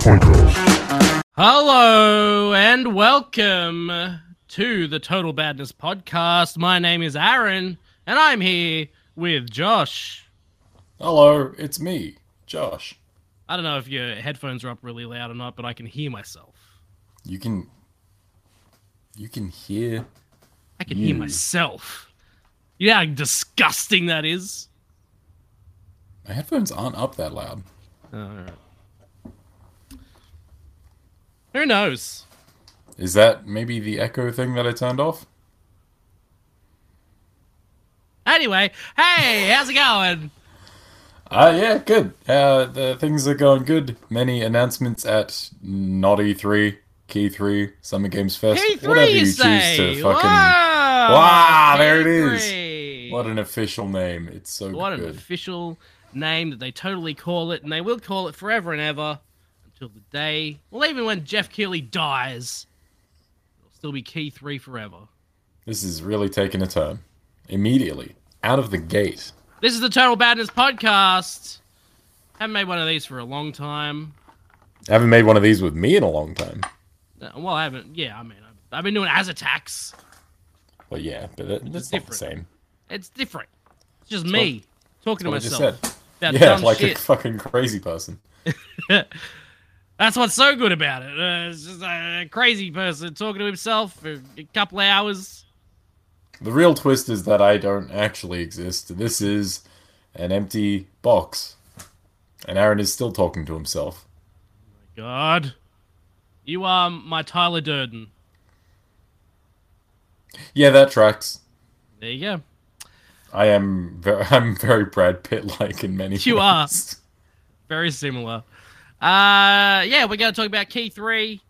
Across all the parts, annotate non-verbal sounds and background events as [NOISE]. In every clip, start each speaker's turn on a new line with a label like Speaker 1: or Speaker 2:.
Speaker 1: Pointers.
Speaker 2: Hello and welcome to the Total Badness Podcast. My name is Aaron and I'm here with Josh.
Speaker 3: Hello, it's me, Josh.
Speaker 2: I don't know if your headphones are up really loud or not, but I can hear myself.
Speaker 3: You can you can hear
Speaker 2: I can hear
Speaker 3: You.
Speaker 2: myself. You know how disgusting that is?
Speaker 3: my headphones aren't up that loud.
Speaker 2: Alright. Who knows?
Speaker 3: Is that maybe the echo thing that I turned off?
Speaker 2: Anyway, hey, how's it going?
Speaker 3: Ah, yeah, good. Uh, the things are going good. Many announcements at not E3, Key Three, Summer Games Fest,
Speaker 2: Hey, three,
Speaker 3: whatever
Speaker 2: you
Speaker 3: you
Speaker 2: say.
Speaker 3: choose to fucking.
Speaker 2: Wow,
Speaker 3: Wow, there it is.
Speaker 2: K3.
Speaker 3: What an official name! It's so
Speaker 2: What an
Speaker 3: good.
Speaker 2: official name that they totally call it, and they will call it forever and ever until the day, well, even when Jeff Keighley dies, it'll still be Key 3 forever.
Speaker 3: This is really taking a turn. Immediately out of the gate.
Speaker 2: This is the Total Badness Podcast. Haven't made one of these for a long time.
Speaker 3: I haven't made one of these with me in a long time.
Speaker 2: Uh, Well, I haven't, yeah, I mean, I've- I've been doing as attacks.
Speaker 3: Well, yeah, but that, it's, not the
Speaker 2: different.
Speaker 3: same.
Speaker 2: It's different. It's just me talking to
Speaker 3: What I just
Speaker 2: myself
Speaker 3: said.
Speaker 2: about
Speaker 3: yeah,
Speaker 2: dumb
Speaker 3: like
Speaker 2: shit.
Speaker 3: a fucking crazy person.
Speaker 2: That's what's so good about it. Uh, it's just a crazy person talking to himself for a couple of hours.
Speaker 3: The real twist is that I don't actually exist. This is an empty box. And Aaron is still talking to himself.
Speaker 2: God, you are my Tyler Durden.
Speaker 3: Yeah, that tracks.
Speaker 2: There you go.
Speaker 3: I am very, [LAUGHS] I'm very Brad Pitt like in many
Speaker 2: You are.
Speaker 3: ways. [LAUGHS]
Speaker 2: Very similar. Uh, yeah, we're going to talk about Key Three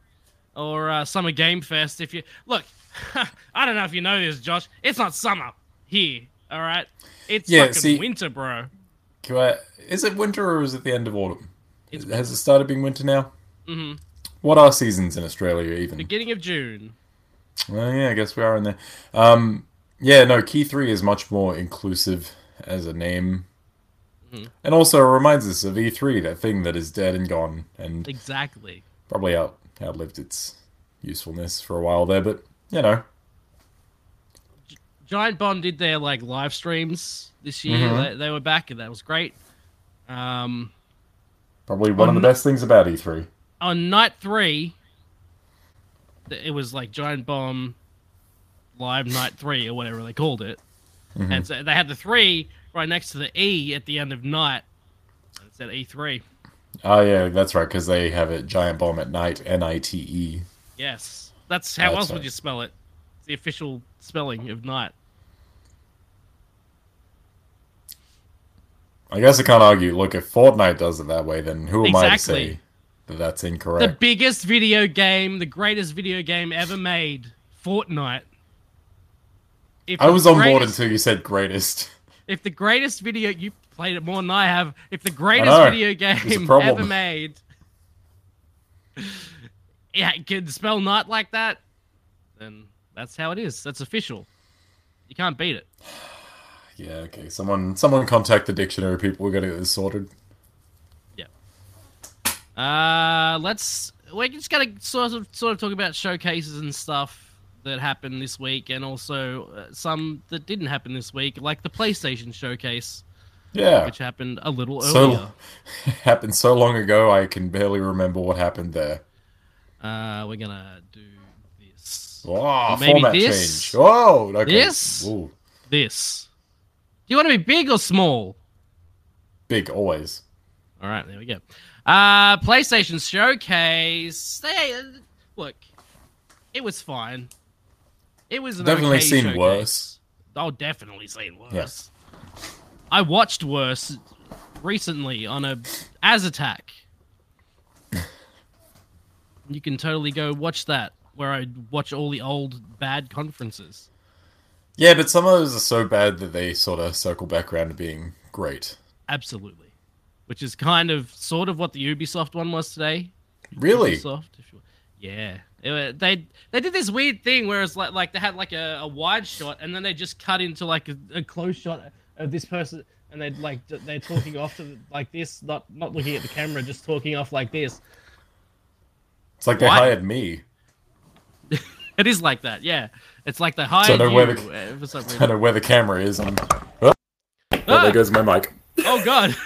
Speaker 2: or uh, Summer Game Fest. If you look, [LAUGHS] I don't know if you know this, Josh. It's not summer here. All right, it's
Speaker 3: Yeah,
Speaker 2: fucking
Speaker 3: see-
Speaker 2: winter, bro.
Speaker 3: Can I- Is it winter or is it the end of autumn?
Speaker 2: It's
Speaker 3: Has it started being winter now?
Speaker 2: Mhm.
Speaker 3: What are seasons in Australia even?
Speaker 2: Beginning of June.
Speaker 3: Well, yeah, I guess we are in there. Um, yeah, no, Key 3 is much more inclusive as a name.
Speaker 2: Mm-hmm.
Speaker 3: And also reminds us of E3, that thing that is dead and gone and
Speaker 2: Exactly.
Speaker 3: probably out outlived its usefulness for a while there, but you know,
Speaker 2: Giant Bomb did their like live streams this year.
Speaker 3: Mm-hmm.
Speaker 2: They, they were back, and that was great. Um,
Speaker 3: probably one of the
Speaker 2: no-
Speaker 3: best things about E E3.
Speaker 2: on night three, th- it was like Giant Bomb Live Night Three or whatever they called it,
Speaker 3: Mm-hmm.
Speaker 2: and so they had the three right next to the E at the end of night. And It said E three.
Speaker 3: Oh, yeah, that's right, because they have it Giant Bomb at Night, N I T E.
Speaker 2: Yes, that's how
Speaker 3: That's
Speaker 2: else would
Speaker 3: right.
Speaker 2: you spell it? It's the official spelling of night.
Speaker 3: I guess I can't argue. Look, if Fortnite does it that way, then who am I to
Speaker 2: Exactly.
Speaker 3: say that that's
Speaker 2: The
Speaker 3: incorrect?
Speaker 2: biggest video game, the greatest video game ever made, Fortnite. If
Speaker 3: I
Speaker 2: the
Speaker 3: was on board
Speaker 2: greatest-
Speaker 3: until you said greatest.
Speaker 2: If the greatest video you played it more than I have, if the greatest
Speaker 3: know.
Speaker 2: video
Speaker 3: a
Speaker 2: game
Speaker 3: problem.
Speaker 2: ever made, [LAUGHS] yeah, can spell not like that, then that's how it is. That's official. You can't beat it.
Speaker 3: Yeah, okay. Someone someone contact the dictionary people. We gotta get this sorted.
Speaker 2: Uh, let's we're just gonna sort of sort of talk about showcases and stuff that happened this week, and also uh, some that didn't happen this week, like the PlayStation showcase,
Speaker 3: Yeah.
Speaker 2: which oh, happened a little earlier.
Speaker 3: So [LAUGHS] happened so long ago I can barely remember what happened there.
Speaker 2: Uh, we're gonna do this.
Speaker 3: Oh,
Speaker 2: Maybe
Speaker 3: format
Speaker 2: this?
Speaker 3: change. Oh, okay.
Speaker 2: This?
Speaker 3: Ooh,
Speaker 2: this. Do you want to be big or small?
Speaker 3: big always.
Speaker 2: All right, there we go. Uh, PlayStation Showcase. They look. It was fine. It was an
Speaker 3: Definitely
Speaker 2: okay
Speaker 3: seen
Speaker 2: showcase.
Speaker 3: worse.
Speaker 2: Oh, definitely seen worse.
Speaker 3: Yes.
Speaker 2: I watched worse recently on a as attack. you can totally go watch that where I watch all the old bad conferences.
Speaker 3: Yeah, but some of those are so bad that they sort of circle back around to being great.
Speaker 2: Absolutely. Which is kind of sort of what the Ubisoft one was today.
Speaker 3: Really?
Speaker 2: Ubisoft, if you- yeah. It wa- they they did this weird thing where it's like like they had like a, a wide shot and then they just cut into like a, a close shot of this person and they'd like they're talking off to the, like this, not not looking at the camera, just talking off like this.
Speaker 3: It's like they
Speaker 2: Why?
Speaker 3: hired me.
Speaker 2: It is like that, yeah. It's like they hired
Speaker 3: know
Speaker 2: you
Speaker 3: where the-
Speaker 2: uh, for some
Speaker 3: [LAUGHS] I don't
Speaker 2: reason.
Speaker 3: know where the camera is. I'm... Oh, there
Speaker 2: Ah!
Speaker 3: goes my mic. [LAUGHS]
Speaker 2: Oh god,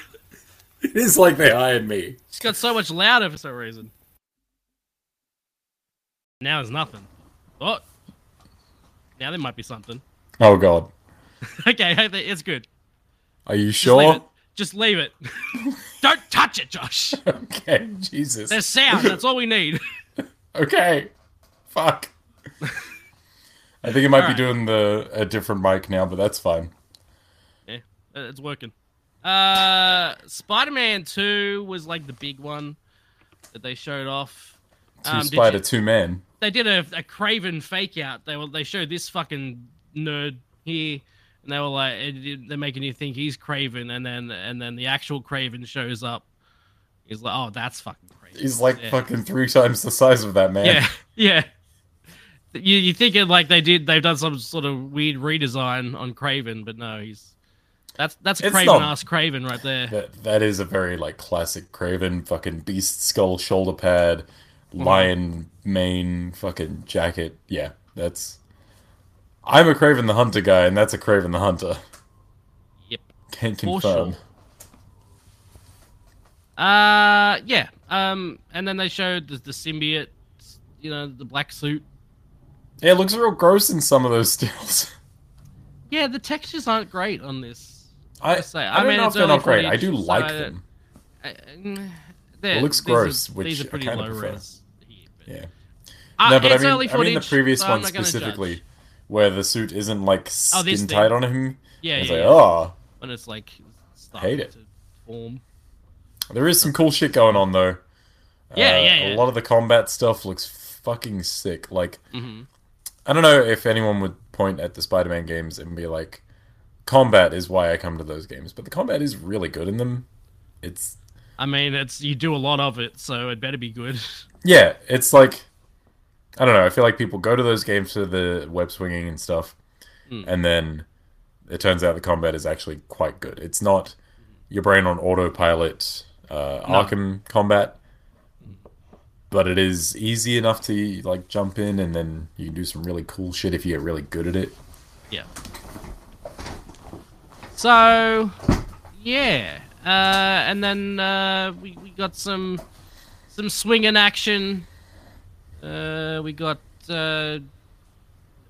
Speaker 3: It is like they hired me.
Speaker 2: it's got so much louder for some reason. Now there's nothing. Oh, now there might be something. [LAUGHS]
Speaker 3: Oh god.
Speaker 2: Okay, I think it's good.
Speaker 3: Are you
Speaker 2: Just leave
Speaker 3: sure?
Speaker 2: it. Just leave it. [LAUGHS] Don't touch it, Josh.
Speaker 3: [LAUGHS] Okay, Jesus.
Speaker 2: There's sound. That's all we need. [LAUGHS]
Speaker 3: Okay. Fuck. I think it might be
Speaker 2: Alright.
Speaker 3: doing the a different mic now, but that's fine.
Speaker 2: Yeah, uh, it's working. Uh, Spider-Man Two was like the big one that they showed off.
Speaker 3: Two
Speaker 2: Um, did you-
Speaker 3: spider, two man.
Speaker 2: they did a, a craven fake out. They were they showed this fucking nerd here, and they were like it- it- they're making you think he's craven, and then and then the actual craven shows up. He's like, oh, that's fucking craven.
Speaker 3: He's like
Speaker 2: Yeah.
Speaker 3: fucking three times the size of that man.
Speaker 2: Yeah, [LAUGHS] yeah. You you think it like they did? They've done some sort of weird redesign on Craven, but no, he's that's that's
Speaker 3: It's
Speaker 2: Craven
Speaker 3: not-
Speaker 2: ass Craven right there.
Speaker 3: That that is a very like classic Craven fucking beast skull shoulder pad,
Speaker 2: Mm-hmm.
Speaker 3: lion mane fucking jacket. Yeah, that's. I'm a Craven the Hunter guy, and that's a Craven the Hunter.
Speaker 2: Yep.
Speaker 3: Can
Speaker 2: For
Speaker 3: confirm.
Speaker 2: sure. Uh, yeah. Um, and then they showed the, the symbiote, you know, the black suit.
Speaker 3: Yeah, it looks real gross in some of those stills. [LAUGHS]
Speaker 2: Yeah, the textures aren't great on this.
Speaker 3: I,
Speaker 2: say, I
Speaker 3: I don't
Speaker 2: mean,
Speaker 3: know if
Speaker 2: it's
Speaker 3: they're
Speaker 2: early
Speaker 3: not great. I do
Speaker 2: footage, so
Speaker 3: like
Speaker 2: I-
Speaker 3: them.
Speaker 2: Uh, mm, they're-
Speaker 3: It
Speaker 2: these
Speaker 3: looks
Speaker 2: are-
Speaker 3: gross, which
Speaker 2: these
Speaker 3: I
Speaker 2: are pretty
Speaker 3: kinda
Speaker 2: low
Speaker 3: prefer.
Speaker 2: res. Here, but-
Speaker 3: Yeah.
Speaker 2: Uh,
Speaker 3: no, but I
Speaker 2: it's
Speaker 3: mean,
Speaker 2: early
Speaker 3: I mean the
Speaker 2: footage,
Speaker 3: previous
Speaker 2: so I'm
Speaker 3: one
Speaker 2: not gonna judge.
Speaker 3: specifically, where the suit isn't like
Speaker 2: Oh, this thing.
Speaker 3: skin tight on him.
Speaker 2: Yeah,
Speaker 3: it's
Speaker 2: yeah,
Speaker 3: like,
Speaker 2: yeah.
Speaker 3: oh,
Speaker 2: when it's like starting
Speaker 3: Hate it.
Speaker 2: to form.
Speaker 3: there is some cool shit going on though.
Speaker 2: Yeah, yeah,
Speaker 3: Uh, A
Speaker 2: yeah.
Speaker 3: lot of the combat stuff looks fucking sick. Like,
Speaker 2: hmm
Speaker 3: I don't know if anyone would point at the Spider-Man games and be like, combat is why I come to those games, but the combat is really good in them. It's
Speaker 2: I mean, it's you do a lot of it, so it better be good. [LAUGHS]
Speaker 3: Yeah, it's like I don't know. I feel like people go to those games for the web swinging and stuff,
Speaker 2: Mm.
Speaker 3: and then it turns out the combat is actually quite good. It's not your brain on autopilot uh, Arkham combat, but it is easy enough to like jump in, and then you can do some really cool shit if you get really good at it.
Speaker 2: Yeah. So, yeah, uh, and then uh, we we got some some swinging action. Uh, we got uh,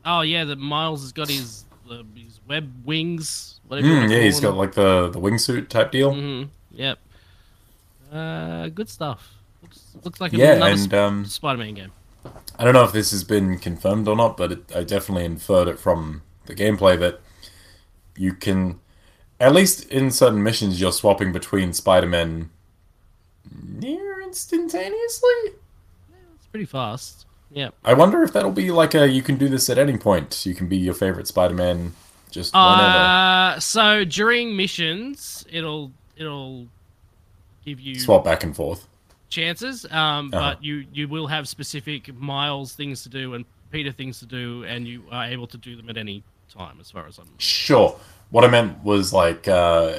Speaker 2: oh yeah, that Miles has got his uh, his web wings. Whatever you
Speaker 3: Mm,
Speaker 2: wanna
Speaker 3: yeah,
Speaker 2: call
Speaker 3: he's got
Speaker 2: them.
Speaker 3: like the the wingsuit type deal.
Speaker 2: Mhm, Yep. Uh, good stuff. Looks, looks like
Speaker 3: Yeah,
Speaker 2: another
Speaker 3: and,
Speaker 2: Sp-
Speaker 3: um,
Speaker 2: Spider-Man game.
Speaker 3: I don't know if this has been confirmed or not, but it, I definitely inferred it from the gameplay that you can, at least in certain missions, you're swapping between Spider-Man near instantaneously.
Speaker 2: It's pretty fast. Yep.
Speaker 3: I wonder if that'll be like a you can do this at any point. You can be your favorite Spider-Man just whenever.
Speaker 2: Uh, so during missions, it'll it'll give you
Speaker 3: Swap back and forth.
Speaker 2: chances, um,
Speaker 3: Uh-huh.
Speaker 2: but you you will have specific Miles things to do and Peter things to do, and you are able to do them at any time, as far as I'm.
Speaker 3: Sure. What I meant was like uh,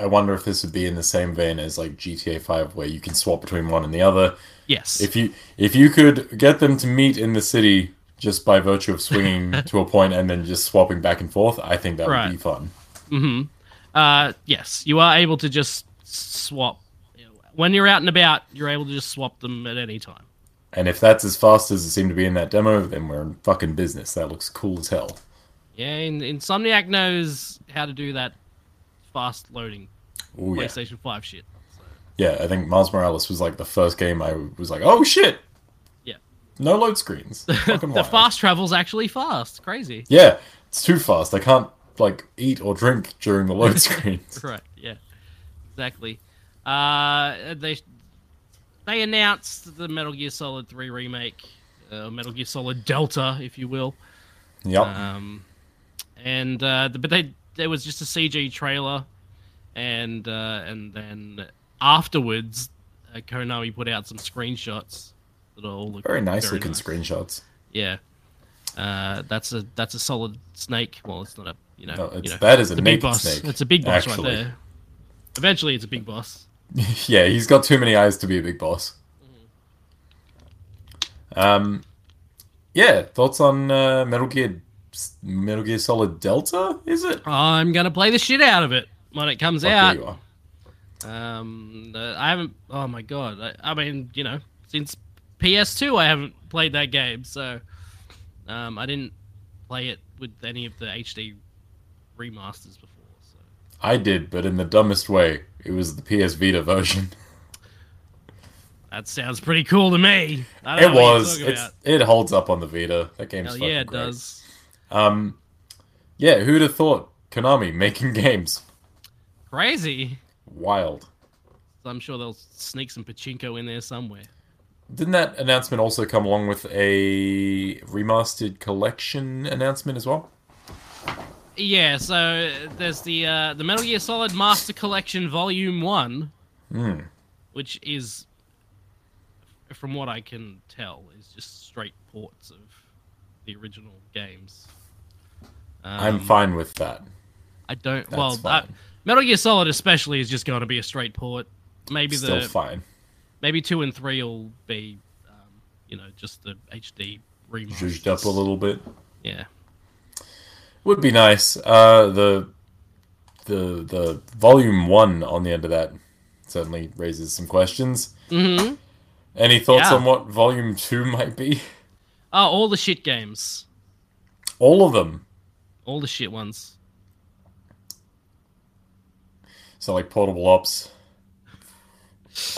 Speaker 3: I wonder if this would be in the same vein as like GTA 5 where you can swap between one and the other.
Speaker 2: Yes.
Speaker 3: If you if you could get them to meet in the city just by virtue of
Speaker 2: [LAUGHS]
Speaker 3: swinging to a point and then just swapping back and forth, I think that would be
Speaker 2: Right.
Speaker 3: fun.
Speaker 2: hmm Uh, yes, you are able to just swap when you're out and about. You're able to just swap them at any time.
Speaker 3: And if that's as fast as it seemed to be in that demo, then we're in fucking business. That looks cool as hell.
Speaker 2: Yeah, and Insomniac knows how to do that fast loading
Speaker 3: Oh yeah,
Speaker 2: PlayStation Five shit. So,
Speaker 3: yeah. I think Miles Morales was like the first game I was like, oh shit,
Speaker 2: yeah.
Speaker 3: no load screens.
Speaker 2: [LAUGHS]
Speaker 3: Fucking
Speaker 2: The
Speaker 3: wild.
Speaker 2: fast travel's actually fast. Crazy.
Speaker 3: Yeah, it's too fast. I can't like eat or drink during the
Speaker 2: [LAUGHS]
Speaker 3: load screens.
Speaker 2: Right. Yeah. Exactly. Uh, they they announced the Metal Gear Solid Three remake, uh, Metal Gear Solid Delta, if you will.
Speaker 3: Yep.
Speaker 2: Um, and uh, the, but they there was just a CG trailer, and uh, and then afterwards, uh, Konami put out some screenshots that all look
Speaker 3: very nice looking
Speaker 2: nice.
Speaker 3: screenshots.
Speaker 2: Yeah. Uh, that's a that's a solid snake. Well, it's not a you know.
Speaker 3: No, Oh, it's,
Speaker 2: you know,
Speaker 3: that is a
Speaker 2: it's a
Speaker 3: naked
Speaker 2: big boss.
Speaker 3: snake.
Speaker 2: It's a big boss
Speaker 3: actually.
Speaker 2: right there. Eventually,
Speaker 3: [LAUGHS]
Speaker 2: it's a big boss.
Speaker 3: Yeah, he's got too many eyes to be a big boss. Um, yeah, thoughts on uh, Metal Gear Metal Gear Solid Delta? Is it?
Speaker 2: I'm gonna play the shit out of it when it comes out.
Speaker 3: Fuck, there you are.
Speaker 2: Um, uh, I haven't. Oh my god! I, I mean, you know, since PS2, I haven't played that game, so um, I didn't play it with any of the HD remasters before. So
Speaker 3: I did, but in the dumbest way. It was the PS Vita version.
Speaker 2: that sounds pretty cool to me. [LAUGHS] I
Speaker 3: It
Speaker 2: don't know what you're
Speaker 3: was.
Speaker 2: talking
Speaker 3: It's,
Speaker 2: about.
Speaker 3: it holds up on the Vita. That game's
Speaker 2: Hell
Speaker 3: fucking
Speaker 2: yeah, it
Speaker 3: great.
Speaker 2: does.
Speaker 3: Um, yeah, who'd have thought Konami making [LAUGHS] games?
Speaker 2: Crazy.
Speaker 3: Wild.
Speaker 2: So I'm sure they'll sneak some pachinko in there somewhere.
Speaker 3: Didn't that announcement also come along with a remastered collection announcement as well?
Speaker 2: Yeah, so uh, there's the uh, the Metal Gear Solid Master Collection Volume One,
Speaker 3: Hmm.
Speaker 2: which is, f- from what I can tell, is just straight ports of the original games.
Speaker 3: I'm
Speaker 2: Um,
Speaker 3: fine with that.
Speaker 2: I don't.
Speaker 3: That's
Speaker 2: well,
Speaker 3: fine.
Speaker 2: uh, Metal Gear Solid especially is just going to be a straight port. Maybe
Speaker 3: Still
Speaker 2: the
Speaker 3: fine.
Speaker 2: maybe two and three will be, um, you know, just the HD
Speaker 3: Zhuzhed up a
Speaker 2: remasters.
Speaker 3: little bit.
Speaker 2: Yeah.
Speaker 3: Would be nice. Uh, the the the volume one on the end of that certainly raises some questions.
Speaker 2: hmm
Speaker 3: Any thoughts
Speaker 2: Yeah.
Speaker 3: on what volume two [LAUGHS] might be?
Speaker 2: Oh, all the shit games,
Speaker 3: All of them.
Speaker 2: all the shit ones.
Speaker 3: So like portable ops.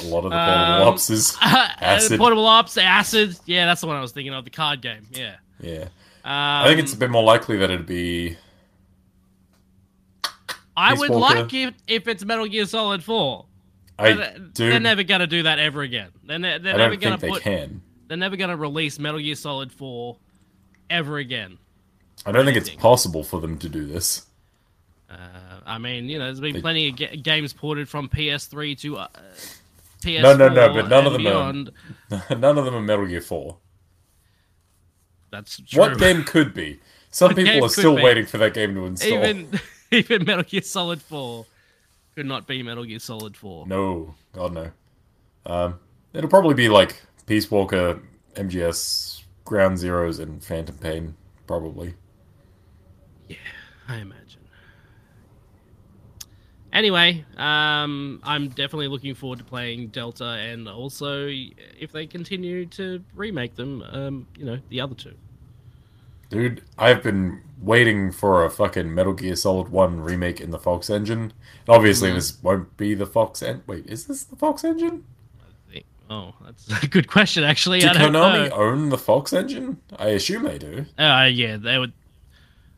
Speaker 3: A lot of the portable
Speaker 2: Um, [LAUGHS]
Speaker 3: ops is Acid.
Speaker 2: Portable Ops, Acid. Yeah, that's the one I was thinking of. The card game. Yeah.
Speaker 3: yeah.
Speaker 2: Um,
Speaker 3: I think it's a bit more likely that it'd be
Speaker 2: I
Speaker 3: Peace
Speaker 2: would
Speaker 3: Walker.
Speaker 2: like it if it's Metal Gear Solid Four.
Speaker 3: I
Speaker 2: But uh,
Speaker 3: dude,
Speaker 2: they're never gonna do that ever again. They're, ne- they're
Speaker 3: I
Speaker 2: never
Speaker 3: don't
Speaker 2: gonna
Speaker 3: think they
Speaker 2: put.
Speaker 3: can.
Speaker 2: They're never gonna release Metal Gear Solid Four ever again.
Speaker 3: I don't think it's
Speaker 2: anything.
Speaker 3: possible for them to do this. [LAUGHS]
Speaker 2: Uh, I mean, you know, there's been
Speaker 3: They-
Speaker 2: plenty of ga- games ported from PS3 to uh, PS4.
Speaker 3: no, no, but none
Speaker 2: and
Speaker 3: of them are-
Speaker 2: beyond.
Speaker 3: None of them are Metal Gear 4.
Speaker 2: That's true.
Speaker 3: What game could be? Some
Speaker 2: What game
Speaker 3: people are
Speaker 2: could
Speaker 3: still
Speaker 2: be?
Speaker 3: waiting for that game to install.
Speaker 2: even [LAUGHS] even Metal Gear Solid Four could not be Metal Gear Solid Four.
Speaker 3: No, God no. Um, it'll probably be like Peace Walker, MGS, Ground Zeroes, and Phantom Pain, probably.
Speaker 2: I imagine. Anyway, um, I'm definitely looking forward to playing Delta, and also if they continue to remake them, um, you know, the other two.
Speaker 3: Dude, I've been waiting for a fucking Metal Gear Solid One remake in the Fox engine. And obviously,
Speaker 2: Mhm.
Speaker 3: this won't be the Fox. En- Wait, is this the Fox engine?
Speaker 2: I think- Oh, that's a good question. Actually,
Speaker 3: Do
Speaker 2: I don't
Speaker 3: Konami
Speaker 2: know.
Speaker 3: own the Fox engine? I assume they do.
Speaker 2: Uh, yeah, they would.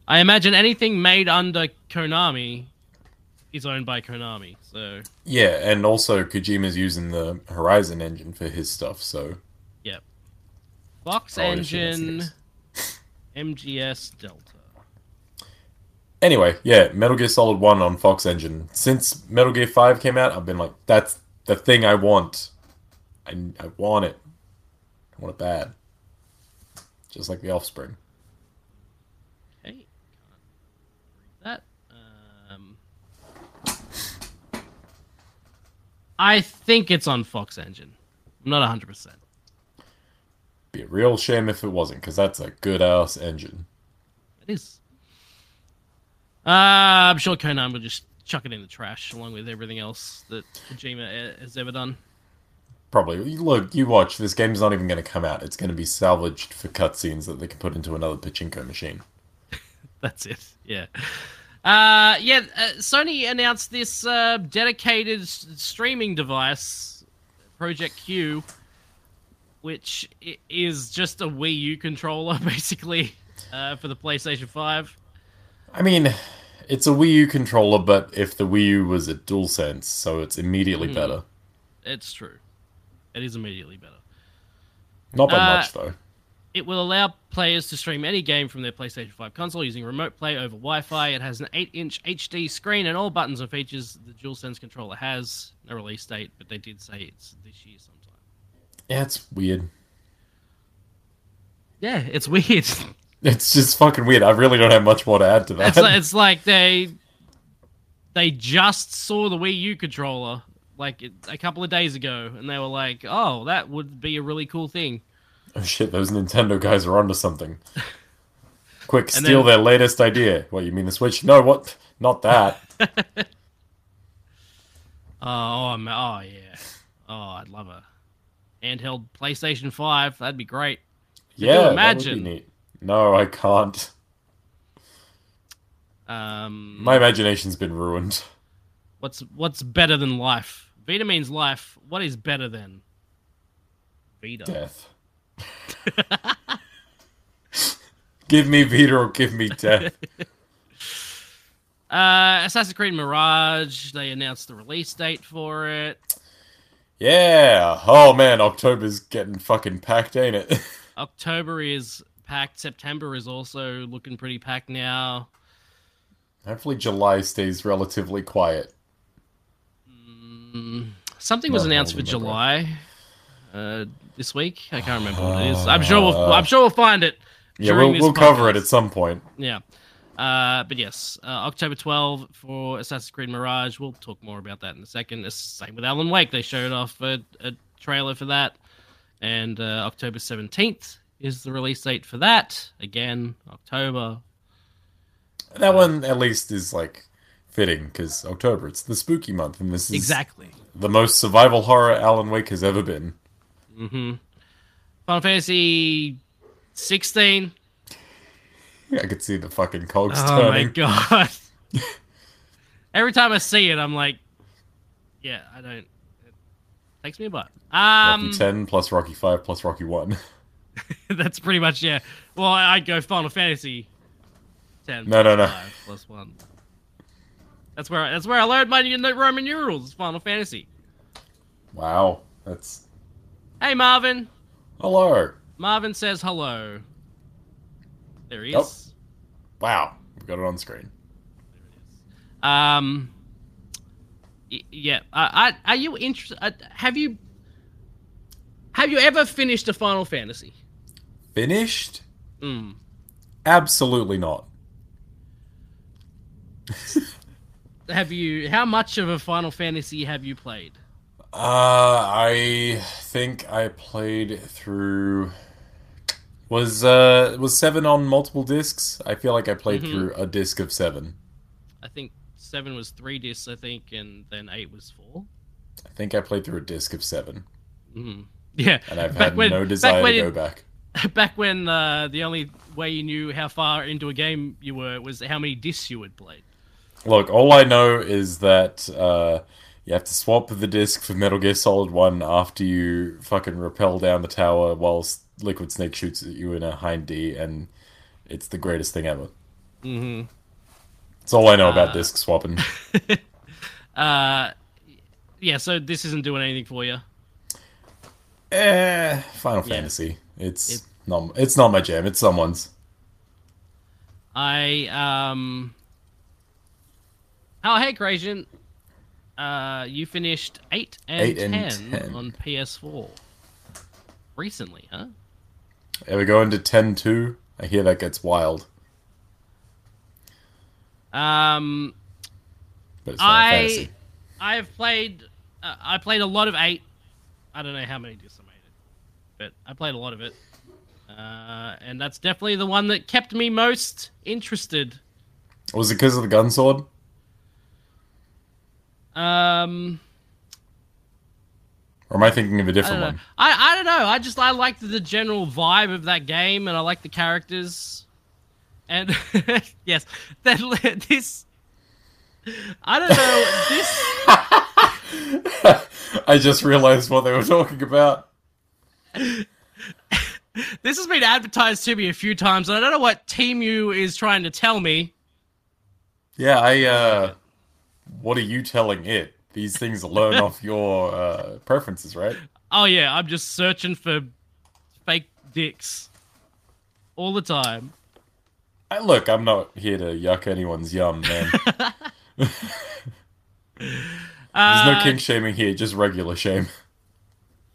Speaker 2: I imagine anything made under Konami is owned by Konami. So
Speaker 3: Yeah, and also Kojima's using the Horizon engine for his stuff, so
Speaker 2: Fox
Speaker 3: Oh, I would assume that's the
Speaker 2: Engine,
Speaker 3: case.
Speaker 2: MGS Delta.
Speaker 3: Anyway, yeah, Metal Gear Solid 1 on Fox Engine. Since Metal Gear 5 came out, I've been like, that's the thing I want. I, I want it. I want it bad. Just like The Offspring.
Speaker 2: Okay, can't read that. Um, I think it's on Fox Engine. I'm not 100. percent
Speaker 3: Be a real shame if it wasn't, because that's a good ass engine.
Speaker 2: It is. Uh, I'm sure Konami will just chuck it in the trash along with everything else that Kojima uh, has ever done.
Speaker 3: Probably. you- Look, you watch, this game's not even going to come out. It's going to be salvaged for cutscenes that they can put into another pachinko machine.
Speaker 2: [LAUGHS] That's it. Yeah. Uh, yeah. Uh, Sony announced this uh, dedicated s- streaming device, Project Q, which i- is just a Wii U controller, [LAUGHS] basically, uh, for the PlayStation Five.
Speaker 3: I mean, it's a Wii U controller, but if the Wii U was a DualSense, so it's immediately
Speaker 2: Hmm.
Speaker 3: better.
Speaker 2: It's true. It is immediately better.
Speaker 3: Not by
Speaker 2: Uh,
Speaker 3: much, though.
Speaker 2: It will allow players to stream any game from their PlayStation 5 console using remote play over Wi Fi. It has an 8 inch HD screen and all buttons and features the DualSense controller has. No release date, but they did say it's this year sometime.
Speaker 3: Yeah, it's weird.
Speaker 2: Yeah, it's weird. [LAUGHS]
Speaker 3: It's just fucking weird. I really don't have much more to add to [LAUGHS] that.
Speaker 2: It's like, it's like they they just saw the Wii U controller like it- a couple of days ago, and they were like, "Oh, that would be a really cool thing."
Speaker 3: Oh shit, those Nintendo guys are onto
Speaker 2: [LAUGHS]
Speaker 3: something. Quick, steal their latest idea. What, you mean the Switch? No, what?
Speaker 2: [LAUGHS]
Speaker 3: Not that.
Speaker 2: Oh, oh, ma- oh yeah. Oh, I'd love a handheld PlayStation Five. That'd be great. you
Speaker 3: yeah, that would
Speaker 2: imagine?
Speaker 3: be neat. No, I can't.
Speaker 2: Um,
Speaker 3: My imagination's been ruined.
Speaker 2: what's what's better than life? Vita means life. What is better than Vita?
Speaker 3: Death. [LAUGHS] give me Vita or give
Speaker 2: [LAUGHS]
Speaker 3: me death.
Speaker 2: Uh, Assassin's Creed Mirage. They announced the release date for it.
Speaker 3: Yeah. Oh man, October's getting fucking packed, ain't it? [LAUGHS]
Speaker 2: October is packed. September is also looking pretty packed now.
Speaker 3: Hopefully July stays relatively quiet.
Speaker 2: Mm, something was
Speaker 3: No, I
Speaker 2: announced for
Speaker 3: remember.
Speaker 2: July uh, this week. I can't remember what it is. I'm sure. We'll, I'm sure we'll find it.
Speaker 3: Uh, Yeah,
Speaker 2: during
Speaker 3: we'll,
Speaker 2: this
Speaker 3: we'll cover it
Speaker 2: podcast.
Speaker 3: at some point.
Speaker 2: Yeah. Uh, but yes, uh, October 12 for Assassin's Creed Mirage. We'll talk more about that in a second. It's the same with Alan Wake. They showed off a, a trailer for that. And uh, October 17th is the release date for that. Again, October.
Speaker 3: That one at least is like fitting because October it's the spooky month, and this is
Speaker 2: Exactly.
Speaker 3: the most survival horror Alan Wake has ever been.
Speaker 2: Mm-hmm. Final Fantasy 16.
Speaker 3: I could see the fucking cogs
Speaker 2: Oh my
Speaker 3: turning. [LAUGHS]
Speaker 2: god. Every time I see it, I'm like, yeah, I don't. It takes me a bit.
Speaker 3: Rocky
Speaker 2: Um,
Speaker 3: ten plus Rocky five plus Rocky one.
Speaker 2: [LAUGHS]
Speaker 3: [LAUGHS]
Speaker 2: That's pretty much yeah. Well, I- I'd go Final Fantasy ten.
Speaker 3: No, no,
Speaker 2: plus
Speaker 3: no.
Speaker 2: five plus one. That's where I, that's where I learned my nu- Roman numerals. Final Fantasy.
Speaker 3: wow, that's
Speaker 2: Hey, Marvin.
Speaker 3: hello.
Speaker 2: Marvin says hello. There he
Speaker 3: Yep.
Speaker 2: is.
Speaker 3: Wow, we've got it on screen.
Speaker 2: Um. y- Yeah. I, I, are you interested? Have you have you ever finished a Final Fantasy?
Speaker 3: Finished?
Speaker 2: Mm.
Speaker 3: Absolutely not.
Speaker 2: Have you? How much of a Final Fantasy have you played?
Speaker 3: Uh, I think I played through. Was uh was seven on multiple discs? I feel like I played
Speaker 2: Mhm.
Speaker 3: through a disc of seven.
Speaker 2: I think seven was three discs, I think, and then eight was 4
Speaker 3: I think I played through a disc of seven,
Speaker 2: Mm-hmm. Yeah, [LAUGHS]
Speaker 3: and I've
Speaker 2: Back
Speaker 3: had
Speaker 2: when-
Speaker 3: no
Speaker 2: back
Speaker 3: desire
Speaker 2: when
Speaker 3: to go
Speaker 2: it-
Speaker 3: back.
Speaker 2: back when uh, the only way you knew how far into a game you were was how many discs you had played.
Speaker 3: Look, all I know is that uh, you have to swap the disc for Metal Gear Solid One after you fucking rappel down the tower whilst Liquid Snake shoots at you in a hind D, and it's the greatest thing ever.
Speaker 2: Mm-hmm.
Speaker 3: That's all I know
Speaker 2: Uh,
Speaker 3: about
Speaker 2: [LAUGHS]
Speaker 3: disc swapping.
Speaker 2: Uh, yeah, so this isn't doing anything for you.
Speaker 3: Eh, Final
Speaker 2: Yeah.
Speaker 3: Fantasy. It's
Speaker 2: It-
Speaker 3: not. It's not my jam. It's someone's.
Speaker 2: I um. Oh hey, Crazian. Uh, you finished eight and,
Speaker 3: Eight and 10.
Speaker 2: ten on PS4 recently, huh?
Speaker 3: Are we going to ten two? I hear that gets wild.
Speaker 2: Um,
Speaker 3: But it's Final
Speaker 2: I-
Speaker 3: Fantasy.
Speaker 2: I have played. Uh, I played a lot of eight. I don't know how many discs I made it, but I played a lot of it, uh, and that's definitely the one that kept me most interested.
Speaker 3: Was it because of the gun sword?
Speaker 2: Um,
Speaker 3: Or am I thinking of a
Speaker 2: I don't
Speaker 3: different
Speaker 2: know.
Speaker 3: one?
Speaker 2: I, I don't know. I just I liked the general vibe of that game, and I like the characters. And [LAUGHS] yes, that this. I don't
Speaker 3: [LAUGHS]
Speaker 2: know this.
Speaker 3: I just realized what they were talking about.
Speaker 2: This has been advertised to me a few times, and I don't know what Team U is trying to tell me.
Speaker 3: Yeah, I. uh What are you telling it? These things learn
Speaker 2: [LAUGHS]
Speaker 3: off your uh, preferences, right?
Speaker 2: Oh yeah, I'm just searching for fake dicks all the time.
Speaker 3: I, look, I'm not here to yuck anyone's yum, man. There's
Speaker 2: Uh,
Speaker 3: no kink shaming here, just regular
Speaker 2: [LAUGHS]
Speaker 3: shame.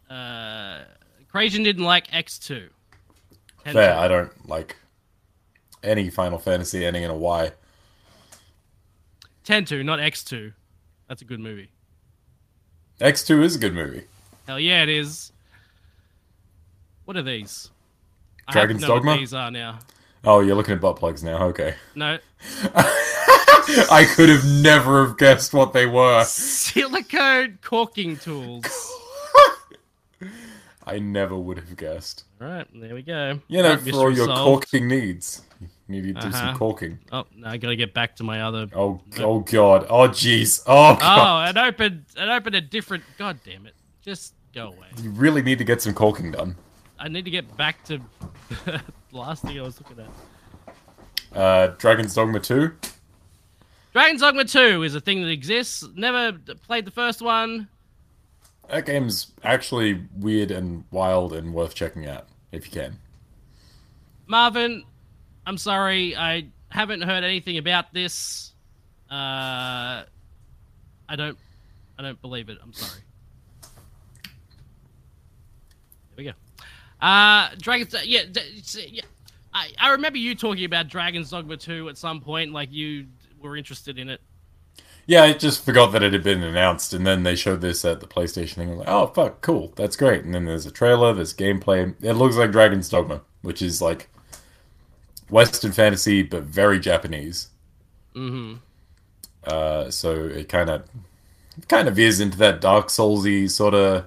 Speaker 2: Uh, Krajan didn't like X2. Ten
Speaker 3: Fair.
Speaker 2: two.
Speaker 3: I don't like any Final Fantasy ending in a Y.
Speaker 2: Ten two, not X2. That's a good movie.
Speaker 3: X2 is a good movie.
Speaker 2: Hell yeah, it is. What are these?
Speaker 3: Dragon's
Speaker 2: I have to know
Speaker 3: Dogma?
Speaker 2: What these are now.
Speaker 3: Oh, you're looking at butt plugs now. Okay. [LAUGHS]
Speaker 2: No,
Speaker 3: I could have never have guessed what they were.
Speaker 2: silicone caulking tools.
Speaker 3: I never would have guessed.
Speaker 2: All right, there we go.
Speaker 3: You know,
Speaker 2: Right,
Speaker 3: for
Speaker 2: mystery
Speaker 3: all your
Speaker 2: solved.
Speaker 3: caulking needs, you need to do some
Speaker 2: Uh-huh.
Speaker 3: caulking.
Speaker 2: Oh, now I gotta get back to my other. Oh,
Speaker 3: Oh, oh God. Oh, jeez. Oh, God.
Speaker 2: it opened. It opened a different. God damn it! Just go away.
Speaker 3: You really need to get some caulking done.
Speaker 2: I need to get back to [LAUGHS] the last thing I was looking at.
Speaker 3: Uh, Dragon's Dogma 2?
Speaker 2: Dragon's Dogma 2 is a thing that exists. Never d- played the first one.
Speaker 3: That game's actually weird and wild and worth checking out if you can.
Speaker 2: Marvin, I'm sorry, I haven't heard anything about this. Uh, I don't, I don't believe it. I'm sorry. There we go. Uh, Dragon's, yeah, d- it's- uh, yeah. I, I remember you talking about Dragon's Dogma 2 at some point, like you d- were interested in it.
Speaker 3: Yeah, I just forgot that it had been announced, and then they showed this at the PlayStation thing. I'm like, oh, fuck, cool, that's great. And then there's a trailer, there's gameplay. It looks like Dragon's Dogma, which is like Western fantasy, but very Japanese.
Speaker 2: Mm-hmm.
Speaker 3: Uh, so it kind of kind of veers into that Dark Soulsy sort of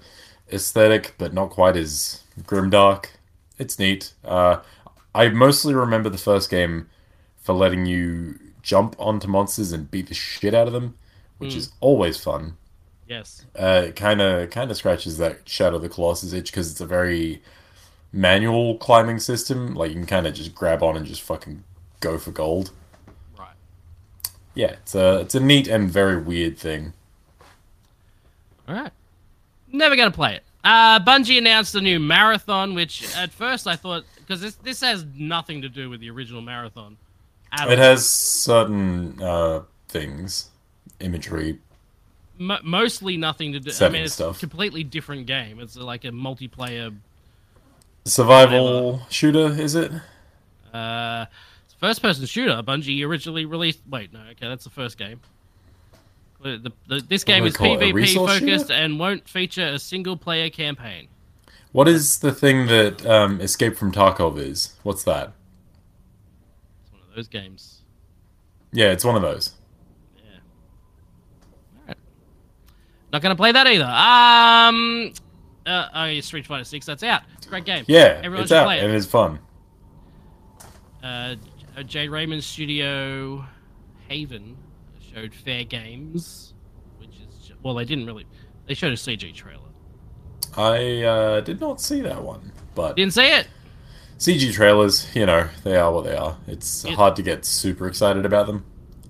Speaker 3: aesthetic, but not quite as grimdark. It's neat. Uh, I mostly remember the first game for letting you jump onto monsters and beat the shit out of them, which
Speaker 2: Hmm.
Speaker 3: is always fun
Speaker 2: Yes.
Speaker 3: uh, kind of kind of scratches that Shadow of the Colossus itch because it's a very manual climbing system. Like you can kind of just grab on and just fucking go for gold.
Speaker 2: Right.
Speaker 3: Yeah, it's a it's a neat and very weird thing.
Speaker 2: All right. Never gonna play it. Uh, Bungie announced a new marathon, which at first I thought because this this has nothing to do with the original marathon. At
Speaker 3: It
Speaker 2: all.
Speaker 3: has certain uh, things, imagery.
Speaker 2: Mo- mostly nothing to do. I
Speaker 3: Setting
Speaker 2: mean, it's
Speaker 3: stuff.
Speaker 2: a completely different game. It's like a multiplayer.
Speaker 3: Survival shooter, is it?
Speaker 2: Uh, First person shooter, Bungie originally released. Wait, no, okay, that's the first game. The- the- the- this game
Speaker 3: do
Speaker 2: is
Speaker 3: they call it, a
Speaker 2: PvP
Speaker 3: resource shooter?
Speaker 2: focused and won't feature a single player campaign.
Speaker 3: What is the thing that um, Escape from Tarkov is? What's that?
Speaker 2: It's one of those games.
Speaker 3: Yeah, it's one of those.
Speaker 2: Not gonna play that either. Um, uh, oh, yeah, Street Fighter Six. That's out. Great game.
Speaker 3: Yeah,
Speaker 2: everyone
Speaker 3: it's
Speaker 2: should
Speaker 3: out
Speaker 2: play
Speaker 3: and
Speaker 2: it.
Speaker 3: it's fun.
Speaker 2: Uh, J- Jay Raymond's studio, Haven, showed Fair Games, which is well, they didn't really. They showed a CG trailer.
Speaker 3: I uh, did not see that one, but
Speaker 2: Didn't see it.
Speaker 3: CG trailers, you know, they are what they are. It's
Speaker 2: It-
Speaker 3: hard to get super excited about them.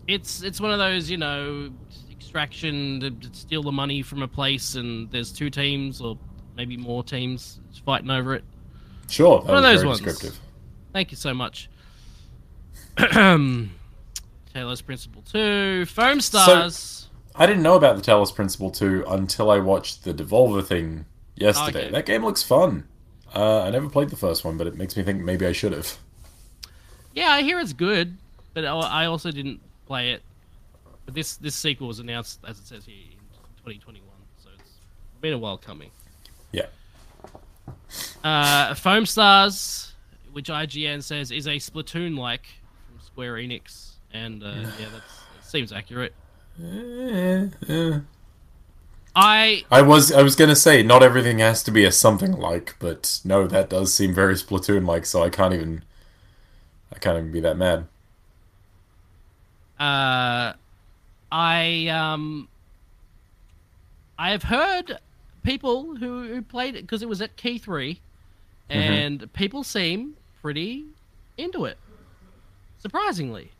Speaker 2: It's it's one of those you know extraction to to steal the money from a place, and there's two teams or maybe more teams fighting over it.
Speaker 3: Sure, that
Speaker 2: One of
Speaker 3: was
Speaker 2: those
Speaker 3: very
Speaker 2: ones.
Speaker 3: descriptive.
Speaker 2: Thank you so much. [CLEARS THROAT] Taylor's Principle 2, Foam Stars.
Speaker 3: I didn't know about the Talos Principle 2 until I watched the Devolver thing yesterday.
Speaker 2: Okay.
Speaker 3: That game looks fun. Uh, I never played the first one, but it makes me think maybe I should have.
Speaker 2: yeah, I hear it's good, but I- I also didn't play it. But this this sequel was announced, as it says here, in 2021, so it's been a while coming.
Speaker 3: Yeah.
Speaker 2: [LAUGHS] Uh, Foam Stars, which IGN says is a Splatoon like from Square Enix, and uh, yeah, that's, that seems accurate.
Speaker 3: Eh, eh.
Speaker 2: I
Speaker 3: I was I was gonna say not everything has to be a something like, but no, that does seem very Splatoon like, so I can't even I can't even be that mad.
Speaker 2: uh, I um, I have heard people who, who played it because it was at Key three,
Speaker 3: Mm-hmm.
Speaker 2: and people seem pretty into it. Surprisingly,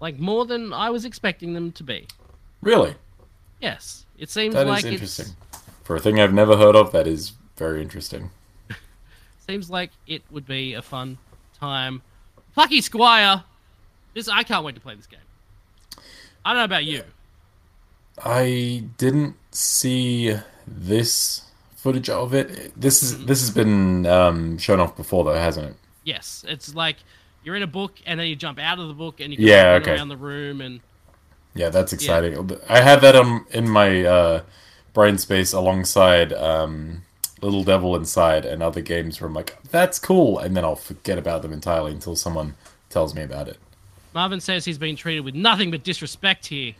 Speaker 2: like more than I was expecting them to be.
Speaker 3: Really?
Speaker 2: Yes, it seems
Speaker 3: That is
Speaker 2: like
Speaker 3: interesting.
Speaker 2: it
Speaker 3: For a thing I've never heard of, that is very interesting.
Speaker 2: seems like it would be a fun time. Plucky Squire, this I can't wait to play this game. I don't know about you.
Speaker 3: I didn't see this footage of it. This is this has been um, shown off before, though, hasn't it?
Speaker 2: Yes, it's like you're in a book and then you jump out of the book and you can
Speaker 3: Yeah,
Speaker 2: run
Speaker 3: okay.
Speaker 2: around the room and
Speaker 3: Yeah, that's exciting. I had that um, in my uh, brain space alongside um, Little Devil Inside and other games where I'm like, that's cool, and then I'll forget about them entirely until someone tells me about it.
Speaker 2: Marvin says he's been treated with nothing but disrespect here.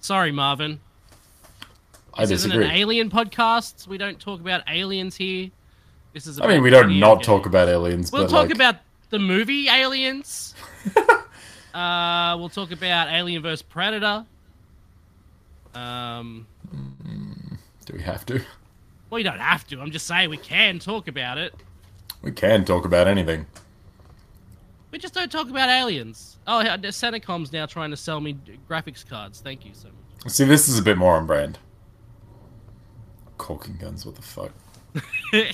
Speaker 2: Sorry, Marvin.
Speaker 3: I
Speaker 2: this
Speaker 3: disagree.
Speaker 2: isn't an alien podcast. We don't talk about aliens here. This is.
Speaker 3: I
Speaker 2: About
Speaker 3: mean, we don't
Speaker 2: video
Speaker 3: not
Speaker 2: games.
Speaker 3: talk about aliens,
Speaker 2: We'll
Speaker 3: but
Speaker 2: talk
Speaker 3: like,
Speaker 2: about the movie
Speaker 3: [LAUGHS]
Speaker 2: Aliens. uh, we'll talk about Alien vs Predator. Um,
Speaker 3: do we have to?
Speaker 2: well, you don't have to. I'm just saying we can talk about it.
Speaker 3: We can talk about anything.
Speaker 2: We just don't talk about aliens. Oh, yeah, Senecom's now trying to sell me graphics cards. Thank you so much.
Speaker 3: See, this is a bit more on brand. Caulking guns, what the fuck?
Speaker 2: you,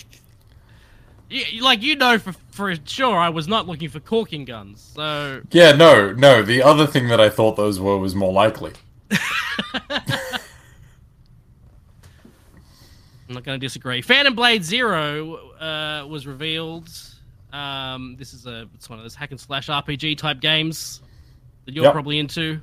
Speaker 2: you- like you know for for sure, I was not looking for corking guns. So
Speaker 3: Yeah, no, no. The other thing that I thought those were was more likely.
Speaker 2: I'm not going to disagree. Phantom Blade Zero uh, was revealed. Um, this is a it's one of those hack and slash RPG type games that you're
Speaker 3: Yep.
Speaker 2: probably into.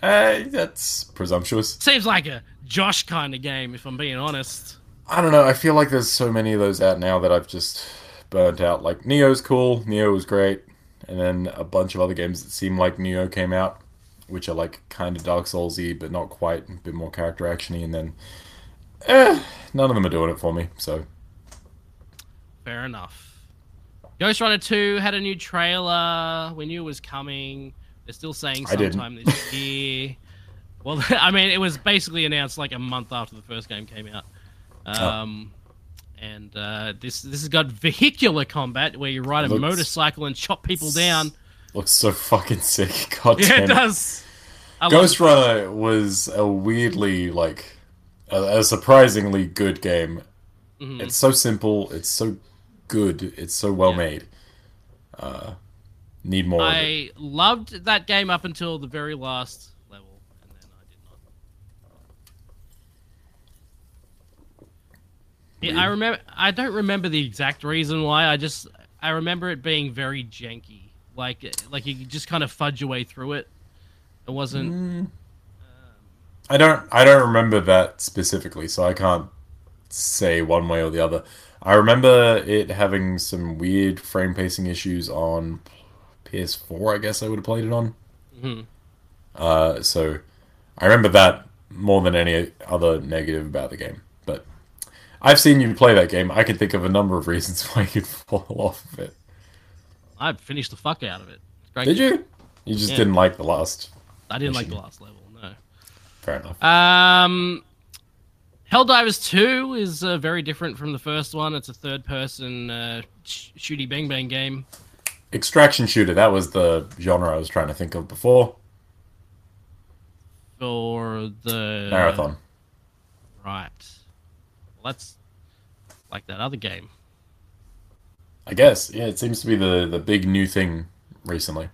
Speaker 3: Uh, that's presumptuous.
Speaker 2: Seems like a Josh kind of game, if I'm being honest.
Speaker 3: I don't know. I feel like there's so many of those out now that I've just burnt out. Like Neo's cool. Neo was great, and then a bunch of other games that seem like Neo came out, which are like kind of Dark Soulsy, but not quite. A bit more character actiony, and then eh, none of them are doing it for me. So
Speaker 2: Fair enough. Ghost Runner 2 had a new trailer. We knew it was coming. They're still saying
Speaker 3: I didn't.
Speaker 2: sometime
Speaker 3: [LAUGHS]
Speaker 2: this year. Well, [LAUGHS] I mean, it was basically announced like a month after the first game came out.
Speaker 3: Oh.
Speaker 2: Um, And uh, this this has got vehicular combat where you ride a
Speaker 3: Looks-
Speaker 2: motorcycle and chop people
Speaker 3: [LAUGHS]
Speaker 2: down.
Speaker 3: looks so fucking sick. [LAUGHS] God
Speaker 2: Yeah, [LAUGHS]
Speaker 3: damn
Speaker 2: it
Speaker 3: it.
Speaker 2: does. I love
Speaker 3: Ghost Runner was a weirdly like a, a surprisingly good game.
Speaker 2: Mhm.
Speaker 3: It's so simple. It's so good. It's so well made. Uh, need more. of it.
Speaker 2: I loved that game up until the very last level, and then I did not. Yeah, I
Speaker 3: Weird.
Speaker 2: remember. I don't remember the exact reason why. I just I remember it being very janky. Like like you could just kind of fudge your way through it. It wasn't.
Speaker 3: Mm. I don't. I don't remember that specifically, so I can't say one way or the other. I remember it having some weird frame pacing issues on PS4. I guess I would have played it on.
Speaker 2: Mhm.
Speaker 3: Uh, so I remember that more than any other negative about the game. But I've seen you play that game. I can think of a number of reasons [LAUGHS] why you'd fall off of it.
Speaker 2: I finished the fuck out of it. It's Great
Speaker 3: Did
Speaker 2: game.
Speaker 3: you? You just
Speaker 2: Yeah.
Speaker 3: didn't like the last.
Speaker 2: I didn't like the
Speaker 3: Actually.
Speaker 2: last level. No.
Speaker 3: Fair enough.
Speaker 2: Um, Helldivers 2 is uh, very different from the first one. It's a third person uh, sh- shooty bang bang game.
Speaker 3: Extraction shooter. That was the genre I was trying to think of before.
Speaker 2: for the
Speaker 3: Marathon.
Speaker 2: Right. Well, that's like that other game.
Speaker 3: I guess. Yeah, it seems to be the the big new thing recently.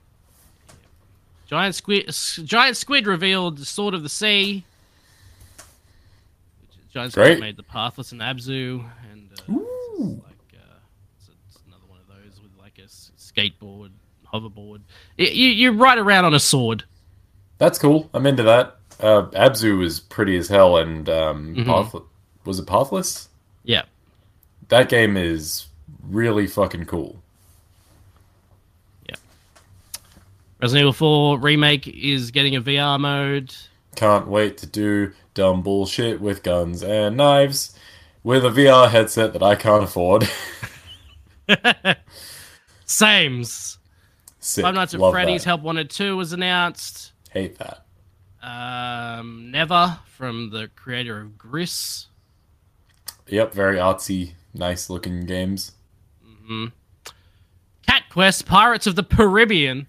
Speaker 2: Giant squid. s- Giant squid revealed Sword of the Sea. Giant squid
Speaker 3: Great.
Speaker 2: made the Pathless and Abzu, and uh, this is like uh, it's, it's another one of those with like a s- skateboard, hoverboard. Y- you you ride around on a sword.
Speaker 3: That's cool. I'm into that. Uh, Abzu was pretty as hell, and um,
Speaker 2: Mhm.
Speaker 3: Path- was it Pathless?
Speaker 2: Yeah.
Speaker 3: That game is really fucking cool.
Speaker 2: Resident Evil 4 remake is getting a VR mode.
Speaker 3: Can't wait to do dumb bullshit with guns and knives with a VR headset that I can't afford. [LAUGHS]
Speaker 2: Sames.
Speaker 3: Sick.
Speaker 2: Five Nights at
Speaker 3: Love
Speaker 2: Freddy's
Speaker 3: that.
Speaker 2: Help Wanted 2 was announced.
Speaker 3: Hate that.
Speaker 2: Um, Never from the creator of Gris.
Speaker 3: Yep, very artsy, nice looking games.
Speaker 2: Cat Quest Pirates of the Caribbean.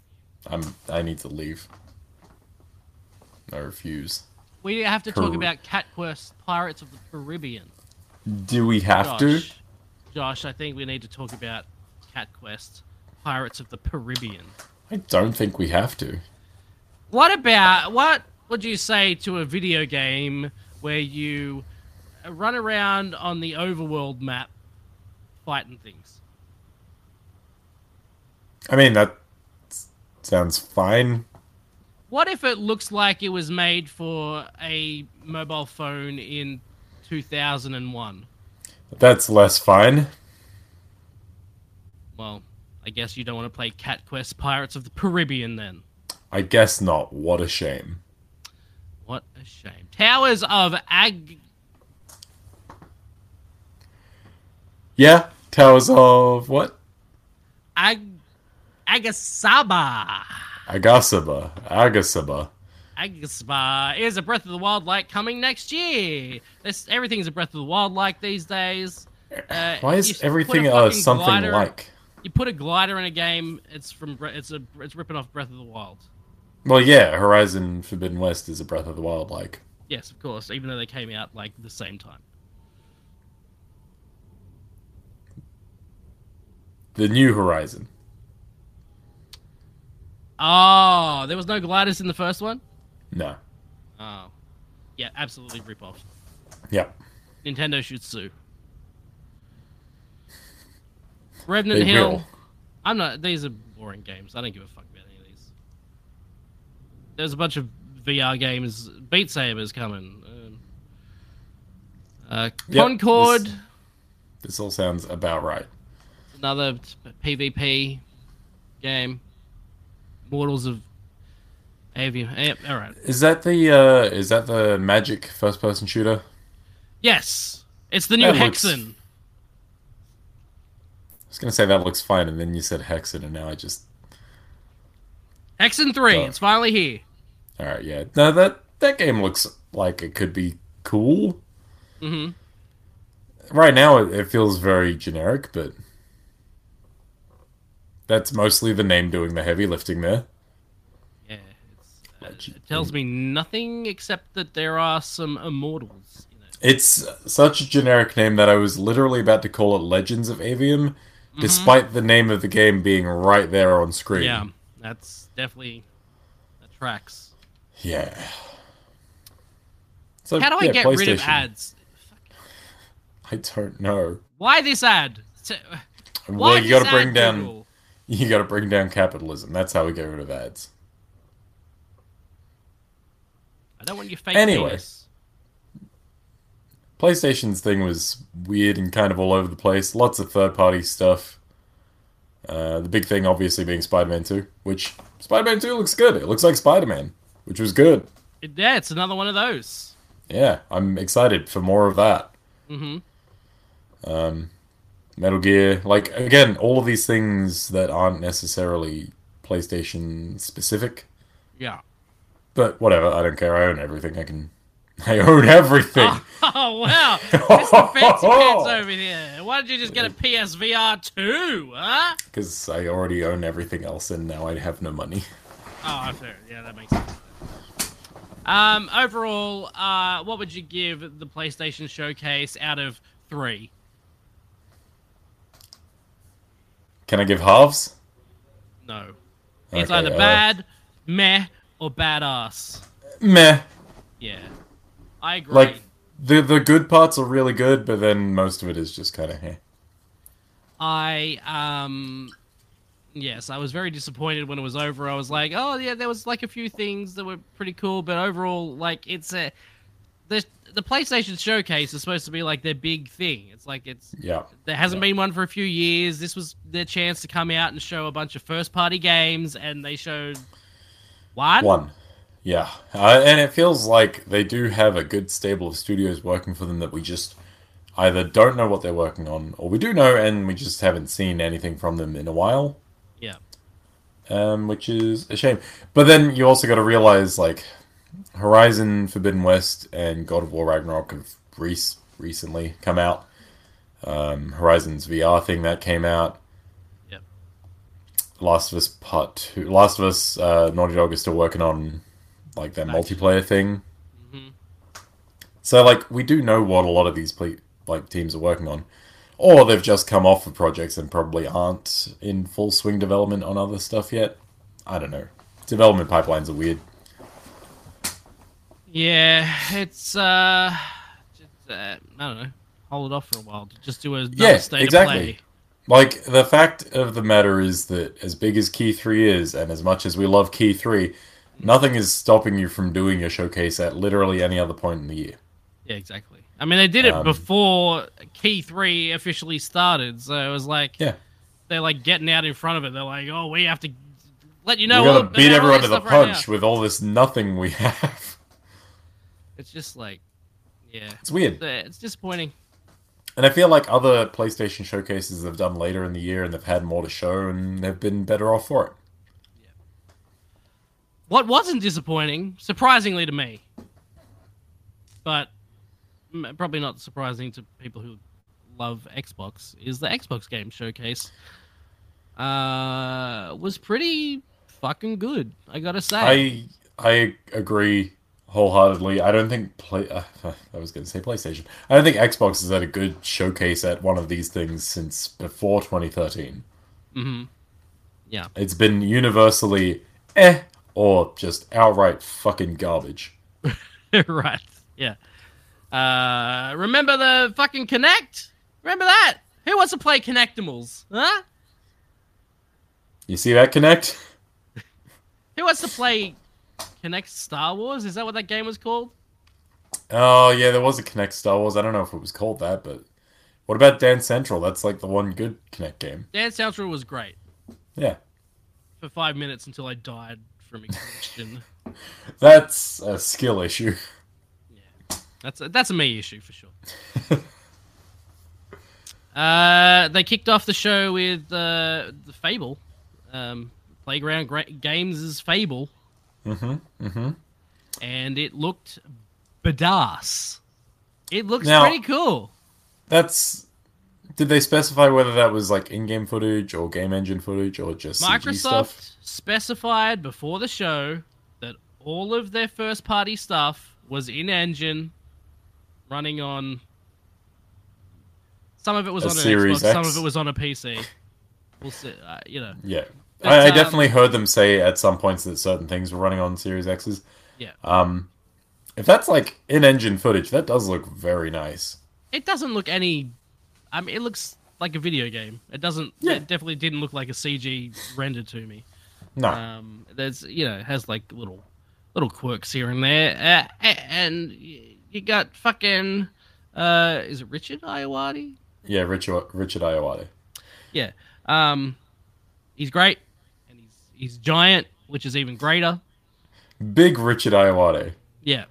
Speaker 3: I'm. I need to leave. I refuse.
Speaker 2: We have to talk
Speaker 3: Car-
Speaker 2: about Cat Quest Pirates of the Caribbean.
Speaker 3: Do we have to?
Speaker 2: Josh, Josh, I think we need to talk about Cat Quest Pirates of the Caribbean.
Speaker 3: I don't think we have to.
Speaker 2: What about what would you say to a video game where you run around on the overworld map fighting things?
Speaker 3: I mean, that s- sounds fine.
Speaker 2: What if it looks like it was made for a mobile phone in 2001?
Speaker 3: That's less fine.
Speaker 2: Well, I guess you don't want to play Cat Quest Pirates of the Caribbean then.
Speaker 3: I guess not. What a shame.
Speaker 2: What a shame. Towers of Ag.
Speaker 3: Yeah, Towers of what?
Speaker 2: Ag. Agasaba.
Speaker 3: Agasaba. Agasaba.
Speaker 2: Agasaba is a Breath of the Wild like coming next year. This everything's a Breath of the Wild like these days. Uh,
Speaker 3: [SIGHS] Why
Speaker 2: you
Speaker 3: is
Speaker 2: put a
Speaker 3: everything uh,
Speaker 2: fucking
Speaker 3: something
Speaker 2: glider-
Speaker 3: like?
Speaker 2: You put a glider in a game, it's from Bre- it's a it's ripping off Breath of the Wild.
Speaker 3: Well, yeah, Horizon Forbidden West is a Breath of the Wild like.
Speaker 2: Yes, of course, even though they came out like the same time.
Speaker 3: The new Horizon.
Speaker 2: Oh, there was no gliders in the first one?
Speaker 3: No.
Speaker 2: Oh. Yeah, absolutely rip off.
Speaker 3: Yeah.
Speaker 2: Nintendo should sue. Revenant
Speaker 3: They
Speaker 2: Hill.
Speaker 3: will.
Speaker 2: I'm not. These are boring games. I don't give a fuck about any of these. There's a bunch of VR games. Beat Saber's coming. Um, uh,
Speaker 3: Yep,
Speaker 2: Concord,
Speaker 3: this- This all sounds about right.
Speaker 2: another t- PvP game. Mortals of Avium. Yep, all right.
Speaker 3: Is that the uh is that the magic first person shooter?
Speaker 2: Yes, it's the new
Speaker 3: That looks-
Speaker 2: Hexen.
Speaker 3: I was gonna say that looks fine and then you said Hexen and now I just
Speaker 2: Hexen Three.
Speaker 3: Duh.
Speaker 2: It's finally here.
Speaker 3: Alright, yeah. No, that that game looks like it could be cool.
Speaker 2: hmm
Speaker 3: Right now it, it feels very generic, but that's mostly the name doing the heavy lifting there.
Speaker 2: Yeah, it's, uh,
Speaker 3: Like,
Speaker 2: it tells me nothing except that there are some immortals. In it.
Speaker 3: It's such a generic name that I was literally about to call it Legends of Avium,
Speaker 2: Mm-hmm.
Speaker 3: despite the name of the game being right there on screen.
Speaker 2: Yeah, that's definitely that tracks.
Speaker 3: Yeah. So,
Speaker 2: How do I
Speaker 3: yeah,
Speaker 2: get rid of
Speaker 3: PlayStation.
Speaker 2: ads?
Speaker 3: I don't know.
Speaker 2: Why this ad? So- Why
Speaker 3: well, you
Speaker 2: this
Speaker 3: got to bring
Speaker 2: ad,
Speaker 3: down
Speaker 2: Google?
Speaker 3: [LAUGHS] you got to bring down capitalism. That's how we get rid of ads.
Speaker 2: I don't want your fake.
Speaker 3: Anyway.
Speaker 2: penis.
Speaker 3: PlayStation's thing was weird and kind of all over the place. Lots of third-party stuff. Uh, the big thing, obviously, being Spider-Man 2, which Spider-Man 2 looks good. It looks like Spider-Man, which was good.
Speaker 2: It- yeah, it's another one of those.
Speaker 3: Yeah, I'm excited for more of that.
Speaker 2: Mm-hmm.
Speaker 3: Metal Gear, like again, all of these things that aren't necessarily PlayStation specific.
Speaker 2: Yeah.
Speaker 3: But whatever, I don't care. I own everything. I can. [LAUGHS] I own everything.
Speaker 2: [LAUGHS] Oh
Speaker 3: [LAUGHS]
Speaker 2: wow, Mr. Fancy Pants over here. Why did you just get a PSVR two? Huh?
Speaker 3: Because I already own everything else and now I have no money.
Speaker 2: Oh, fair. Yeah, that makes sense. Um, overall, uh, what would you give the PlayStation Showcase out of three?
Speaker 3: Can I give halves?
Speaker 2: No. It's
Speaker 3: Okay,
Speaker 2: either
Speaker 3: uh,
Speaker 2: bad, meh, or badass.
Speaker 3: Meh.
Speaker 2: Yeah. I agree.
Speaker 3: Like, the, the good parts are really good, but then most of it is just eh. kind of here.
Speaker 2: I, um, yes, I was very disappointed when it was over. I was like, oh, yeah, there was like a few things that were pretty cool, but overall, like, it's a. The, the PlayStation Showcase is supposed to be like their big thing. It's like, it's.
Speaker 3: Yeah.
Speaker 2: There hasn't
Speaker 3: Yeah.
Speaker 2: been one for a few years. This was their chance to come out and show a bunch of first party games, and they showed one.
Speaker 3: One. Yeah. Uh, and it feels like they do have a good stable of studios working for them that we just either don't know what they're working on, or we do know and we just haven't seen anything from them in a while.
Speaker 2: Yeah.
Speaker 3: um, which is a shame. But then you also got to realize like Horizon Forbidden West and God of War Ragnarok have re- recently come out. Um, Horizon's VR thing that came out.
Speaker 2: Yep.
Speaker 3: Last of Us Part Two. Last of Us uh, Naughty Dog is still working on like their
Speaker 2: Nice.
Speaker 3: multiplayer thing.
Speaker 2: Mhm.
Speaker 3: So like we do know what a lot of these ple- like teams are working on. Or they've just come off of projects and probably aren't in full swing development on other stuff yet. I don't know. Development pipelines are weird.
Speaker 2: Yeah, it's uh, just, uh, I don't know. Hold it off for a while. to Just do a
Speaker 3: Yeah,
Speaker 2: state
Speaker 3: exactly.
Speaker 2: of play.
Speaker 3: Like the fact of the matter is that as big as Key Three is, and as much as we love Key Three, nothing is stopping you from doing your showcase at literally any other point in the year.
Speaker 2: Yeah, exactly. I mean, they did it
Speaker 3: Um,
Speaker 2: before Key Three officially started, so it was like
Speaker 3: Yeah.
Speaker 2: they're like getting out in front of it. They're like, "Oh, we have to let you know."
Speaker 3: we
Speaker 2: all
Speaker 3: gotta
Speaker 2: the-
Speaker 3: beat
Speaker 2: all
Speaker 3: everyone to
Speaker 2: this
Speaker 3: the
Speaker 2: stuff right now."
Speaker 3: punch with all this nothing we [LAUGHS] have.
Speaker 2: it's just like, yeah,
Speaker 3: It's weird.
Speaker 2: it's disappointing.
Speaker 3: And I feel like other PlayStation showcases they've done later in the year and they've had more to show and they've been better off for it.
Speaker 2: What wasn't disappointing, surprisingly to me, but m- probably not surprising to people who love Xbox, is the Xbox Game Showcase. Uh, was pretty fucking good. I gotta say.
Speaker 3: I I agree wholeheartedly. I don't think play. Uh, [LAUGHS] I was going to say PlayStation. I don't think Xbox has had a good showcase at one of these things since before 2013.
Speaker 2: hmm
Speaker 3: It's been universally eh or just outright fucking garbage.
Speaker 2: [LAUGHS] right. Yeah. Uh, remember the fucking Connect? Remember that? Who wants to play Connectimals? Huh?
Speaker 3: You see that connect?
Speaker 2: Who wants to play Connect Star Wars? Is that what that game was called?
Speaker 3: Oh yeah, there was a Connect Star Wars. I don't know if it was called that, but what about Dance Central? That's like the one good Connect game.
Speaker 2: Dance Central was great
Speaker 3: Yeah,
Speaker 2: for five minutes until I died from exhaustion.
Speaker 3: that's a skill issue. [LAUGHS]
Speaker 2: that's a, that's a me issue for sure. uh, they kicked off the show with uh, the Fable, um, Playground Gra- Games' Fable,
Speaker 3: Mm-hmm. Mm-hmm.
Speaker 2: and it looked badass. It looks
Speaker 3: Now-
Speaker 2: pretty cool.
Speaker 3: That's. Did they specify whether that was like in-game footage or game engine footage or just CG stuff?
Speaker 2: Microsoft specified before the show that all of their first party stuff was in engine, running on. Some of it was
Speaker 3: A
Speaker 2: on an
Speaker 3: Series
Speaker 2: Xbox, some
Speaker 3: X.
Speaker 2: of it was on a PC. We'll see. Uh, you know,
Speaker 3: Yeah,
Speaker 2: But,
Speaker 3: I, I
Speaker 2: um,
Speaker 3: definitely heard them say at some points that certain things were running on Series X's.
Speaker 2: Yeah.
Speaker 3: Um, if that's like in-engine footage, that does look very nice.
Speaker 2: it doesn't look any. I mean, it looks like a video game. It doesn't.
Speaker 3: Yeah.
Speaker 2: It definitely didn't look like a CG render to me.
Speaker 3: No,
Speaker 2: Um, there's you know it has like little little quirks here and there, uh, a- and y- you got fucking uh, is it Richard Iowati?
Speaker 3: yeah, Richard Richard Iowati.
Speaker 2: Yeah, um, he's great, and he's he's giant, which is even greater.
Speaker 3: Big Richard Iowati.
Speaker 2: Yeah,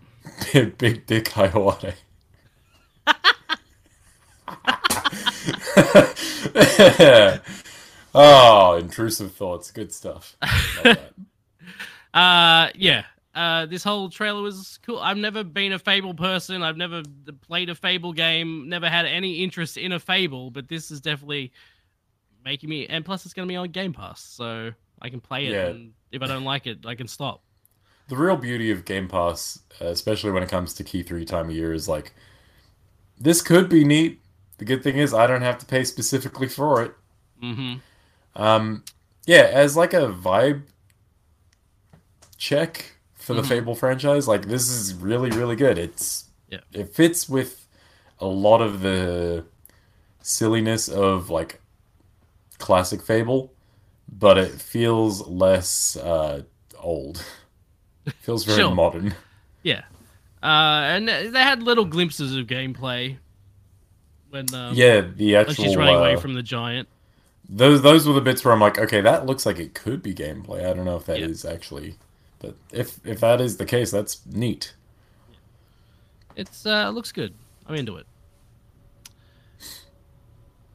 Speaker 3: Big, big dick Iowati. oh, intrusive thoughts. Good stuff. Love that.
Speaker 2: uh, yeah. Uh, this whole trailer was cool. I've never been a Fable person. I've never played a Fable game. Never had any interest in a Fable, but this is definitely making me. And plus, it's going to be on Game Pass, so I can play it.
Speaker 3: Yeah.
Speaker 2: And if I don't like it, I can stop.
Speaker 3: The real beauty of Game Pass, uh, especially when it comes to Key 3 time of year, is like this could be neat. The good thing is I don't have to pay specifically for it.
Speaker 2: Mm-hmm.
Speaker 3: Um, yeah, as like a vibe check for the
Speaker 2: Mhm.
Speaker 3: Fable franchise, like this is really, really good. It's
Speaker 2: Yeah.
Speaker 3: it fits with a lot of the silliness of like classic Fable, but it feels less uh, old. [LAUGHS] It feels very
Speaker 2: Sure.
Speaker 3: modern.
Speaker 2: Yeah, uh, and they had little glimpses of gameplay when um,
Speaker 3: Yeah, the
Speaker 2: when
Speaker 3: actual
Speaker 2: she's running away
Speaker 3: uh,
Speaker 2: from the giant.
Speaker 3: those those were the bits where I'm like, okay, that looks like it could be gameplay. I don't know if that is
Speaker 2: Yeah.
Speaker 3: actually, but if if that is the case, that's neat.
Speaker 2: It's uh, looks good. I'm into it.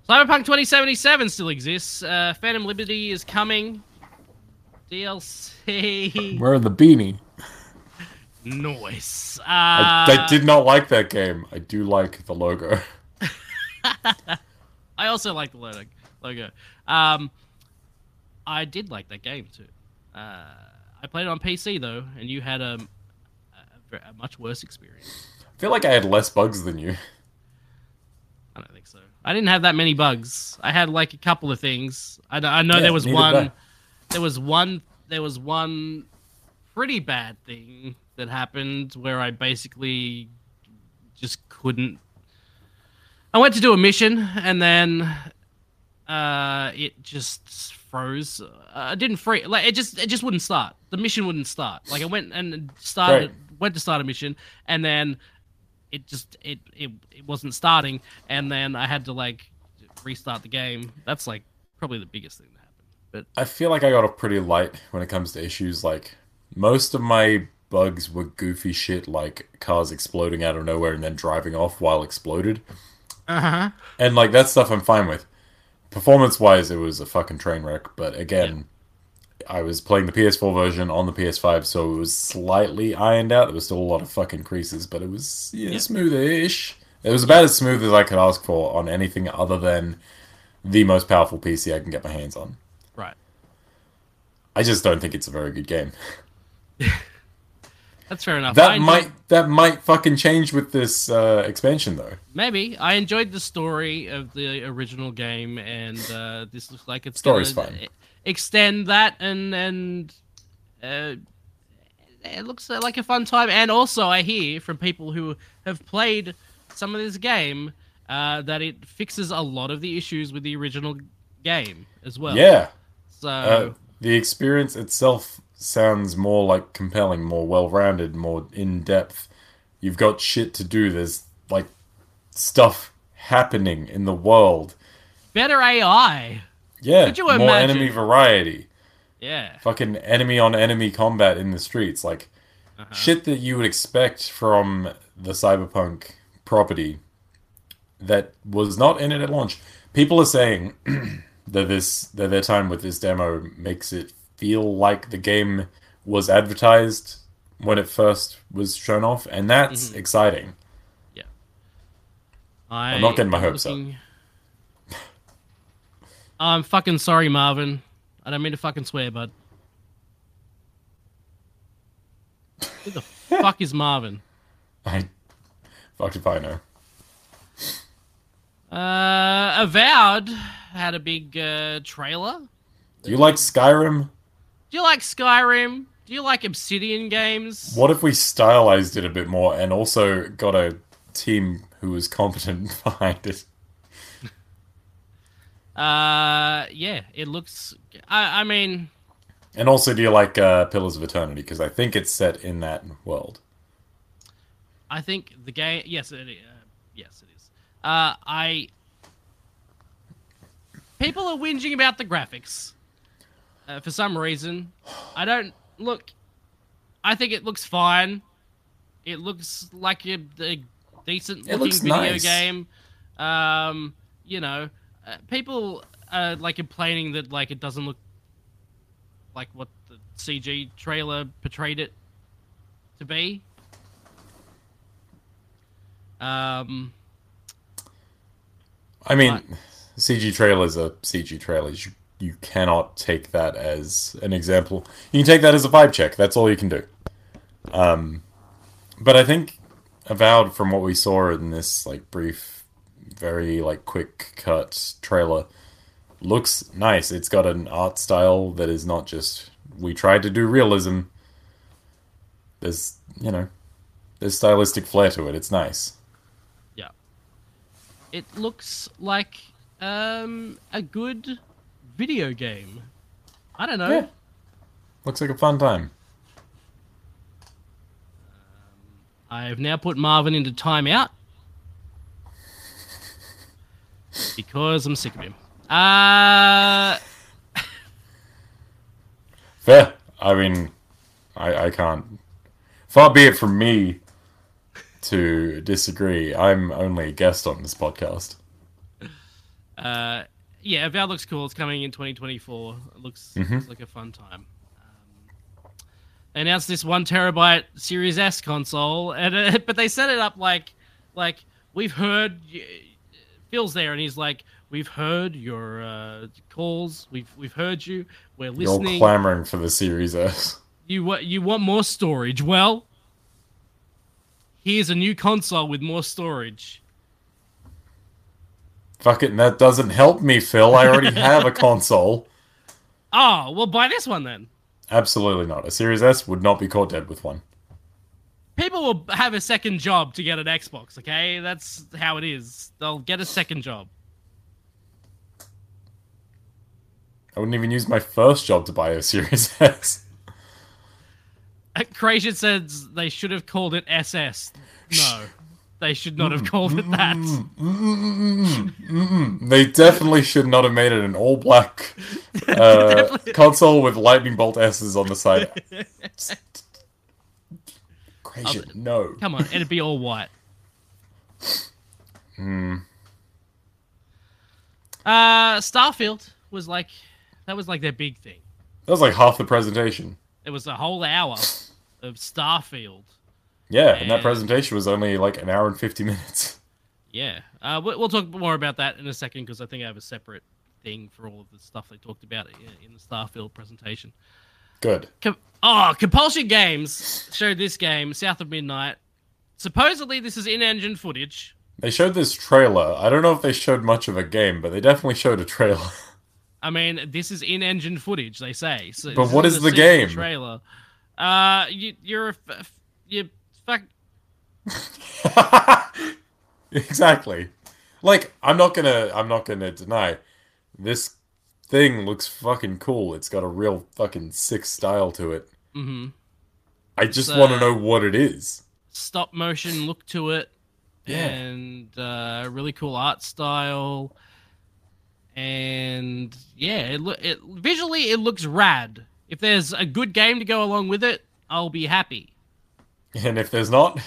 Speaker 2: Cyberpunk 2077 still exists. Uh, Phantom Liberty is coming.
Speaker 3: [LAUGHS]
Speaker 2: DLC
Speaker 3: Wearing the beanie.
Speaker 2: noise. Uh,
Speaker 3: I, I did not like that game. I do like the logo. [LAUGHS]
Speaker 2: I also like the logo. Logo. Um, I did like that game too. Uh, I played it on PC though, and you had a, a, a much worse experience.
Speaker 3: I feel like I had less bugs than you.
Speaker 2: I don't think so. I didn't have that many bugs. I had like a couple of things. I, d- I know
Speaker 3: Yeah,
Speaker 2: there was
Speaker 3: neither
Speaker 2: one.
Speaker 3: did I.
Speaker 2: There was one. There was one pretty bad thing that happened where I basically just couldn't. I went to do a mission and then uh, it just froze. Uh, I didn't free like it just it just wouldn't start. The mission wouldn't start. Like I went and started went to start a mission and then it just it, it it wasn't starting, and then I had to like restart the game. That's like probably the biggest thing that happened. But
Speaker 3: I feel like I got off pretty light when it comes to issues. Like most of my bugs were goofy shit, like cars exploding out of nowhere and then driving off while exploded,
Speaker 2: uh huh.
Speaker 3: and like that stuff I'm fine with. Performance wise, it was a fucking train wreck. But again, I was playing the PS4 version on the PS5, so it was slightly ironed out. There was still a lot of fucking creases, but it was yeah, smoothish. It was about as smooth as I could ask for on anything other than the most powerful PC I can get my hands on.
Speaker 2: Right.
Speaker 3: I just don't think it's a very good game.
Speaker 2: That's fair enough. I
Speaker 3: That
Speaker 2: enjoyed-
Speaker 3: might that might fucking change with this uh, expansion though.
Speaker 2: maybe I enjoyed the story of the original game, and uh, this looks like it's
Speaker 3: Story's
Speaker 2: gonna
Speaker 3: fine.
Speaker 2: extend that, and and uh, it looks like a fun time. And also, I hear from people who have played some of this game uh, that it fixes a lot of the issues with the original game as well.
Speaker 3: yeah.
Speaker 2: So
Speaker 3: Uh, the experience itself sounds more like compelling, more well-rounded, more in-depth. You've got shit to do. There's like stuff happening in the world.
Speaker 2: better AI.
Speaker 3: Yeah.
Speaker 2: Could you
Speaker 3: more
Speaker 2: imagine?
Speaker 3: enemy variety.
Speaker 2: Yeah.
Speaker 3: fucking enemy on enemy combat in the streets, like
Speaker 2: Uh-huh.
Speaker 3: shit that you would expect from the cyberpunk property that was not in it at launch. People are saying [CLEARS THROAT] that this that their time with this demo makes it feel like the game was advertised when it first was shown off, and that's exciting.
Speaker 2: I,
Speaker 3: I'm not getting my hopes up.
Speaker 2: up. I'm fucking sorry, Marvin. I don't mean to fucking swear, bud. Who
Speaker 3: [LAUGHS]
Speaker 2: the fuck is Marvin?
Speaker 3: I fucked if I know.
Speaker 2: Uh, Avowed had a big uh, trailer.
Speaker 3: Do you like Skyrim?
Speaker 2: Do you like Skyrim? Do you like Obsidian games?
Speaker 3: What if we stylized it a bit more and also got a team who was competent [LAUGHS] behind it?
Speaker 2: Uh, yeah, it looks. I, I mean,
Speaker 3: And also, do you like uh, Pillars of Eternity? Because I think it's set in that world.
Speaker 2: I think the game. Yes, it. Uh, yes, it is. Uh, I. People are whinging about the graphics, uh, for some reason. I don't look. I think it looks fine. It looks like a, a decent
Speaker 3: It
Speaker 2: looking
Speaker 3: looks
Speaker 2: video
Speaker 3: nice.
Speaker 2: game. Um, you know, uh, people are like complaining that like it doesn't look like what the CG trailer portrayed it to be. Um,
Speaker 3: I mean,
Speaker 2: Right.
Speaker 3: CG trailers are CG trailers. You, you cannot take that as an example. You can take that as a vibe check. That's all you can do. Um, but I think Avowed, from what we saw in this like brief, very like quick cut trailer, looks nice. It's got an art style that is not just we tried to do realism. There's you know, there's stylistic flair to it. It's nice.
Speaker 2: yeah. It looks like um, a good video game. I don't know.
Speaker 3: Yeah. Looks like a fun time.
Speaker 2: I have now put Marvin into timeout because I'm sick of him. Uh,
Speaker 3: Fair. I mean, I, I can't. Far be it from me to disagree. I'm only a guest on this podcast.
Speaker 2: uh, yeah, Avowed looks cool. It's coming in 2024. It looks, looks like a fun time. Um, they announced this one terabyte Series S console, and uh, [LAUGHS] but they set it up like like we've heard. y- Phil's there, and he's like, "We've heard your uh, calls. We've we've heard you. We're
Speaker 3: You're
Speaker 2: listening.
Speaker 3: clamoring for the Series S. [LAUGHS]
Speaker 2: You wa- you want more storage? Well, here's a new console with more storage.
Speaker 3: Fuck it, and that doesn't help me, Phil. I already have a console.
Speaker 2: Oh, well, buy this one then.
Speaker 3: Absolutely not. A Series S would not be caught dead with one.
Speaker 2: People will have a second job to get an Xbox. Okay, that's how it is. They'll get a second job. [LAUGHS]
Speaker 3: I wouldn't even use my first job to buy a Series S.
Speaker 2: Uh, Croatia says they should have called it SS. No, They should not have called it that.
Speaker 3: Mm. Mm-hmm. They definitely should not have made it an all black uh, console with lightning bolt S's on the side. Gracious, no.
Speaker 2: Come on, it'd be all white. Uh, Starfield was like that was like their big thing.
Speaker 3: That was like half the presentation.
Speaker 2: It was a whole hour of Starfield.
Speaker 3: Yeah, and that
Speaker 2: Yeah.
Speaker 3: presentation was only like an hour and 50 minutes. [LAUGHS]
Speaker 2: Yeah, uh, we- we'll talk more about that in a second because I think I have a separate thing for all of the stuff they talked about i- in the Starfield presentation.
Speaker 3: Good.
Speaker 2: Com- oh, Compulsion Games showed this game, South of Midnight. Supposedly, this is in-engine footage.
Speaker 3: They showed this trailer. I don't know if they showed much of a game, but they definitely showed a trailer.
Speaker 2: I mean, this is in-engine footage, they say. So
Speaker 3: But
Speaker 2: this
Speaker 3: what
Speaker 2: isn't
Speaker 3: is
Speaker 2: a
Speaker 3: the
Speaker 2: secret
Speaker 3: game?
Speaker 2: Trailer. Uh, you, you're a f- f- you fuck.
Speaker 3: [LAUGHS] exactly. Like I'm not gonna I'm not gonna deny this thing looks fucking cool. It's got a real fucking sick style to it.
Speaker 2: hmm
Speaker 3: I just
Speaker 2: uh,
Speaker 3: want to know what it is.
Speaker 2: Stop motion look to it, and uh, really cool art style. And yeah, it, loo- it visually it looks rad. If there's a good game to go along with it, I'll be happy.
Speaker 3: And if there's not,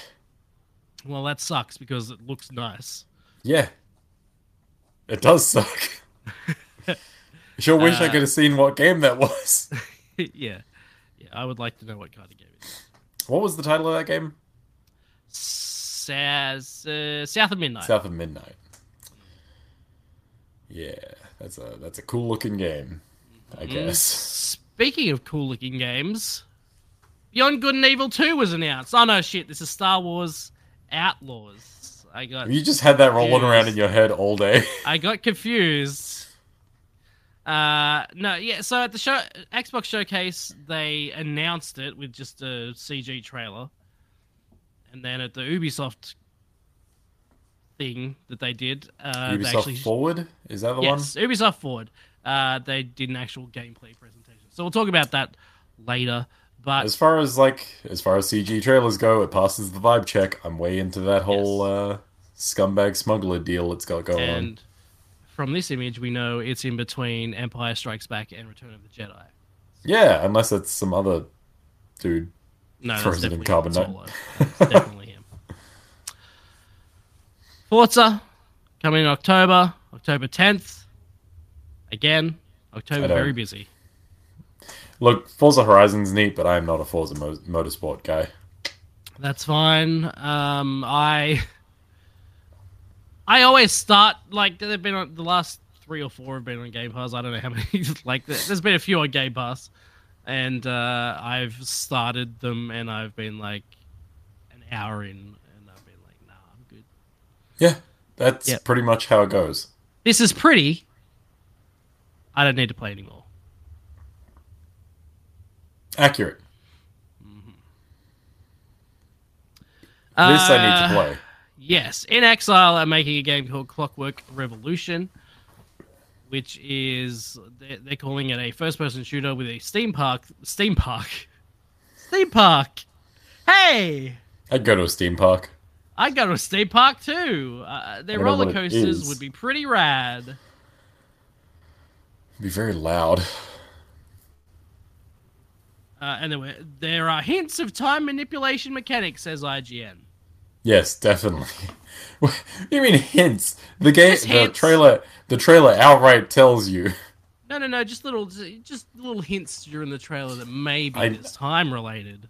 Speaker 2: Well, that sucks because it looks nice. [LAUGHS]
Speaker 3: yeah, it does suck. [LAUGHS] sure wish I
Speaker 2: Uh,
Speaker 3: could have seen what game that was.
Speaker 2: yeah, yeah. I would like to know what kind of game it is.
Speaker 3: What was the title of that game?
Speaker 2: Says, uh, South of Midnight.
Speaker 3: South of Midnight. Yeah, that's a that's a cool looking game, I
Speaker 2: Mm-hmm.
Speaker 3: guess.
Speaker 2: Speaking of cool looking games, Beyond Good and Evil 2 was announced. Oh no, shit, this is Star Wars Outlaws. I got
Speaker 3: You just had that rolling around
Speaker 2: Confused.
Speaker 3: in your head all day.
Speaker 2: I got confused. Uh no, yeah, so at the show Xbox showcase they announced it with just a CG trailer. And then at the Ubisoft thing that they did,
Speaker 3: [LAUGHS]
Speaker 2: uh they
Speaker 3: Ubisoft
Speaker 2: actually
Speaker 3: Forward is that the
Speaker 2: Yes, Ubisoft Forward. Uh, they did an actual gameplay presentation, so we'll talk about that later.
Speaker 3: one?
Speaker 2: But
Speaker 3: As far as like as far as CG trailers go, it passes the vibe check. I'm way into that whole uh, scumbag smuggler deal it's got going on.
Speaker 2: and from this image, we know it's in between Empire Strikes Back and Return of the Jedi.
Speaker 3: Yeah, unless it's some other dude.
Speaker 2: No, that's
Speaker 3: Frozen in
Speaker 2: definitely
Speaker 3: carbonite.
Speaker 2: Solo. That's definitely him. [LAUGHS] Forza coming in October, October tenth. Again, October
Speaker 3: I don't-
Speaker 2: very busy.
Speaker 3: Look, Forza Horizon's neat, but I am not a Forza mo- motorsport guy.
Speaker 2: That's fine. Um, I I always start like they've been on the last three or four have been on Game Pass. I don't know how [LAUGHS] many. Like there- there's been a few on Game Pass, and uh, I've started them, and I've been like an hour in, and I've been like, nah, I'm good.
Speaker 3: Yeah, that's
Speaker 2: Yep.
Speaker 3: pretty much how it goes.
Speaker 2: This is pretty. I don't need to play anymore.
Speaker 3: Accurate. This I need
Speaker 2: Uh,
Speaker 3: to play.
Speaker 2: Yes, in Exile, I'm making a game called Clockwork Revolution, which is they're, they're calling it a first-person shooter with a steam park, steam park, steam park. Hey,
Speaker 3: I'd go to a steam park.
Speaker 2: I go to a steam park too. Uh, their
Speaker 3: I know what
Speaker 2: roller
Speaker 3: it
Speaker 2: coasters
Speaker 3: is.
Speaker 2: would be pretty rad.
Speaker 3: It'd be very loud.
Speaker 2: Uh, and there were, there are hints of time manipulation mechanics, says IGN.
Speaker 3: Yes, definitely. [LAUGHS] What do you mean hints? The game,
Speaker 2: Just
Speaker 3: the
Speaker 2: hints.
Speaker 3: trailer, the trailer outright tells you. [LAUGHS]
Speaker 2: No, no, no, just little, just little hints during the trailer that maybe
Speaker 3: I-
Speaker 2: it's time related.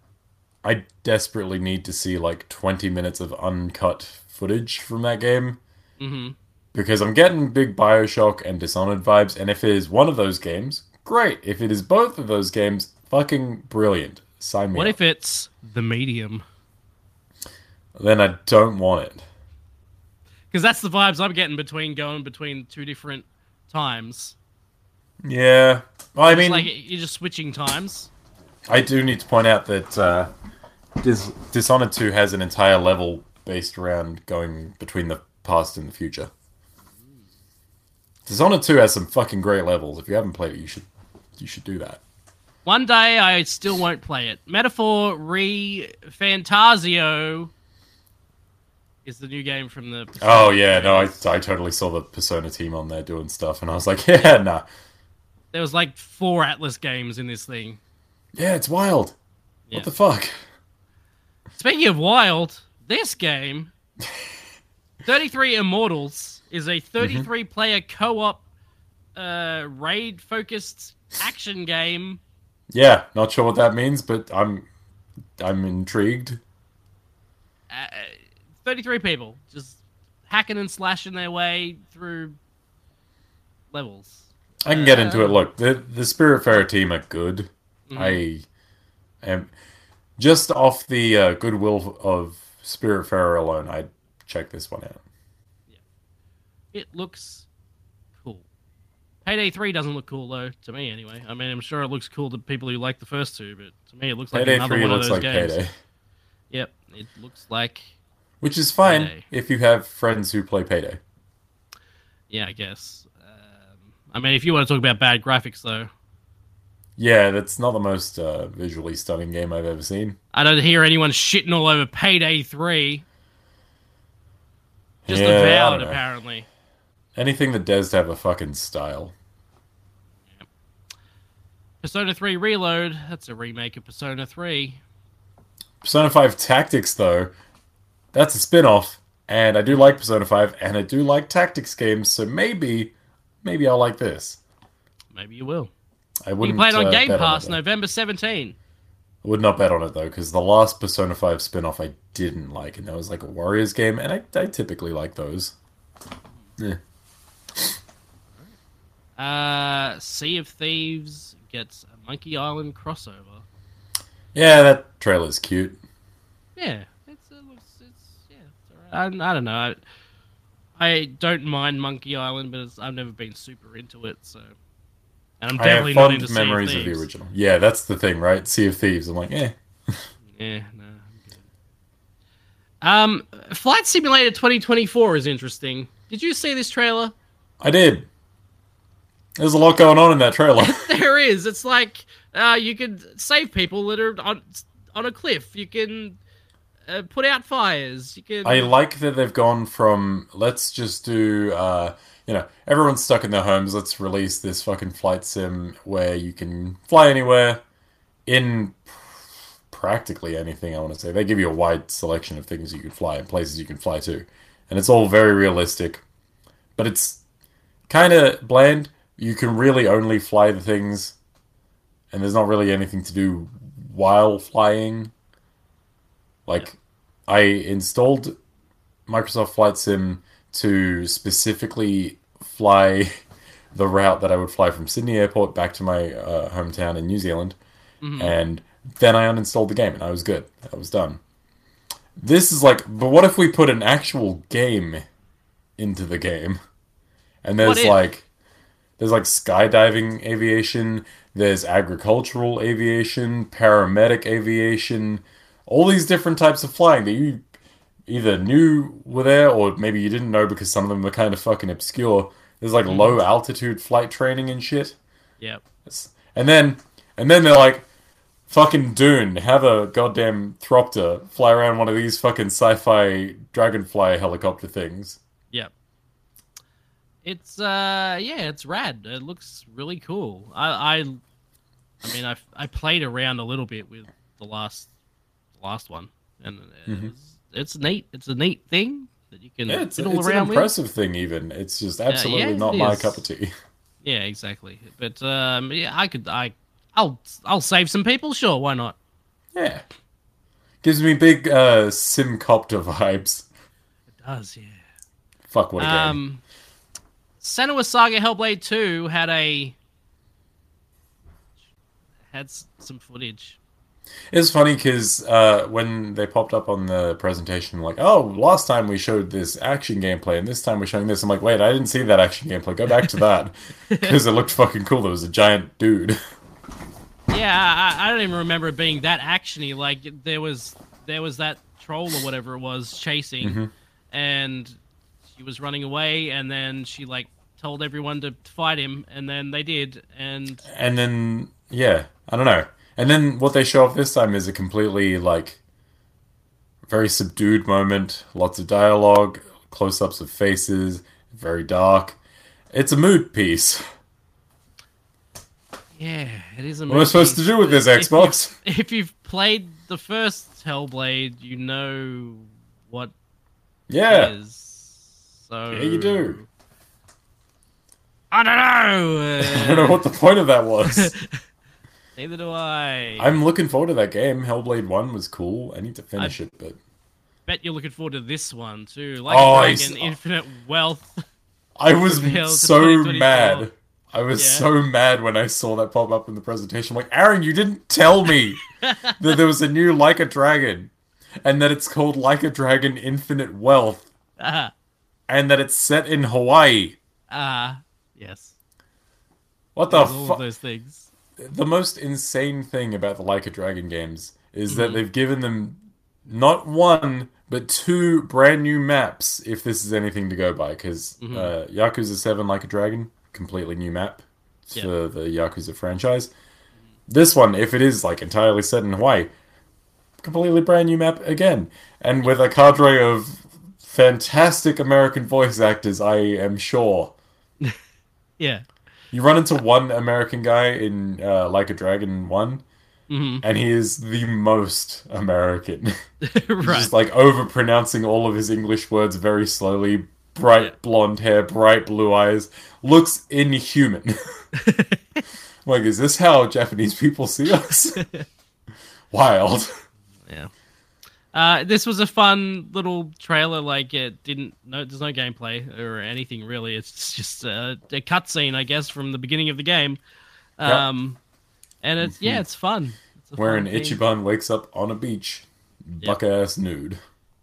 Speaker 3: I desperately need to see like 20 minutes of uncut footage from that game
Speaker 2: hmm
Speaker 3: because I'm getting big BioShock and Dishonored vibes. And if it is one of those games, great. If it is both of those games, fucking brilliant. Sign me
Speaker 2: What
Speaker 3: up.
Speaker 2: if it's the medium?
Speaker 3: then I don't want it.
Speaker 2: because that's the vibes I'm getting between going between two different times.
Speaker 3: Yeah. Well, I mean,
Speaker 2: like you're just switching times.
Speaker 3: I do need to point out that uh, Dis- Dishonored 2 has an entire level based around going between the past and the future. Dishonored 2 has some fucking great levels. If you haven't played it, you should you should do that.
Speaker 2: One day I still won't play it. Metaphor re Fantasio is the new game from the.
Speaker 3: Oh yeah, no, I, I totally saw the Persona team on there doing stuff, and I was like, [LAUGHS] yeah, nah,
Speaker 2: There was like four Atlas games in this thing.
Speaker 3: yeah, it's wild.
Speaker 2: Yeah.
Speaker 3: What the fuck?
Speaker 2: Speaking of wild, this game, 33 Immortals, is a 33 player co op uh, raid focused action game.
Speaker 3: Yeah, not sure what that means, but I'm I'm intrigued.
Speaker 2: Uh, 33 people just hacking and slashing their way through levels.
Speaker 3: I can get
Speaker 2: Um,
Speaker 3: into it. Look, the the Spirit Fairer team are good.
Speaker 2: mm-hmm.
Speaker 3: I am just off the uh, goodwill of Spirit Fairer alone. I'd check this one out.
Speaker 2: It looks cool. Payday 3 doesn't look cool, though, to me anyway. I mean, I'm sure it looks cool to people who like the first two, but to me, it looks like
Speaker 3: payday
Speaker 2: another
Speaker 3: three
Speaker 2: one
Speaker 3: looks
Speaker 2: of those
Speaker 3: like
Speaker 2: games.
Speaker 3: payday,
Speaker 2: Yep, it looks like.
Speaker 3: which is fine
Speaker 2: Payday.
Speaker 3: if you have friends who play payday.
Speaker 2: Yeah, I guess. Um, I mean, if you want to talk about bad graphics, though,
Speaker 3: Yeah, that's not the most uh, visually stunning game I've ever seen.
Speaker 2: I don't hear anyone shitting all over Payday 3. Just
Speaker 3: Yeah, I
Speaker 2: avowed,
Speaker 3: don't know.
Speaker 2: apparently.
Speaker 3: Anything that does have a fucking style.
Speaker 2: Persona 3 Reload, that's a remake of Persona 3.
Speaker 3: Persona 5 Tactics, though, that's a spin off. And I do like Persona 5, and I do like tactics games, so maybe, maybe I'll like this.
Speaker 2: Maybe you will.
Speaker 3: I
Speaker 2: You
Speaker 3: wouldn't
Speaker 2: can play it on
Speaker 3: uh,
Speaker 2: Game
Speaker 3: bet on
Speaker 2: Pass
Speaker 3: it, though.
Speaker 2: November 17.
Speaker 3: I would not bet on it, though, because the last Persona 5 spin off I didn't like, and that was like a Warriors game, and I, I typically like those. Yeah.
Speaker 2: Uh, sea of Thieves gets a Monkey Island crossover.
Speaker 3: yeah, that trailer's cute.
Speaker 2: Yeah, it's, it looks, it's yeah, it's alright. I, I don't know. I, I don't mind Monkey Island, but it's, I've never been super into it, so. And I'm
Speaker 3: I have
Speaker 2: definitely not
Speaker 3: fond
Speaker 2: into
Speaker 3: memories
Speaker 2: sea
Speaker 3: of
Speaker 2: of,
Speaker 3: the
Speaker 2: Thieves.
Speaker 3: original. Yeah, that's the thing, right? Sea of Thieves. I'm like, eh.
Speaker 2: Yeah, no. I'm good. Um, Flight Simulator 2024 is interesting. Did you see this trailer?
Speaker 3: I did. There's a lot going on in that trailer. [LAUGHS]
Speaker 2: There is. It's like uh, you can save people that are on on a cliff. You can uh, put out fires. You can.
Speaker 3: I like that they've gone from let's just do uh you know, everyone's stuck in their homes, let's release this fucking flight sim where you can fly anywhere in practically anything I want to say. They give you a wide selection of things you can fly and places you can fly to. And it's all very realistic. But it's kind of bland. You can really only fly the things and there's not really anything to do while flying. Like I installed Microsoft Flight Sim to specifically fly the route that I would fly from Sydney Airport back to my uh, hometown in New Zealand,
Speaker 2: Mm-hmm.
Speaker 3: and then I uninstalled the game and I was good. I was done. This is like, but what if we put an actual game into the game? And
Speaker 2: What
Speaker 3: there's
Speaker 2: if?
Speaker 3: like, there's like skydiving aviation, there's agricultural aviation, paramedic aviation, all these different types of flying that you either knew were there or maybe you didn't know because some of them were kind of fucking obscure. There's like low
Speaker 2: Mm-hmm.
Speaker 3: altitude flight training and shit.
Speaker 2: Yep.
Speaker 3: It's- And then and then they're like fucking Dune, have a goddamn thropter fly around one of these fucking sci-fi dragonfly helicopter things.
Speaker 2: Yep. It's uh yeah, it's rad. It looks really cool. I I, I mean I I played around a little bit with the last the last one, and it was, it's neat. It's a neat thing that you can
Speaker 3: Mm-hmm. Yeah, it's,
Speaker 2: fiddle
Speaker 3: it's an
Speaker 2: Mm. around with.
Speaker 3: impressive thing even. It's just absolutely
Speaker 2: yeah,
Speaker 3: not
Speaker 2: it
Speaker 3: my
Speaker 2: is.
Speaker 3: cup of tea. [LAUGHS]
Speaker 2: Yeah, exactly. But um, yeah, I could I I'll I'll save some people. Sure, why not?
Speaker 3: Yeah. Gives me big uh simcopter vibes.
Speaker 2: It does yeah.
Speaker 3: Fuck what a game.
Speaker 2: Um, Senua Saga Hellblade 2 had a had s- some footage.
Speaker 3: It's funny because uh, when they popped up on the presentation, like, oh, last time we showed this action gameplay, and this time we're showing this. I'm like, wait, I didn't see that action gameplay. Go back to that because it looked fucking cool. There was a giant dude. [LAUGHS]
Speaker 2: Yeah, I, I don't even remember it being that actiony. Like there was there was that troll or whatever it was chasing,
Speaker 3: Mm-hmm.
Speaker 2: and she was running away, and then she like told everyone to fight him, and then they did, and
Speaker 3: And then, yeah, I don't know. And then what they show off this time is a completely like very subdued moment, lots of dialogue, close ups of faces, very dark. It's a mood piece.
Speaker 2: Yeah, it is a
Speaker 3: What am I supposed to do
Speaker 2: [LAUGHS]
Speaker 3: with this
Speaker 2: If you-
Speaker 3: Xbox?
Speaker 2: If you've played the first Hellblade, you know what
Speaker 3: Yeah.
Speaker 2: is. So
Speaker 3: Yeah, you do.
Speaker 2: I don't
Speaker 3: [LAUGHS]
Speaker 2: know. Uh,
Speaker 3: I don't know what the point of
Speaker 2: [LAUGHS]
Speaker 3: that was.
Speaker 2: Neither do I. I
Speaker 3: I'm looking forward to that game. Hellblade 1 was cool. I need to finish it, but
Speaker 2: bet you're looking forward to this one too. Like
Speaker 3: Oh, I
Speaker 2: Dragon,
Speaker 3: s-
Speaker 2: Infinite Wealth. [LAUGHS]
Speaker 3: I was
Speaker 2: Hell to
Speaker 3: so
Speaker 2: 2024.
Speaker 3: mad. I was
Speaker 2: Yeah.
Speaker 3: so mad when I saw that pop up in the presentation. I'm like, Aaron, you didn't tell me that there was a new Like a Dragon and that it's called Like a Dragon Infinite Wealth
Speaker 2: Ah,
Speaker 3: and that it's set in Hawaii.
Speaker 2: ah, yes.
Speaker 3: What the
Speaker 2: There's all of
Speaker 3: Oh, fuck?
Speaker 2: those things.
Speaker 3: The most insane thing about the Like a Dragon games is that they've given them not one, but two brand new maps, if this is anything to go by, because
Speaker 2: Mhm.
Speaker 3: uh, Yakuza 7 Like a Dragon, completely new map
Speaker 2: Yeah.
Speaker 3: for the Yakuza franchise. This one, if it is like entirely set in Hawaii, completely brand new map again, and with a cadre of fantastic American voice actors, I am sure.
Speaker 2: Yeah.
Speaker 3: You run into one American guy in uh, Like a Dragon 1,
Speaker 2: [LAUGHS] hmm
Speaker 3: and he is the most American. [LAUGHS] He's
Speaker 2: right.
Speaker 3: Just like over pronouncing all of his English words very slowly. Bright
Speaker 2: Yeah.
Speaker 3: blonde hair, bright blue eyes, looks
Speaker 2: [LAUGHS]
Speaker 3: inhuman. like, is this how Japanese people
Speaker 2: [LAUGHS]
Speaker 3: see us? Wild.
Speaker 2: Yeah. Uh, this was a fun little trailer. Like it didn't. No, there's no gameplay or anything really. It's just a, a cutscene, I guess, from the beginning of the game.
Speaker 3: Yeah.
Speaker 2: Um, and it's yeah, it's fun. It's a
Speaker 3: Where
Speaker 2: fun
Speaker 3: an
Speaker 2: thing.
Speaker 3: Mm-hmm. Ichiban wakes up on a beach, buck ass nude.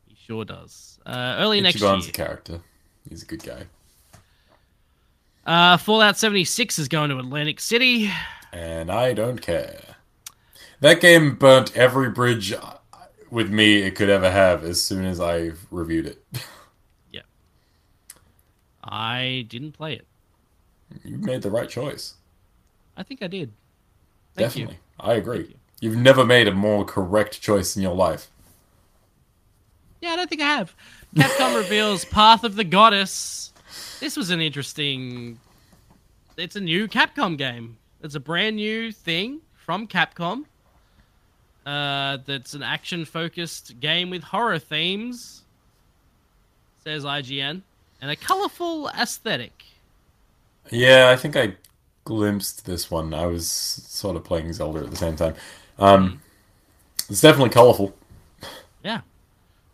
Speaker 2: He sure does. Uh, early next
Speaker 3: Ichiban's a
Speaker 2: year,
Speaker 3: character. He's a good guy.
Speaker 2: uh, Fallout 76 is going to Atlantic City.
Speaker 3: and I don't care. That game burnt every bridge uh, with me it could ever have as soon as I reviewed it. [LAUGHS]
Speaker 2: I didn't play it.
Speaker 3: You made the right choice.
Speaker 2: I think I did. Thank you.
Speaker 3: Definitely. I agree.
Speaker 2: Thank you.
Speaker 3: You. have never made a more correct choice in your life.
Speaker 2: Yeah, I don't think I have. Capcom reveals Path of the Goddess. This was an interesting. It's a new Capcom game. It's a brand new thing from Capcom. Uh, that's an action-focused game with horror themes. Says IGN, and a colorful aesthetic.
Speaker 3: Yeah, I think I glimpsed this one. I was sort of playing Zelda at the same time. Um,
Speaker 2: Mm-hmm.
Speaker 3: it's definitely colorful.
Speaker 2: Yeah,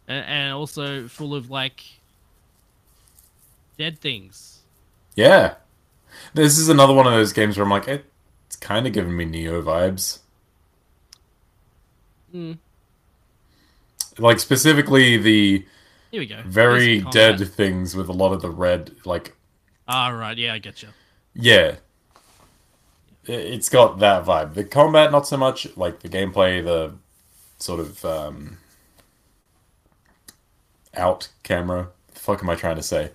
Speaker 2: A- and also full of like dead things.
Speaker 3: Yeah. This is another one of those games where I'm like, "It- it's kind of giving me Neo vibes.
Speaker 2: Hmm.
Speaker 3: Like, specifically the
Speaker 2: Here we go.
Speaker 3: very
Speaker 2: Here's the combat.
Speaker 3: dead things with a lot of the red like
Speaker 2: Ah, right. Yeah, I get you.
Speaker 3: yeah I- it's got that vibe the combat not so much like the gameplay the sort of um out camera the fuck am i trying to say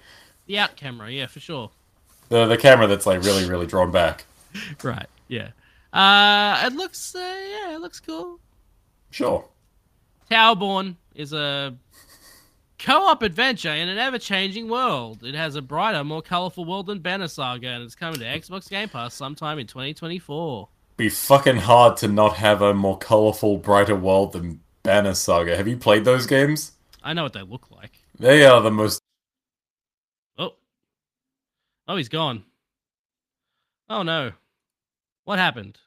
Speaker 2: The out camera, yeah, for sure.
Speaker 3: the the camera that's like really really drawn back
Speaker 2: Right, yeah. Uh, it looks, uh, yeah, it looks cool.
Speaker 3: sure
Speaker 2: Towerborn is a co-op adventure in an ever-changing world. It has a brighter, more colorful world than Banner Saga, and it's coming to Xbox Game Pass sometime in 2024.
Speaker 3: be fucking hard to not have a more colorful brighter world than banner saga have you played those games
Speaker 2: I know what they look like.
Speaker 3: they are the most
Speaker 2: Oh, oh, he's gone. Oh no, what happened?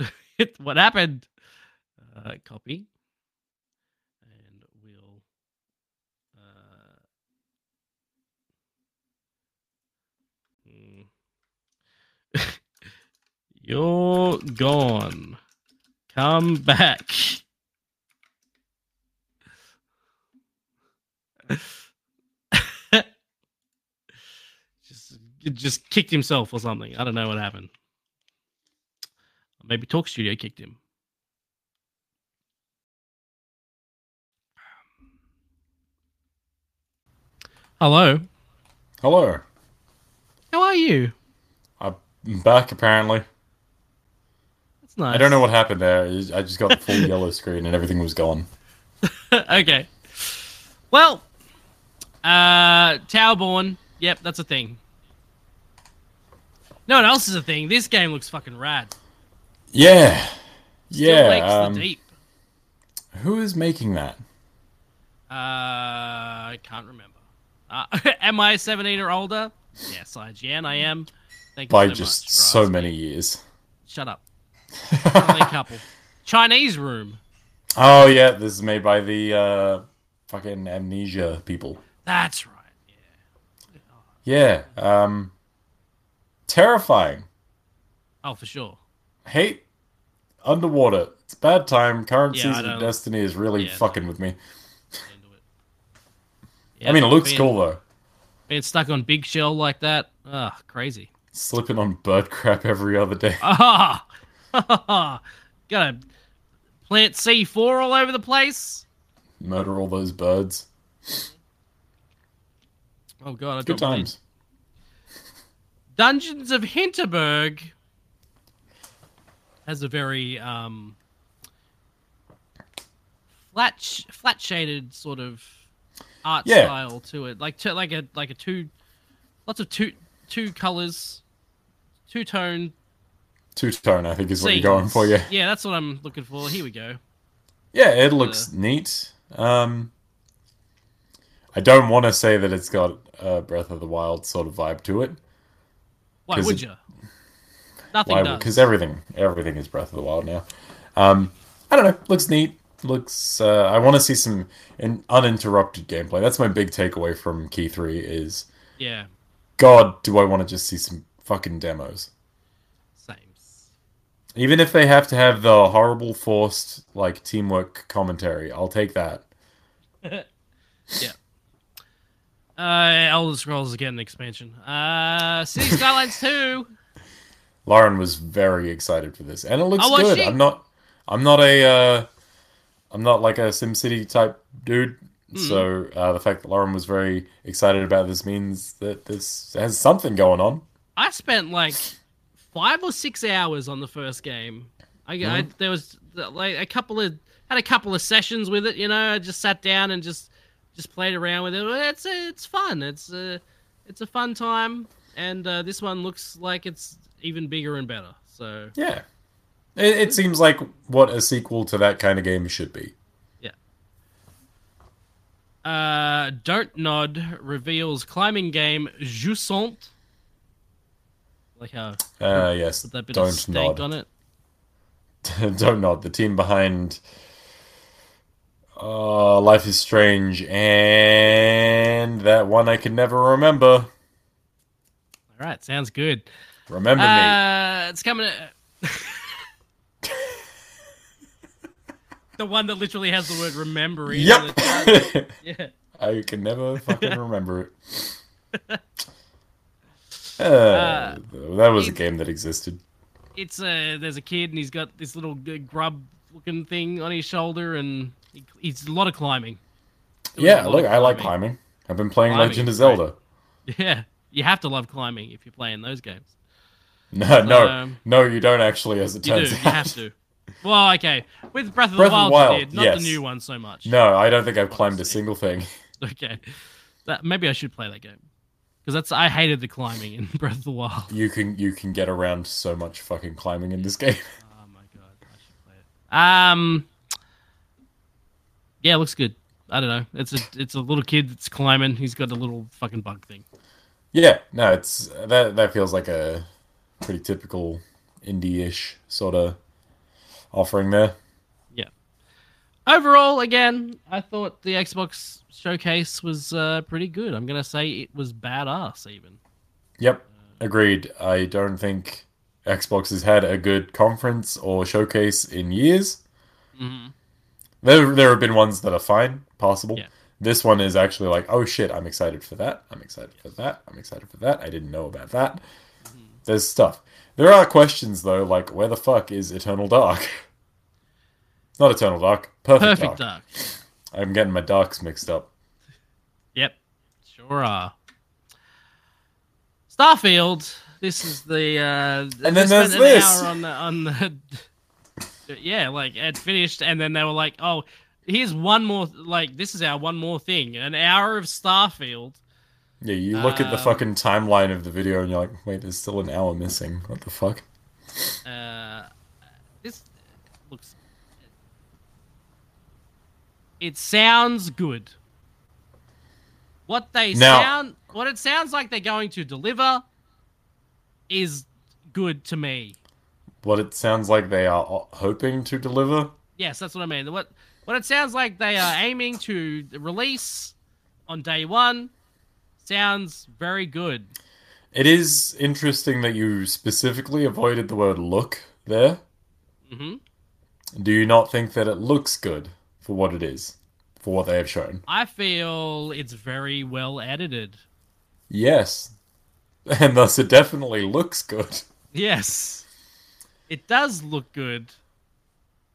Speaker 2: [LAUGHS] It- what happened? Uh, copy, and we'll. Uh... hmm. uh, [LAUGHS] You're gone. Come back. just just kicked himself or something. I don't know what happened. Maybe Talk Studio kicked him. Hello.
Speaker 3: hello
Speaker 2: How are you?
Speaker 3: i'm back apparently
Speaker 2: That's nice.
Speaker 3: I don't know what happened there. I just got the
Speaker 2: [LAUGHS]
Speaker 3: full yellow screen and everything was gone.
Speaker 2: okay. Well, uh, Towerborn. Yep, that's a thing. No one else is a thing. This game looks fucking rad.
Speaker 3: Yeah.
Speaker 2: Still
Speaker 3: Yeah.
Speaker 2: Lakes
Speaker 3: um,
Speaker 2: the deep.
Speaker 3: who is making that?
Speaker 2: Uh, I can't remember. Uh, [LAUGHS] am I 17 or older? Yes, IGN, I am. Thank you
Speaker 3: By
Speaker 2: so
Speaker 3: just
Speaker 2: much for
Speaker 3: so
Speaker 2: asking.
Speaker 3: many years.
Speaker 2: Shut up. Only a
Speaker 3: [LAUGHS]
Speaker 2: couple. Chinese Room.
Speaker 3: Oh yeah, this is made by the uh, fucking amnesia people.
Speaker 2: That's right.
Speaker 3: Yeah. Um, terrifying.
Speaker 2: Oh, for sure.
Speaker 3: Hate underwater. It's bad time. Current
Speaker 2: Yeah, I
Speaker 3: season
Speaker 2: don't-
Speaker 3: of Destiny is really
Speaker 2: yeah,
Speaker 3: fucking with me.
Speaker 2: Into it. Yeah,
Speaker 3: I mean, it looks
Speaker 2: being-
Speaker 3: cool though.
Speaker 2: Being stuck on Big Shell like that. Ugh, crazy. [LAUGHS]
Speaker 3: Slipping on bird crap every other day.
Speaker 2: Ah, gotta plant C4 all over the place.
Speaker 3: Murder all those birds.
Speaker 2: Oh god, I
Speaker 3: Good
Speaker 2: dropped my
Speaker 3: times.
Speaker 2: Dungeons of Hinterberg has a very um, flat sh- flat shaded sort of art
Speaker 3: Yeah.
Speaker 2: style to it, like to, like a like a two lots of two two colors, two tone.
Speaker 3: Two tone, I think, is what you're going for. Yeah.
Speaker 2: yeah, that's what I'm looking for. Here we go.
Speaker 3: Yeah, it looks neat. Um, I don't want to say that it's got a Breath of the Wild sort of vibe to it.
Speaker 2: Why
Speaker 3: 'Cause
Speaker 2: would
Speaker 3: it-
Speaker 2: you? Nothing
Speaker 3: Why?
Speaker 2: does.
Speaker 3: Because everything, everything is Breath of the Wild now. Um, I don't know. Looks neat. Looks. Uh, I want to see some in- uninterrupted gameplay. That's my big takeaway from Key Three. Is
Speaker 2: Yeah,
Speaker 3: God, do I want to just see some fucking demos?
Speaker 2: same.
Speaker 3: Even if they have to have the horrible forced like teamwork commentary, I'll take that.
Speaker 2: Uh, Elder Scrolls again, expansion. Uh, City Skylines two.
Speaker 3: Lauren was very excited for this, and it looks
Speaker 2: Oh, was
Speaker 3: good.
Speaker 2: she?
Speaker 3: I'm not, I'm not a, uh, I'm not like a SimCity type dude.
Speaker 2: Hmm.
Speaker 3: So uh, the fact that Lauren was very excited about this means that this has something going on.
Speaker 2: I spent like five or six hours on the first game. I, I there was like a couple of had a couple of sessions with it. You know, I just sat down and just just played around with it. It's it's fun. It's a it's a fun time, and uh, this one looks like it's even bigger and better. So
Speaker 3: Yeah, it,
Speaker 2: Hmm.
Speaker 3: it seems like what a sequel to that kind of game should be.
Speaker 2: Uh, Don't Nod reveals climbing game Jusant. Like how
Speaker 3: Uh, yes,
Speaker 2: put Hmm. that bit of
Speaker 3: don't
Speaker 2: stank
Speaker 3: nod.
Speaker 2: on it.
Speaker 3: [LAUGHS] don't nod. The team behind uh, Life is Strange and that one I can never remember.
Speaker 2: All right, sounds good.
Speaker 3: Remember me.
Speaker 2: Uh, it's coming. [LAUGHS] the one that literally has the word remember. in
Speaker 3: Yep.
Speaker 2: it.
Speaker 3: [LAUGHS]
Speaker 2: Yeah.
Speaker 3: I can
Speaker 2: [LAUGHS]
Speaker 3: never fucking remember it. Uh, that was a game that existed.
Speaker 2: It's a there's a kid and he's got this little g- grub looking thing on his shoulder and he, he's a lot of climbing. [LAUGHS] Doing a
Speaker 3: Yeah,
Speaker 2: lot of
Speaker 3: look, I like
Speaker 2: climbing.
Speaker 3: climbing. I've been playing
Speaker 2: Climbing
Speaker 3: Legend of
Speaker 2: is great.
Speaker 3: Zelda.
Speaker 2: Yeah, you have to love climbing if you're playing those games.
Speaker 3: [LAUGHS] No, no,
Speaker 2: Um,
Speaker 3: no, you don't actually, as it
Speaker 2: You do.
Speaker 3: turns
Speaker 2: You
Speaker 3: out.
Speaker 2: have to. Well, okay. With Breath of
Speaker 3: Breath
Speaker 2: the Wild, you did, not
Speaker 3: yes.
Speaker 2: the new one so much.
Speaker 3: [LAUGHS] No, I don't think I've climbed a
Speaker 2: Honestly.
Speaker 3: single thing.
Speaker 2: [LAUGHS]
Speaker 3: [LAUGHS]
Speaker 2: Okay. That, maybe I should play that game. Because that's I hated the climbing in [LAUGHS] Breath of the Wild.
Speaker 3: You can you can get around so much fucking climbing in this [LAUGHS] game.
Speaker 2: Oh my god, I should play it. Um Yeah, it looks good. I don't know. It's a it's a little kid that's climbing. He's got a little fucking bug thing.
Speaker 3: yeah, no, it's that that feels like a pretty typical indie-ish sort of offering there.
Speaker 2: Overall, again, I thought the Xbox showcase was uh, pretty good. I'm gonna say it was badass even.
Speaker 3: Yep, agreed. I don't think Xbox has had a good conference or showcase in years.
Speaker 2: Mm-hmm.
Speaker 3: There, there have been ones that are fine, possible.
Speaker 2: Yeah.
Speaker 3: This one is actually like, oh shit, I'm excited for that. I'm excited for that. I'm excited for that. I didn't know about that.
Speaker 2: Mm-hmm.
Speaker 3: There's stuff. There are questions though, like where the fuck is Eternal Dark? [LAUGHS] Not Eternal Dark. Perfect,
Speaker 2: Perfect
Speaker 3: Dark.
Speaker 2: dark.
Speaker 3: I'm getting my darks mixed up.
Speaker 2: Yep. Sure are. Starfield. This is the uh
Speaker 3: And then
Speaker 2: they spent
Speaker 3: there's
Speaker 2: an
Speaker 3: this.
Speaker 2: hour on the [LAUGHS] on the yeah, like it finished, and then they were like, "Oh, here's one more. Like this is our one more thing. An hour of Starfield."
Speaker 3: Yeah, you look at the
Speaker 2: Um,
Speaker 3: fucking timeline of the video and you're like, wait, there's still an hour missing. What the fuck?
Speaker 2: Uh, this looks. It sounds good. What they
Speaker 3: Now-
Speaker 2: sound, what it sounds like they're going to deliver, is good to me.
Speaker 3: What it sounds like they are o- hoping to deliver.
Speaker 2: Yes, that's what I mean. What what it sounds like they are aiming to release on day one sounds very good.
Speaker 3: It is interesting that you specifically avoided the word look there.
Speaker 2: hmm
Speaker 3: Do you not think that it looks good for what it is? For what they have shown?
Speaker 2: I feel it's very well edited.
Speaker 3: Yes. [LAUGHS] And thus it definitely looks good.
Speaker 2: Yes, it does look good,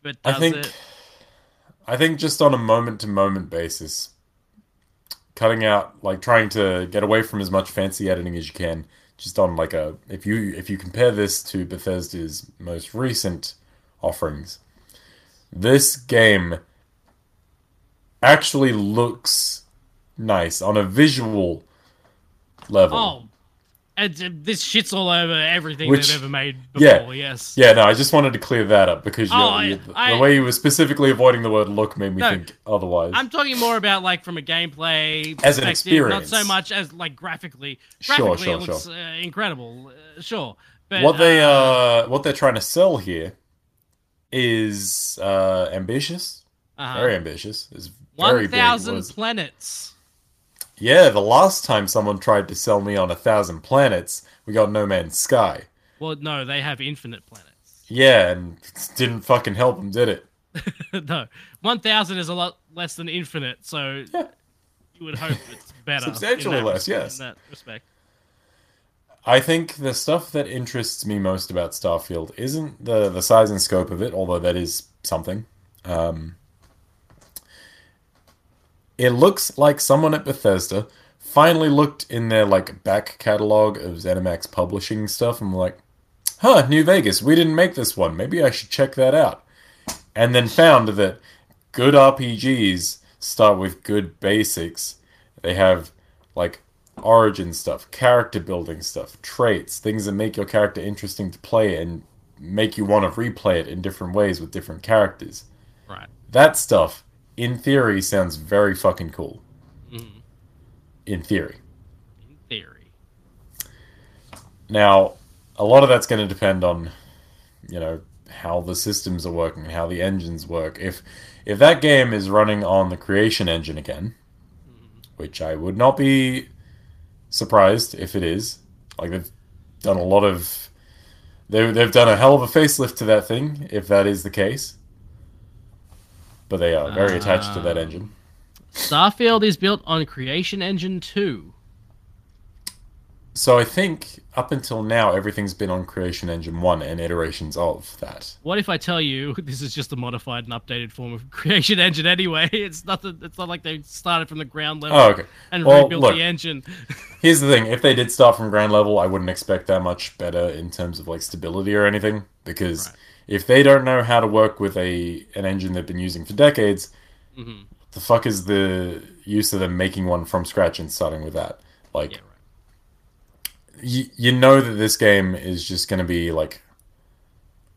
Speaker 2: but
Speaker 3: I
Speaker 2: does
Speaker 3: think-
Speaker 2: it?
Speaker 3: I think just on a moment to moment basis, cutting out like trying to get away from as much fancy editing as you can, just on like a if you if you compare this to Bethesda's most recent offerings, this game actually looks nice on a visual level.
Speaker 2: Oh, and uh, this shits all over everything
Speaker 3: Which-
Speaker 2: they've ever made
Speaker 3: yeah,
Speaker 2: before. Yes.
Speaker 3: Yeah, no, I just wanted to clear that up because you
Speaker 2: Oh, I-
Speaker 3: you- the,
Speaker 2: I-
Speaker 3: way you were specifically avoiding the word look made me
Speaker 2: No,
Speaker 3: think otherwise.
Speaker 2: I'm talking more about like from a gameplay
Speaker 3: As an
Speaker 2: perspective, not
Speaker 3: experience.
Speaker 2: so much as like graphically.
Speaker 3: Sure,
Speaker 2: Graphically,
Speaker 3: sure,
Speaker 2: it looks Uh, incredible. Uh, sure, [LAUGHS] but
Speaker 3: what they
Speaker 2: uh,
Speaker 3: uh what they're trying to sell here is uh ambitious
Speaker 2: uh-huh.
Speaker 3: very ambitious is very
Speaker 2: one
Speaker 3: big
Speaker 2: thousand
Speaker 3: was-
Speaker 2: planets.
Speaker 3: yeah the last time someone tried to sell me on a thousand planets we got no man's sky
Speaker 2: Well, no, they have infinite planets.
Speaker 3: yeah and [LAUGHS] didn't fucking help them did it
Speaker 2: [LAUGHS] no, one thousand is a lot less than infinite,
Speaker 3: [LAUGHS]
Speaker 2: so
Speaker 3: Yeah.
Speaker 2: you would hope it's better. in
Speaker 3: Substantially
Speaker 2: that
Speaker 3: less,
Speaker 2: res-
Speaker 3: yes.
Speaker 2: In that respect.
Speaker 3: I think the stuff that interests me most about Starfield isn't the the size and scope of it, although that is something. Um, it looks like someone at Bethesda finally looked in their like back catalog of ZeniMax publishing stuff and were like, "Huh, New Vegas. We didn't make this one. Maybe I should check that out." And then found that good RPGs start with good basics. They have like origin stuff, character building stuff, traits, things that make your character interesting to play and make you want to replay it in different ways with different characters.
Speaker 2: Right.
Speaker 3: That stuff, in theory, sounds very fucking cool.
Speaker 2: Mhm.
Speaker 3: In theory.
Speaker 2: In theory.
Speaker 3: Now, a lot of that's going to depend on, you know, how the systems are working, how the engines work. If if that game is running on the creation engine again, which I would not be surprised if it is. Like they've done a lot of they they've done a hell of a facelift to that thing if that is the case. But they are very attached to that
Speaker 2: Ah.
Speaker 3: engine.
Speaker 2: Starfield is built on Creation Engine 2.
Speaker 3: So I think up until now everything's been on Creation Engine 1 and iterations of that.
Speaker 2: What if I tell you [LAUGHS] this is just a modified and updated form of [LAUGHS] Creation Engine anyway? It's nothing. It's not like they started from the ground level
Speaker 3: Oh, okay.
Speaker 2: and
Speaker 3: well,
Speaker 2: rebuilt
Speaker 3: look.
Speaker 2: the engine. [LAUGHS]
Speaker 3: Here's the thing: if they did start from ground level, I wouldn't expect that much better in terms of like stability or anything. Because
Speaker 2: Right.
Speaker 3: if they don't know how to work with a an engine they've been using for decades,
Speaker 2: hmm
Speaker 3: the fuck is the use of them making one from scratch and starting with that? Like,
Speaker 2: Yeah, right.
Speaker 3: you, you know that this game is just going to be like,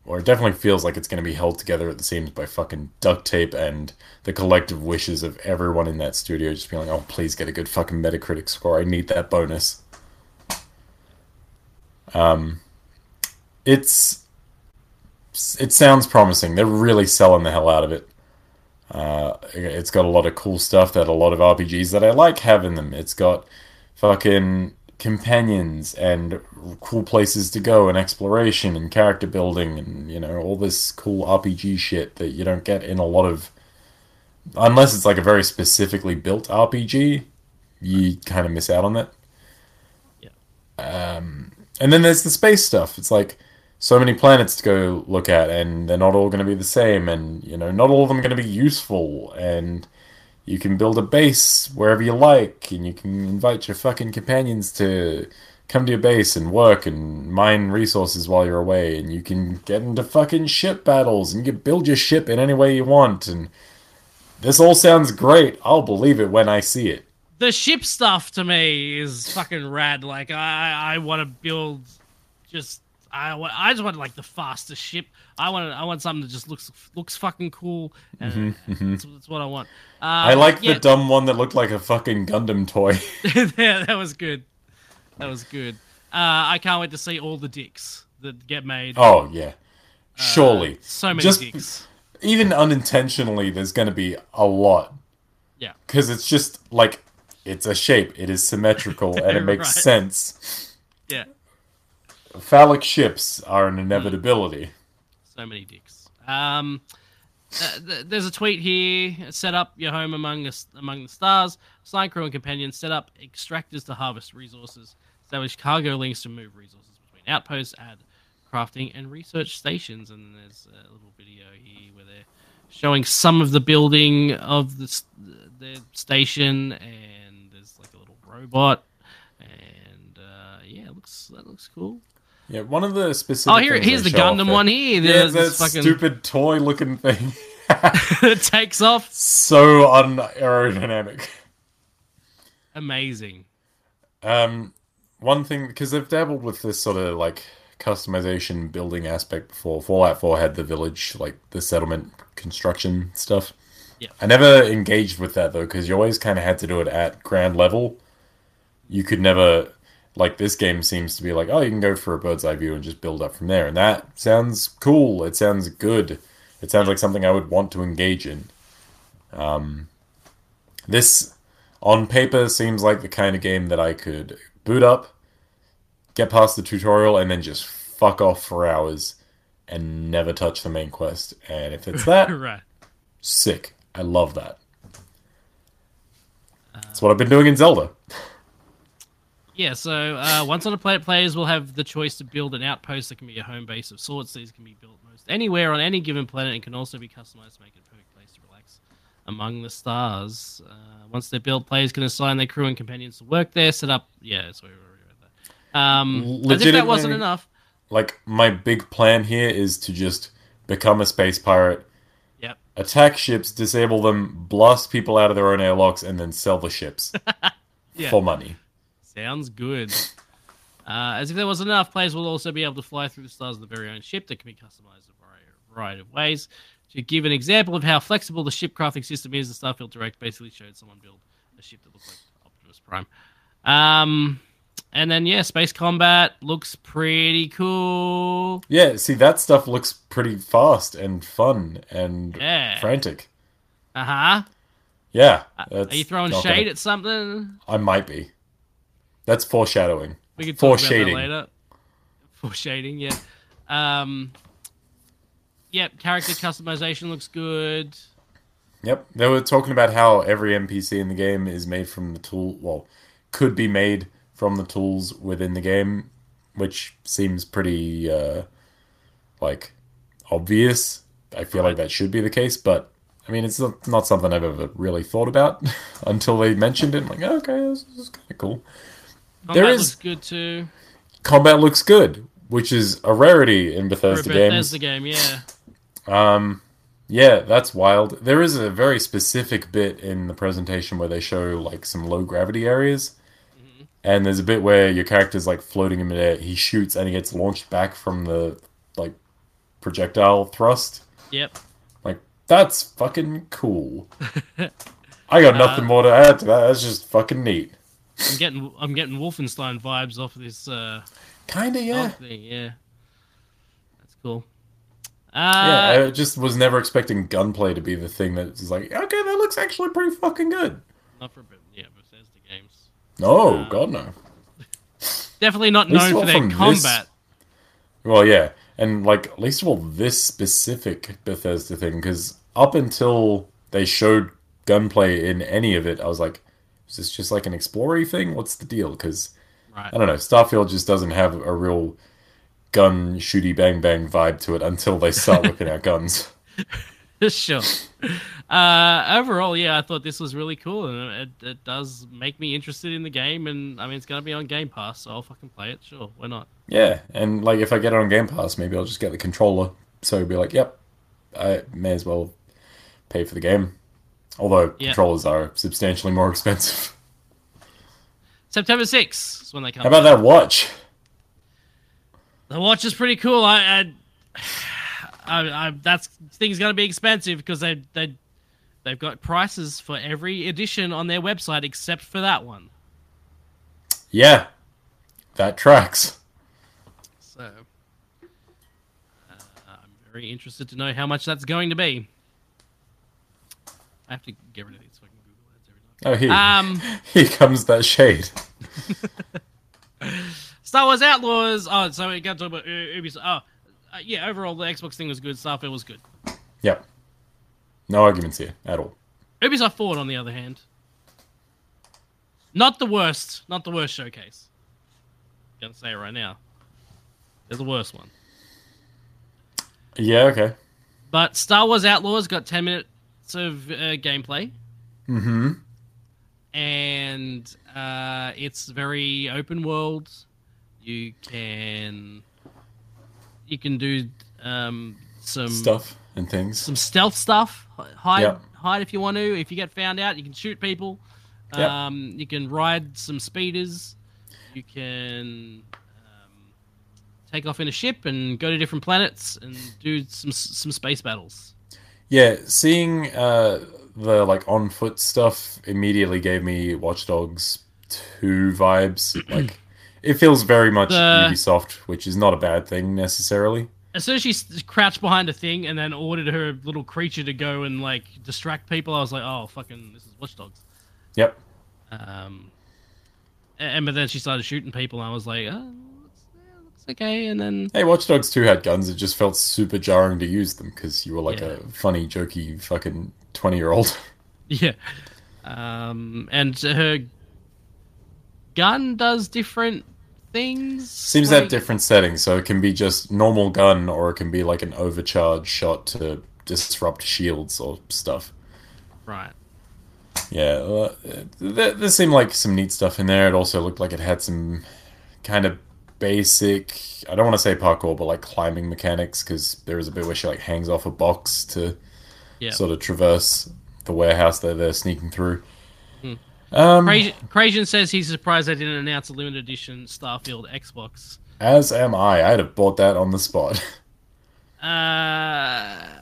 Speaker 3: or it definitely feels like it's going to be held together at the seams by fucking duct tape and the collective wishes of everyone in that studio just being like, oh, please get a good fucking Metacritic score. I need that bonus. Um, it's it sounds promising. They're really selling the hell out of it. Uh, it's got a lot of cool stuff that a lot of RPGs that I like have in them. It's got fucking companions and cool places to go and exploration and character building and you know all this cool RPG shit that you don't get in a lot of unless it's like a very specifically built RPG you kind of miss out on that
Speaker 2: Yeah.
Speaker 3: um, and then there's the space stuff it's like so many planets to go look at and they're not all going to be the same and you know not all of them are going to be useful and you can build a base wherever you like, and you can invite your fucking companions to come to your base and work and mine resources while you're away, and you can get into fucking ship battles and you can build your ship in any way you want. And this all sounds great. I'll believe it when I see it.
Speaker 2: The ship stuff to me is fucking rad. Like I, I want to build, just I, wa- I just want like the fastest ship. I want, I want something that just looks looks fucking cool, and That's, that's what I want. Uh,
Speaker 3: Mm-hmm, I like
Speaker 2: yeah,
Speaker 3: the dumb one that looked like a fucking Gundam toy. [LAUGHS]
Speaker 2: [LAUGHS] yeah, that was good. That was good. Uh, I can't wait to see all the dicks that get made.
Speaker 3: oh yeah, surely.
Speaker 2: Uh, so many
Speaker 3: Just-
Speaker 2: dicks.
Speaker 3: even unintentionally, there's going to be a lot
Speaker 2: Yeah.
Speaker 3: because it's just like it's a shape. It is symmetrical
Speaker 2: [LAUGHS]
Speaker 3: and it makes
Speaker 2: Right.
Speaker 3: sense.
Speaker 2: Yeah.
Speaker 3: Phallic ships are an
Speaker 2: Mm.
Speaker 3: inevitability.
Speaker 2: So many dicks. Um, uh, th- there's a tweet here. Set up your home among us, among the stars. Sign crew and companions. Set up extractors to harvest resources. Establish cargo links to move resources between outposts, add crafting and research stations. And there's a little video here where they're showing some of the building of the, s- the station, and there's like a little robot. And uh, yeah, it looks that looks cool.
Speaker 3: Yeah, one of the specific.
Speaker 2: Oh, here
Speaker 3: things
Speaker 2: here's
Speaker 3: they
Speaker 2: the
Speaker 3: show off
Speaker 2: Gundam
Speaker 3: there-
Speaker 2: one here.
Speaker 3: Yeah,
Speaker 2: There's
Speaker 3: that
Speaker 2: this fucking
Speaker 3: stupid toy-looking thing. [LAUGHS]
Speaker 2: [LAUGHS] that takes off.
Speaker 3: so unaerodynamic.
Speaker 2: Amazing.
Speaker 3: Um, one thing because they've dabbled with this sort of like customization building aspect before. Fallout Four had the village, like the settlement construction stuff.
Speaker 2: Yeah.
Speaker 3: I never engaged with that though because you always kind of had to do it at ground level. You could never like this game seems to be like oh you can go for a bird's eye view and just build up from there and that sounds cool. It sounds good. It sounds like something I would want to engage in. Um, this on paper seems like the kind of game that I could boot up, get past the tutorial, and then just fuck off for hours and never touch the main quest. And if
Speaker 2: [LAUGHS]
Speaker 3: it's that,
Speaker 2: Right.
Speaker 3: sick. I love that. That's what I've been doing in Zelda.
Speaker 2: Yeah, so uh, once on a planet, players will have the choice to build an outpost that can be a home base of sorts. These can be built most anywhere on any given planet and can also be customized to make it a perfect place to relax among the stars. Uh, once they're built, players can assign their crew and companions to work there, set up. Yeah, sorry, we already read that. Um, as if that wasn't
Speaker 3: Legitimately-
Speaker 2: enough.
Speaker 3: Like, my big plan here is to just become a space pirate,
Speaker 2: Yep.
Speaker 3: attack ships, disable them, blast people out of their own airlocks, and then sell the ships
Speaker 2: [LAUGHS] Yeah.
Speaker 3: for money.
Speaker 2: Sounds good. [LAUGHS] Uh, as if there wasn't enough, players will also be able to fly through the stars in their very own ship that can be customized in a vari- variety of ways. To give an example of how flexible the ship crafting system is, the Starfield Direct basically showed someone build a ship that looked like Optimus Prime. Um, and then, yeah, space combat looks pretty cool.
Speaker 3: Yeah, see, that stuff looks pretty fast and fun and
Speaker 2: Yeah.
Speaker 3: frantic.
Speaker 2: Uh huh.
Speaker 3: Yeah.
Speaker 2: Are you throwing
Speaker 3: not
Speaker 2: shade
Speaker 3: gonna-
Speaker 2: at something?
Speaker 3: I might be. That's foreshadowing.
Speaker 2: We could talk
Speaker 3: Foreshading.
Speaker 2: about that later. Foreshading, yeah. Um, yep, character customization looks good.
Speaker 3: Yep. They were talking about how every NPC in the game is made from the tool. Well, could be made from the tools within the game, which seems pretty, uh, like, obvious. I feel like that should be the case, but I mean, it's not, not something I've ever really thought about [LAUGHS] until they mentioned it. I'm like, "Oh, okay, this is kind of cool.
Speaker 2: Combat
Speaker 3: There is-
Speaker 2: looks good too.
Speaker 3: Combat looks good, which is a rarity in
Speaker 2: For a
Speaker 3: Bethesda games.
Speaker 2: Bethesda game, yeah.
Speaker 3: Yeah, that's wild. There is a very specific bit in the presentation where they show like some low gravity areas. And there's a bit where your character's like floating in midair. He shoots and he gets launched back from the like projectile thrust.
Speaker 2: Yep.
Speaker 3: Like that's fucking cool. I got nothing more to add to that. That's just fucking neat.
Speaker 2: I'm getting I'm getting Wolfenstein vibes off of this uh
Speaker 3: Kinda yeah.
Speaker 2: dog thing, yeah. That's cool.
Speaker 3: Yeah,
Speaker 2: Uh
Speaker 3: I just was never expecting gunplay to be the thing that's like, okay, that looks actually pretty fucking good.
Speaker 2: not for Beth- yeah, Bethesda games.
Speaker 3: No, god no.
Speaker 2: Definitely not known
Speaker 3: least
Speaker 2: for
Speaker 3: not
Speaker 2: their
Speaker 3: from this-
Speaker 2: combat.
Speaker 3: Well, yeah, and like at least of all this specific Bethesda thing, because up until they showed gunplay in any of it, I was like, is this just like an explory thing? What's the deal? Because
Speaker 2: Right.
Speaker 3: I don't know, Starfield just doesn't have a real
Speaker 2: [LAUGHS]
Speaker 3: gun shooty bang bang vibe to it until they start whipping out guns.
Speaker 2: sure. uh, overall, yeah, I thought this was really cool, and it, it does make me interested in the game. And I mean, it's gonna be on Game Pass, so I'll fucking play it. Sure, why not?
Speaker 3: Yeah, and like if I get it on Game Pass, maybe I'll just get the controller. So it'd be like, yep, I may as well pay for the game. Although
Speaker 2: Yeah.
Speaker 3: controllers are substantially more [LAUGHS] expensive.
Speaker 2: September 6th is when they come.
Speaker 3: How about that watch?
Speaker 2: The watch is pretty cool. I, [SIGHS] I, I, I that's thing's gonna be expensive because they they they've got prices for every edition on their website except for that one.
Speaker 3: Yeah, that tracks.
Speaker 2: So uh, I'm very interested to know how much that's going to be. I have to get rid of these fucking Google ads every
Speaker 3: Oh, here,
Speaker 2: time. Um,
Speaker 3: here comes that shade.
Speaker 2: Star Wars Outlaws. Oh, so we got to talk about uh, Ubisoft. Oh, uh, yeah. Overall, the Xbox thing was good stuff. It was good.
Speaker 3: Yep. No arguments here at all.
Speaker 2: Ubisoft Forward, on the other hand, not the worst, not the worst showcase. Gonna say it right now. There's a worse one.
Speaker 3: Yeah, okay.
Speaker 2: But Star Wars Outlaws got 10 minutes of uh, gameplay,
Speaker 3: Mm hmm.
Speaker 2: and uh, it's very open world. You can you can do um, some
Speaker 3: Stuff and things.
Speaker 2: some stealth stuff. h- Hide,
Speaker 3: Yeah.
Speaker 2: hide if you want to. If you get found out, you can shoot people.
Speaker 3: Yeah.
Speaker 2: Um, You can ride some speeders. You can um, take off in a ship and go to different planets and do some some space battles.
Speaker 3: Yeah, seeing uh, the like on foot stuff immediately gave me Watch Dogs 2
Speaker 2: [CLEARS THROAT]
Speaker 3: vibes. like it feels very much
Speaker 2: The-
Speaker 3: Ubisoft, which is not a bad thing necessarily.
Speaker 2: As soon as she s- crouched behind a thing and then ordered her little creature to go and like distract people, I was like, "Oh, fucking, this is Watch Dogs."
Speaker 3: Yep.
Speaker 2: Um, a- and but then she started shooting people, and I was like, "Oh, looks, yeah, looks okay." And then [LAUGHS]
Speaker 3: Hey, Watch Dogs 2 had guns. It just felt super jarring to use them because you were like
Speaker 2: Yeah.
Speaker 3: a funny, jokey fucking 20 year old.
Speaker 2: Yeah. Um, and her gun does different things.
Speaker 3: Seems
Speaker 2: like-
Speaker 3: to have different settings, so it can be just normal gun or it can be like an overcharge shot to disrupt shields or stuff.
Speaker 2: Right.
Speaker 3: Yeah, well, uh, th- there seemed like some neat stuff in there. It also looked like it had some kind of basic, I don't want to say parkour, but like climbing mechanics, because there is a bit where she like hangs off a box to
Speaker 2: Yeah.
Speaker 3: sort of traverse the warehouse that they're sneaking through. Um,
Speaker 2: Crazian Crazian says he's surprised they didn't announce a limited edition Starfield Xbox.
Speaker 3: As am I. I'd have bought that on the spot. [LAUGHS]
Speaker 2: Uh,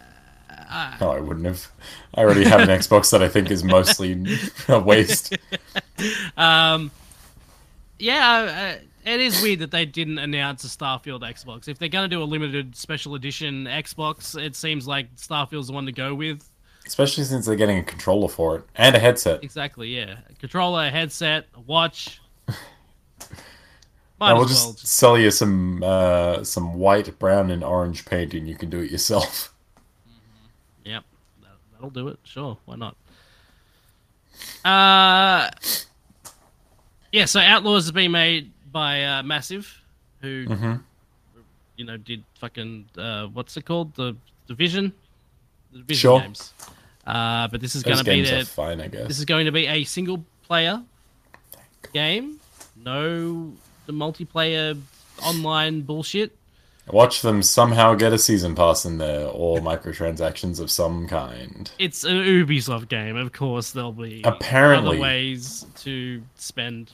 Speaker 2: I-
Speaker 3: no, I wouldn't have. I already have an Xbox that I think is mostly a waste.
Speaker 2: um, yeah, uh, it is weird that they didn't announce a Starfield Xbox. If they're going to do a limited special edition Xbox, it seems like Starfield's the one to go with.
Speaker 3: Especially since they're getting a controller for it and a headset.
Speaker 2: Exactly, yeah. A controller, a headset, a watch. [LAUGHS] Might
Speaker 3: I will
Speaker 2: as
Speaker 3: just,
Speaker 2: well. Just,
Speaker 3: sell you some uh, some white, brown, and orange paint, and you can do it yourself.
Speaker 2: yep, that, that'll do it. Sure, why not? Uh, yeah. So Outlaws has been made by uh, Massive, who
Speaker 3: Mhm.
Speaker 2: you know did fucking uh, what's it called the Division, the Division
Speaker 3: Sure.
Speaker 2: games. Uh, but this is going
Speaker 3: [LAUGHS] Those
Speaker 2: to be
Speaker 3: games
Speaker 2: their
Speaker 3: are fine, I
Speaker 2: This
Speaker 3: guess.
Speaker 2: is going to be a single player game. No the multiplayer online bullshit.
Speaker 3: Watch them somehow get a season pass in there, or microtransactions of some kind.
Speaker 2: It's an Ubisoft game, of course there'll be
Speaker 3: Apparently.
Speaker 2: other ways to spend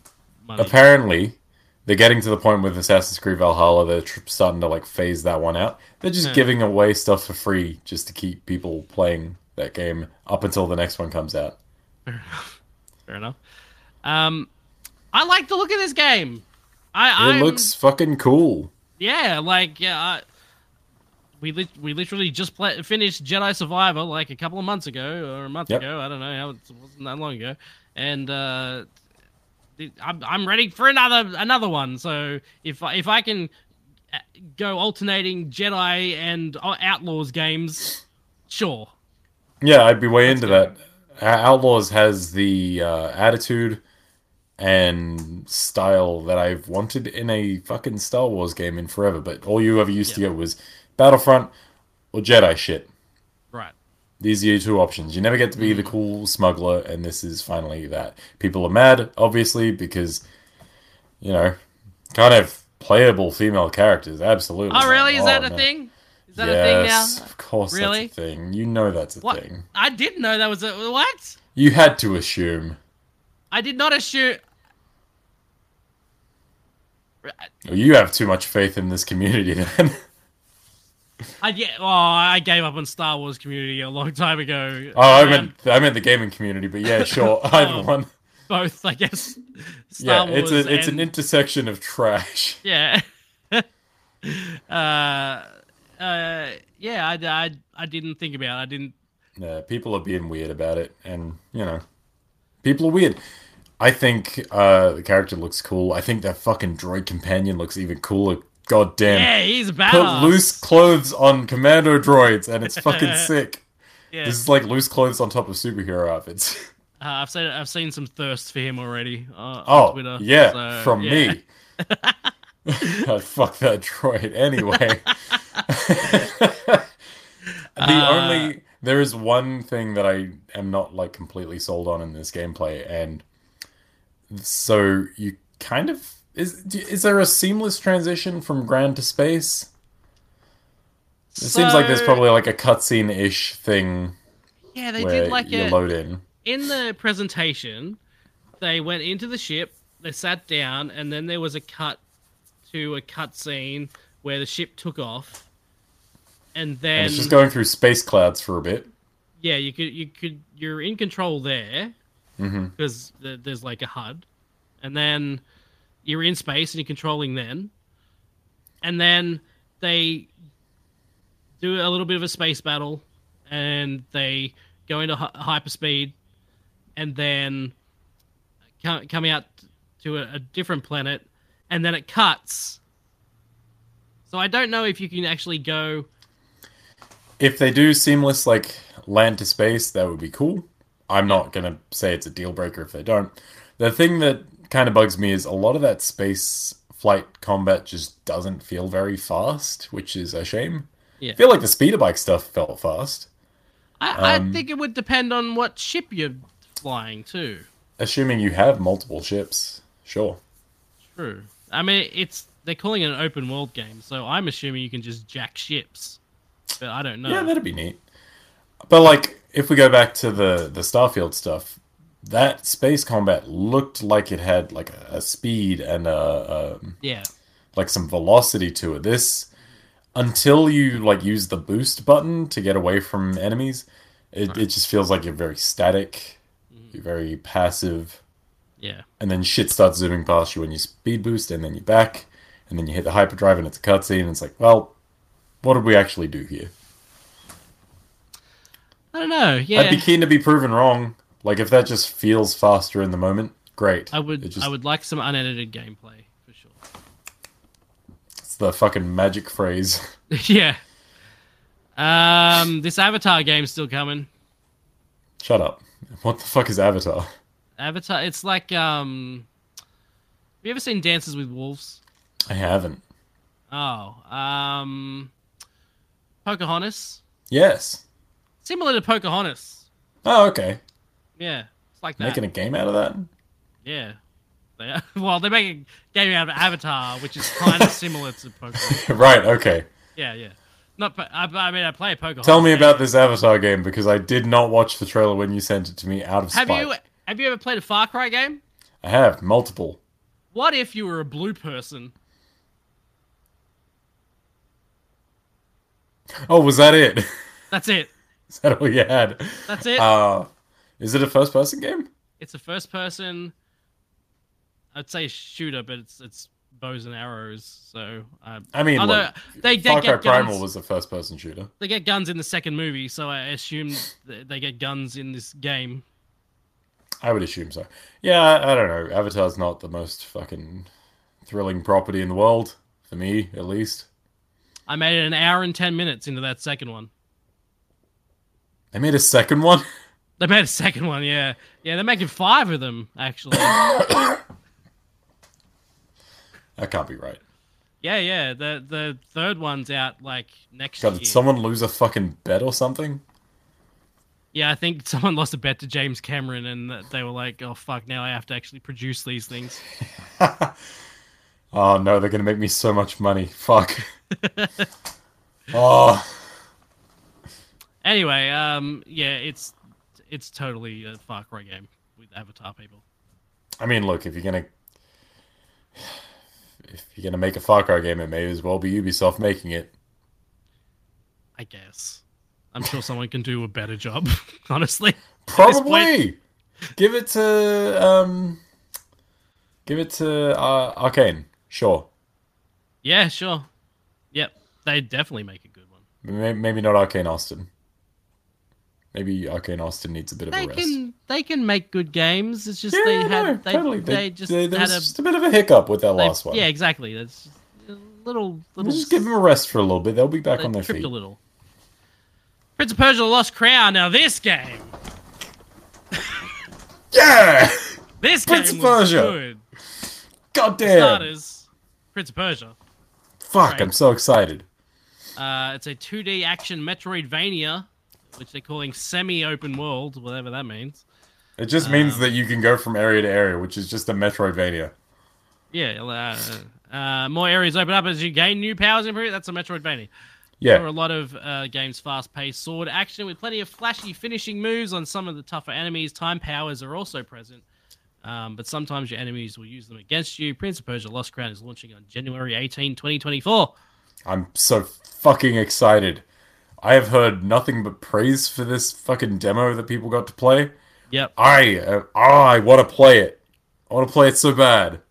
Speaker 2: money.
Speaker 3: Apparently, they're getting to the point with Assassin's Creed Valhalla. They're tr- starting to like phase that one out. They're just
Speaker 2: Yeah.
Speaker 3: giving away stuff for free just to keep people playing that game up until the next one comes out.
Speaker 2: Fair enough. Um I like the look of this game. I
Speaker 3: It
Speaker 2: I'm,
Speaker 3: looks fucking cool.
Speaker 2: yeah, like yeah, I, we lit we literally just play, finished Jedi Survivor like a couple of months ago or a month
Speaker 3: Yep.
Speaker 2: ago. I don't know how it wasn't that long ago, and uh, the- I'm I'm ready for another another one. So if I- if I can uh, go alternating Jedi and uh, Outlaws games, sure.
Speaker 3: Yeah, I'd be way into that. Uh, Outlaws has the uh, attitude and style that I've wanted in a fucking Star Wars game in forever, but all you ever used to get was Battlefront or Jedi shit.
Speaker 2: Right.
Speaker 3: These are your two options. You never get to be
Speaker 2: Mm.
Speaker 3: the cool smuggler, and this is finally that. People are mad, obviously, because you know, kind of playable female characters. Absolutely.
Speaker 2: Oh, really? Is
Speaker 3: Oh,
Speaker 2: that a
Speaker 3: man.
Speaker 2: thing? Is that
Speaker 3: yes,
Speaker 2: a thing now?
Speaker 3: of course.
Speaker 2: Really?
Speaker 3: That's a thing. You know that's a
Speaker 2: What?
Speaker 3: thing.
Speaker 2: I didn't know that was a what?
Speaker 3: You had to assume.
Speaker 2: I did not assume.
Speaker 3: You have too much faith in this community, [LAUGHS] then.
Speaker 2: I ge- oh, I gave up on Star Wars community a long time ago.
Speaker 3: oh, I
Speaker 2: Um,
Speaker 3: meant I meant the gaming community, but
Speaker 2: [LAUGHS]
Speaker 3: yeah, sure, either
Speaker 2: Oh,
Speaker 3: one.
Speaker 2: both, I guess. Star
Speaker 3: Yeah,
Speaker 2: Wars
Speaker 3: it's a, it's
Speaker 2: and
Speaker 3: an intersection of trash.
Speaker 2: yeah. [LAUGHS] uh, uh, yeah, I, I, I didn't think about. it. I didn't.
Speaker 3: Yeah, Uh, people are being weird about it, and you know, people are weird. I think uh, the character looks cool. I think that fucking droid companion looks even cooler. God damn.
Speaker 2: Yeah, he's a badass.
Speaker 3: Put loose clothes on commando droids, and it's
Speaker 2: [LAUGHS]
Speaker 3: fucking sick.
Speaker 2: Yeah.
Speaker 3: This is like loose clothes on top of superhero outfits. [LAUGHS]
Speaker 2: Uh, I've seen I've seen some thirst for him already. Uh, on
Speaker 3: Oh,
Speaker 2: Twitter,
Speaker 3: yeah,
Speaker 2: so,
Speaker 3: from
Speaker 2: yeah. [LAUGHS]
Speaker 3: me. [LAUGHS] God, fuck that droid. Anyway, [LAUGHS] the
Speaker 2: Uh,
Speaker 3: only there is one thing that I am not like completely sold on in this gameplay, and so you kind of is is there a seamless transition from ground to space? It seems like there's
Speaker 2: So,
Speaker 3: probably like a cutscene ish thing
Speaker 2: yeah they
Speaker 3: where
Speaker 2: did like
Speaker 3: you
Speaker 2: a,
Speaker 3: load in.
Speaker 2: in the presentation, they went into the ship, they sat down, and then there was a cut to a cutscene where the ship took off, and
Speaker 3: And
Speaker 2: then
Speaker 3: it's just going through space clouds for a bit.
Speaker 2: yeah, you could you could you're in control there
Speaker 3: hmm
Speaker 2: because th- there's like a HUD, and then you're in space and you're controlling then, and then they do a little bit of a space battle, and they go into hy- hyperspeed, and then co- come out to a, a different planet, and then it cuts. So I don't know if you can actually go.
Speaker 3: If they do seamless like land to space, that would be cool. I'm not gonna say it's a deal breaker if they don't. The thing that kind of bugs me is a lot of that space flight combat just doesn't feel very fast, which is a shame.
Speaker 2: Yeah.
Speaker 3: I feel like the speeder bike stuff felt fast.
Speaker 2: I,
Speaker 3: Um,
Speaker 2: I think it would depend on what ship you're flying to.
Speaker 3: Assuming you have multiple ships, sure.
Speaker 2: True. I mean, it's they're calling it an open world game, so I'm assuming you can just jack ships. But I don't know.
Speaker 3: Yeah, that'd be neat. But like, if we go back to the the Starfield stuff, that space combat looked like it had like a, a speed and a, um, a
Speaker 2: yeah.
Speaker 3: like some velocity to it. This until you like use the boost button to get away from enemies, it, it just feels like you're very static,
Speaker 2: Mm-hmm.
Speaker 3: you're very passive,
Speaker 2: Yeah.
Speaker 3: and then shit starts zooming past you when you speed boost, and then you're back, and then you hit the hyperdrive, and it's a cutscene. And it's like, well, what did we actually do here?
Speaker 2: I don't know.
Speaker 3: I'd
Speaker 2: Yeah.
Speaker 3: be keen to be proven wrong. Like if that just feels faster in the moment, great.
Speaker 2: I would.
Speaker 3: It just,
Speaker 2: I would like some unedited gameplay for sure. [LAUGHS]
Speaker 3: It's the fucking magic phrase. [LAUGHS]
Speaker 2: yeah. Um, this Avatar game's still coming.
Speaker 3: Shut up. What the fuck is Avatar?
Speaker 2: Avatar. It's like um. Have you ever seen Dances with Wolves?
Speaker 3: I haven't.
Speaker 2: Oh, um, Pocahontas.
Speaker 3: Yes.
Speaker 2: Similar to Pocahontas.
Speaker 3: Oh, okay.
Speaker 2: Yeah, it's like that.
Speaker 3: Making a game out of that? [LAUGHS]
Speaker 2: Yeah. They [LAUGHS] are. Well, they're making a game out of Avatar, which is kind
Speaker 3: [LAUGHS]
Speaker 2: of similar to Pokemon.
Speaker 3: right, okay.
Speaker 2: Yeah, yeah. Not, po- I, I mean, I play Pokemon.
Speaker 3: Tell me about this Avatar game because I did not watch the trailer when you sent it to me out of
Speaker 2: Have
Speaker 3: spite.
Speaker 2: you have you ever played a Far Cry game?
Speaker 3: I have multiple.
Speaker 2: What if you were a blue person?
Speaker 3: Oh, was that it? [LAUGHS] is
Speaker 2: That's it.
Speaker 3: that all you had?
Speaker 2: That's it.
Speaker 3: Uh, is it a first person game?
Speaker 2: it's a first person. I'd say shooter, but it's it's bows and arrows. So uh,
Speaker 3: I mean,
Speaker 2: although
Speaker 3: look,
Speaker 2: they, they
Speaker 3: Far Cry
Speaker 2: get
Speaker 3: Primal
Speaker 2: guns,
Speaker 3: was a first person shooter.
Speaker 2: they get guns in the second movie, so I assume th- they get guns in this game.
Speaker 3: I would assume so. Yeah, I, I don't know. Avatar's not the most fucking thrilling property in the world, for me at least.
Speaker 2: I made it an hour and ten minutes into that second one.
Speaker 3: They made a second one. [LAUGHS]
Speaker 2: They made a second one, yeah. Yeah, they're making five of them, actually. yeah,
Speaker 3: That can't be right.
Speaker 2: yeah. The the third one's out like next
Speaker 3: God,
Speaker 2: year.
Speaker 3: did someone lose a fucking bet or something?
Speaker 2: Yeah, I think someone lost a bet to James Cameron, and they were like, "Oh fuck, now I have to actually produce these things."
Speaker 3: Oh no, they're gonna make me so much
Speaker 2: [LAUGHS]
Speaker 3: money. Fuck. oh,
Speaker 2: Anyway, um, yeah, it's it's totally a Far Cry game with Avatar people.
Speaker 3: I mean, look, if you're gonna if you're gonna make a Far Cry game, it may as well be Ubisoft
Speaker 2: [LAUGHS]
Speaker 3: making it.
Speaker 2: I guess. I'm sure someone can do a better job. [LAUGHS] Honestly, this point-
Speaker 3: Probably. Give it to um, give it to uh, Arcane. Sure,
Speaker 2: yeah, sure, yep, they definitely make a good one.
Speaker 3: May- maybe not Arcane Austin. Maybe Arcane Austin needs a bit of
Speaker 2: They
Speaker 3: a rest.
Speaker 2: can they can make good games. It's just
Speaker 3: yeah,
Speaker 2: they
Speaker 3: no,
Speaker 2: had they,
Speaker 3: totally.
Speaker 2: they, just
Speaker 3: there
Speaker 2: had
Speaker 3: was
Speaker 2: a
Speaker 3: just a bit of a hiccup with that
Speaker 2: they-
Speaker 3: last one.
Speaker 2: yeah exactly. That's a little little
Speaker 3: We'll just give them a rest for a little bit. They'll be back
Speaker 2: they
Speaker 3: on their
Speaker 2: tripped
Speaker 3: feet.
Speaker 2: a little. Prince of Persia: The Lost Crown. Now this game,
Speaker 3: Yeah.
Speaker 2: this
Speaker 3: Prince
Speaker 2: game
Speaker 3: of
Speaker 2: was
Speaker 3: Persia.
Speaker 2: good.
Speaker 3: [LAUGHS] God
Speaker 2: For
Speaker 3: damn.
Speaker 2: Starters, Prince of Persia.
Speaker 3: Fuck.
Speaker 2: right.
Speaker 3: I'm so excited.
Speaker 2: Uh, it's a 2D action Metroidvania, which they're calling semi-open world, whatever that means.
Speaker 3: It just
Speaker 2: Um,
Speaker 3: means that you can go from area to area, which is just a Metroidvania.
Speaker 2: Yeah, uh, uh, more areas open up as you gain new powers. and improve- That's a Metroidvania. There are
Speaker 3: Yeah.
Speaker 2: a lot of uh, games fast-paced sword action with plenty of flashy finishing moves on some of the tougher enemies. Time powers are also present, um, but sometimes your enemies will use them against you. Prince of Persia: Lost Crown is launching on January 18, 2024.
Speaker 3: I'm so fucking excited. I have heard nothing but praise for this fucking demo that people got to play.
Speaker 2: Yep.
Speaker 3: I uh, I want to play it. I want to play it so bad.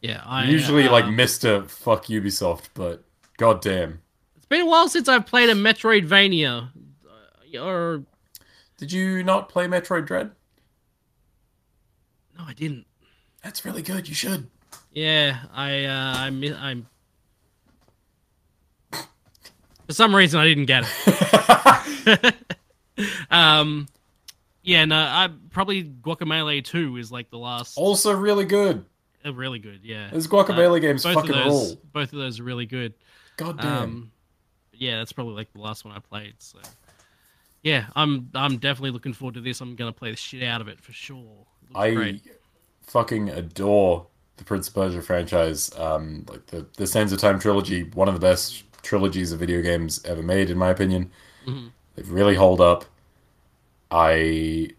Speaker 2: Yeah. I,
Speaker 3: Usually, like
Speaker 2: um,
Speaker 3: Mister Fuck Ubisoft, but goddamn.
Speaker 2: it's been a while since I've played a Metroidvania, uh, or
Speaker 3: Did you not play Metroid Dread?
Speaker 2: No, I didn't.
Speaker 3: That's really good. You should. [LAUGHS]
Speaker 2: Yeah, I, uh, I, mi- I'm. For some reason, I didn't get it. um, yeah, no, I probably Guacamole Two is like the last.
Speaker 3: Also, really good.
Speaker 2: Uh, really good, yeah.
Speaker 3: Those Guacamole games
Speaker 2: Both
Speaker 3: fucking
Speaker 2: of those,
Speaker 3: rule.
Speaker 2: both of those are really good.
Speaker 3: Goddamn.
Speaker 2: Um, yeah, that's probably like the last one I played. So, yeah, I'm, I'm definitely looking forward to this. I'm gonna play the shit out of it for sure. Looks
Speaker 3: I
Speaker 2: great.
Speaker 3: fucking adore the Prince of Persia franchise. Um, like the the Sands of Time trilogy, one of the best trilogies of video games ever made, in my opinion.
Speaker 2: Mhm.
Speaker 3: They really hold up. I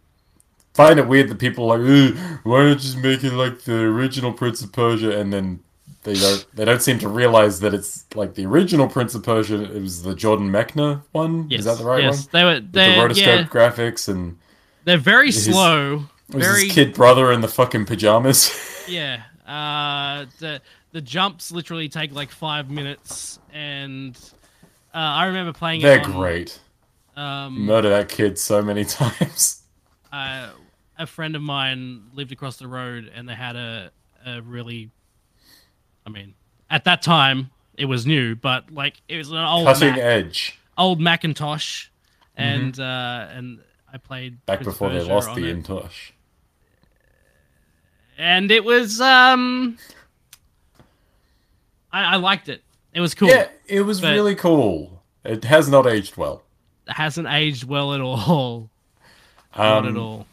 Speaker 3: find it weird that people are like, "Ugh, why don't you just make it like the original Prince of Persia, and then they don't they don't seem to realize that it's like the original Prince of Persia. It was the Jordan Mechner one.
Speaker 2: Yes,
Speaker 3: Is that the right
Speaker 2: yes,
Speaker 3: one?
Speaker 2: they were.
Speaker 3: With the
Speaker 2: They,
Speaker 3: rotoscope
Speaker 2: yeah,
Speaker 3: graphics and
Speaker 2: they're very
Speaker 3: His-
Speaker 2: slow.
Speaker 3: was
Speaker 2: Very
Speaker 3: his kid brother in the fucking pajamas. [LAUGHS]
Speaker 2: Yeah. Uh, the the jumps literally take like five minutes, and uh, I remember playing.
Speaker 3: They're
Speaker 2: it on,
Speaker 3: great.
Speaker 2: Um,
Speaker 3: Murder that kid so many [LAUGHS] times.
Speaker 2: uh, a friend of mine lived across the road, and they had a a really, I mean, at that time it was new, but like it was an old
Speaker 3: Cutting
Speaker 2: Mac-
Speaker 3: edge.
Speaker 2: old Macintosh, and uh, and I played
Speaker 3: Mm-hmm. Back
Speaker 2: Prince of
Speaker 3: before they
Speaker 2: Persia
Speaker 3: lost
Speaker 2: on
Speaker 3: the
Speaker 2: it.
Speaker 3: Intosh.
Speaker 2: and it was um, I, I liked it. It was cool.
Speaker 3: Yeah, it was
Speaker 2: But-
Speaker 3: really cool. It has not aged well.
Speaker 2: hasn't aged well at all.
Speaker 3: Um,
Speaker 2: Not at all.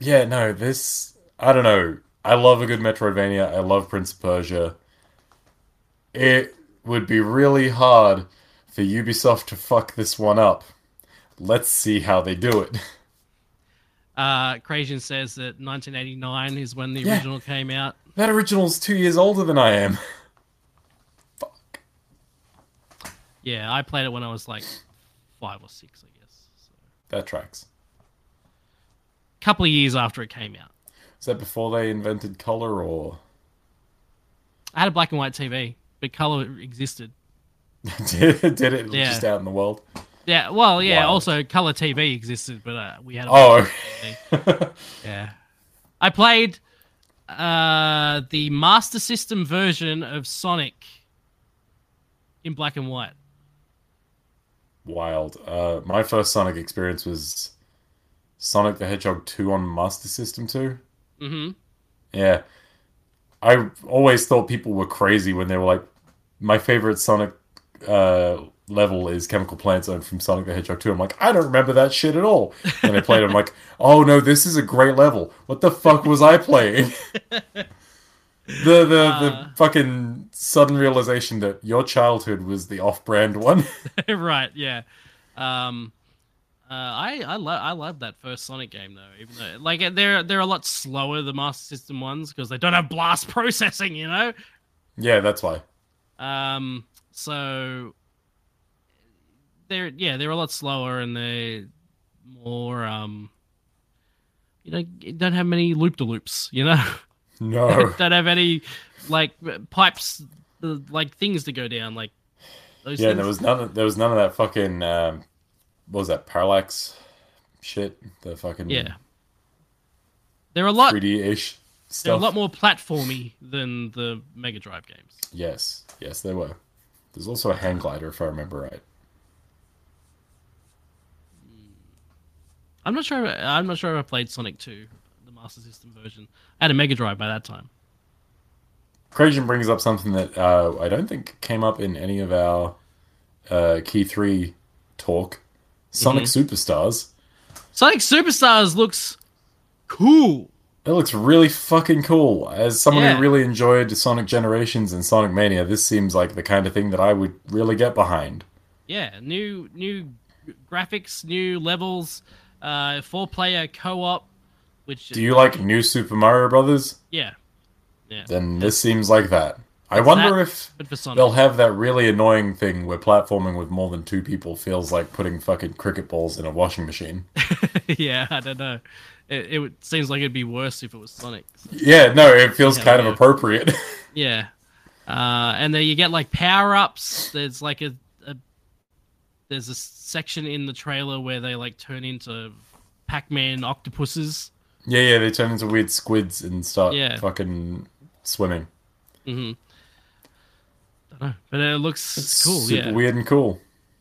Speaker 3: Yeah, no, this. I don't know. I love a good Metroidvania. I love Prince of Persia. It would be really hard for Ubisoft to fuck this one up. Let's see how they do it. [LAUGHS]
Speaker 2: Uh, Crasian says that 1989 is when the
Speaker 3: Yeah.
Speaker 2: original came out.
Speaker 3: That original's two years older than I am. [LAUGHS]
Speaker 2: Yeah, I played it when I was like five or six, I guess. So,
Speaker 3: That tracks.
Speaker 2: couple of years after it came out,
Speaker 3: Is that before they invented color or.
Speaker 2: I had a black and white TV, but color existed.
Speaker 3: did, did it
Speaker 2: Yeah.
Speaker 3: just out in the world?
Speaker 2: Yeah, well, yeah.
Speaker 3: Wild.
Speaker 2: Also, color TV existed, but uh, we had. A
Speaker 3: Oh, [LAUGHS]
Speaker 2: yeah. I played uh, the Master System version of Sonic in black and white.
Speaker 3: wild. Uh, my first Sonic experience was Sonic the Hedgehog 2 on Master System 2.
Speaker 2: hmm
Speaker 3: Yeah. I always thought people were crazy when they were like, my favorite Sonic, uh, level is Chemical Plant Zone from Sonic the Hedgehog 2. I'm like, I don't remember that shit at all. And I played it, I'm like, [LAUGHS] oh no, this is a great level. What the fuck was I playing? [LAUGHS] The the,
Speaker 2: Uh.
Speaker 3: the fucking sudden realization that your childhood was the off-brand one.
Speaker 2: [LAUGHS]
Speaker 3: [LAUGHS]
Speaker 2: right, yeah. Um, uh, I I love I love that first Sonic game though, even though like they're they're a lot slower than Master System ones because they don't have blast [LAUGHS] processing, you know.
Speaker 3: yeah, that's why.
Speaker 2: Um, so they're yeah they're a lot slower and they're more um you know don't have many loop de loops, you know. [LAUGHS]
Speaker 3: No.
Speaker 2: don't have any like pipes uh, like things to go down like those
Speaker 3: yeah,
Speaker 2: things.
Speaker 3: there was none. Of, there was none of that fucking. Um, what was that parallax shit? The fucking
Speaker 2: yeah. They're a lot
Speaker 3: 3D ish
Speaker 2: They're Uh, a
Speaker 3: stuff.
Speaker 2: lot more platformy than the Mega Drive games.
Speaker 3: Yes, yes, they were. There's also a hang glider, if I remember right.
Speaker 2: I'm not sure. I'm not sure if I played Sonic 2, the Master System version. I had a Mega Drive by that time.
Speaker 3: Krajan brings up something that uh, I don't think came up in any of our uh, Key Three talk. Sonic
Speaker 2: Mm-hmm.
Speaker 3: Superstars.
Speaker 2: Sonic Superstars looks cool.
Speaker 3: That looks really fucking cool. As someone
Speaker 2: Yeah.
Speaker 3: who really enjoyed Sonic Generations and Sonic Mania, this seems like the kind of thing that I would really get behind.
Speaker 2: Yeah, new new graphics, new levels, uh, four player co op. Which
Speaker 3: Do you like New Super Mario Brothers?
Speaker 2: Yeah,
Speaker 3: then this seems like that. I wonder
Speaker 2: that-
Speaker 3: if
Speaker 2: but for Sonic.
Speaker 3: they'll have that really annoying thing where platforming with more than two people feels like putting fucking cricket balls in a washing machine. [LAUGHS]
Speaker 2: [LAUGHS] yeah, I don't know. It, it would- seems like it'd be worse if it was Sonic.
Speaker 3: yeah, no, it feels
Speaker 2: Yeah,
Speaker 3: kind
Speaker 2: yeah.
Speaker 3: of appropriate. [LAUGHS]
Speaker 2: Yeah. Uh, and then you get like power ups. There's like a, a there's a section in the trailer where they like turn into Pac-Man octopuses.
Speaker 3: yeah, yeah, they turn into weird squids and start
Speaker 2: Yeah.
Speaker 3: fucking swimming.
Speaker 2: hmm Dunno. But it looks
Speaker 3: It's
Speaker 2: cool.
Speaker 3: super
Speaker 2: yeah.
Speaker 3: weird and cool.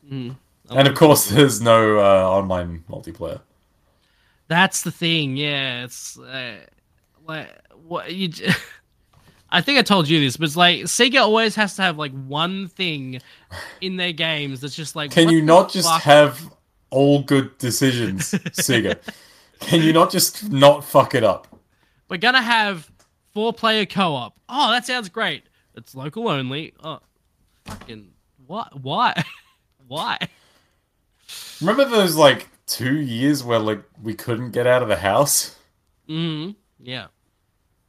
Speaker 2: Mhm.
Speaker 3: And of course, there's no uh, online multiplayer.
Speaker 2: That's the thing. Yeah. It's uh, like what you. j- [LAUGHS] I think I told you this, but it's like Sega always has to have like one thing in their games that's just like.
Speaker 3: Can
Speaker 2: what
Speaker 3: you
Speaker 2: the
Speaker 3: not just
Speaker 2: fuck?
Speaker 3: have all
Speaker 2: [LAUGHS]
Speaker 3: good decisions, Sega? Can you not just not fuck it up?
Speaker 2: We're gonna have four player co op. Oh, that sounds great. It's local only. Oh, fucking what? Why? [LAUGHS] Why?
Speaker 3: Remember those like two years where like we couldn't get out of the house?
Speaker 2: Mm-hmm. Yeah,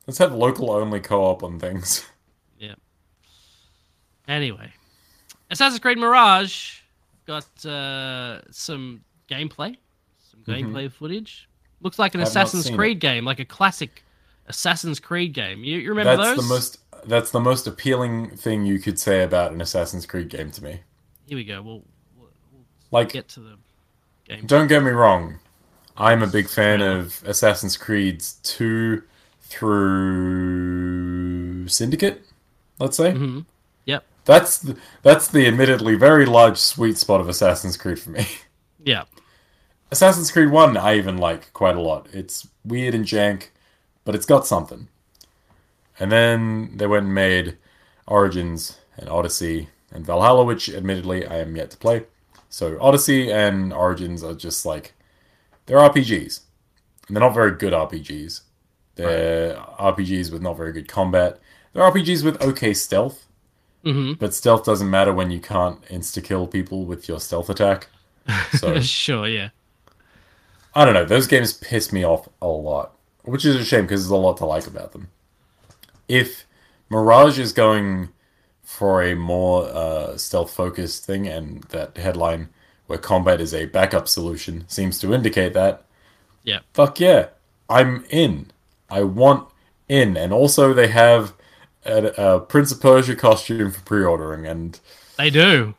Speaker 3: Let's have local only co-op on things.
Speaker 2: yeah. Anyway, Assassin's Creed Mirage got uh, some gameplay, some gameplay footage. Looks like an
Speaker 3: Have Mm-hmm. not
Speaker 2: Assassin's
Speaker 3: seen
Speaker 2: Creed game, like a classic Assassin's Creed game. You, you [LAUGHS] remember
Speaker 3: That's
Speaker 2: those?
Speaker 3: the most that's the most appealing thing you could say about an Assassin's Creed game to me.
Speaker 2: Here we go. We'll, we'll we'll
Speaker 3: Like
Speaker 2: get to the game.
Speaker 3: don't get me wrong, I'm a big fan of Assassin's Creeds 2 through Syndicate, let's say.
Speaker 2: Mhm. Yep.
Speaker 3: That's the, that's the admittedly very large sweet spot of Assassin's Creed for me. [LAUGHS]
Speaker 2: Yeah.
Speaker 3: Assassin's Creed 1 I even like quite a lot. It's weird and jank, but it's got something. And then they went and made Origins and Odyssey and Valhalla, which admittedly I am yet to play. So Odyssey and Origins are just like they're RPGs. And they're not very good RPGs. They're RPGs with not very good combat. They're RPGs with okay stealth,
Speaker 2: Mm-hmm. [LAUGHS]
Speaker 3: but stealth doesn't matter when you can't insta kill people with your stealth attack. So
Speaker 2: [LAUGHS] sure, yeah.
Speaker 3: I don't know. Those games piss me off a lot, which is a shame because there's a lot to like about them. If Mirage is going for a more uh, stealth focused thing, and that headline where combat is a backup solution seems to indicate that,
Speaker 2: Yeah.
Speaker 3: fuck yeah, I'm in. I want in. And also, they have a, a Prince of Persia costume for pre ordering, and
Speaker 2: They do.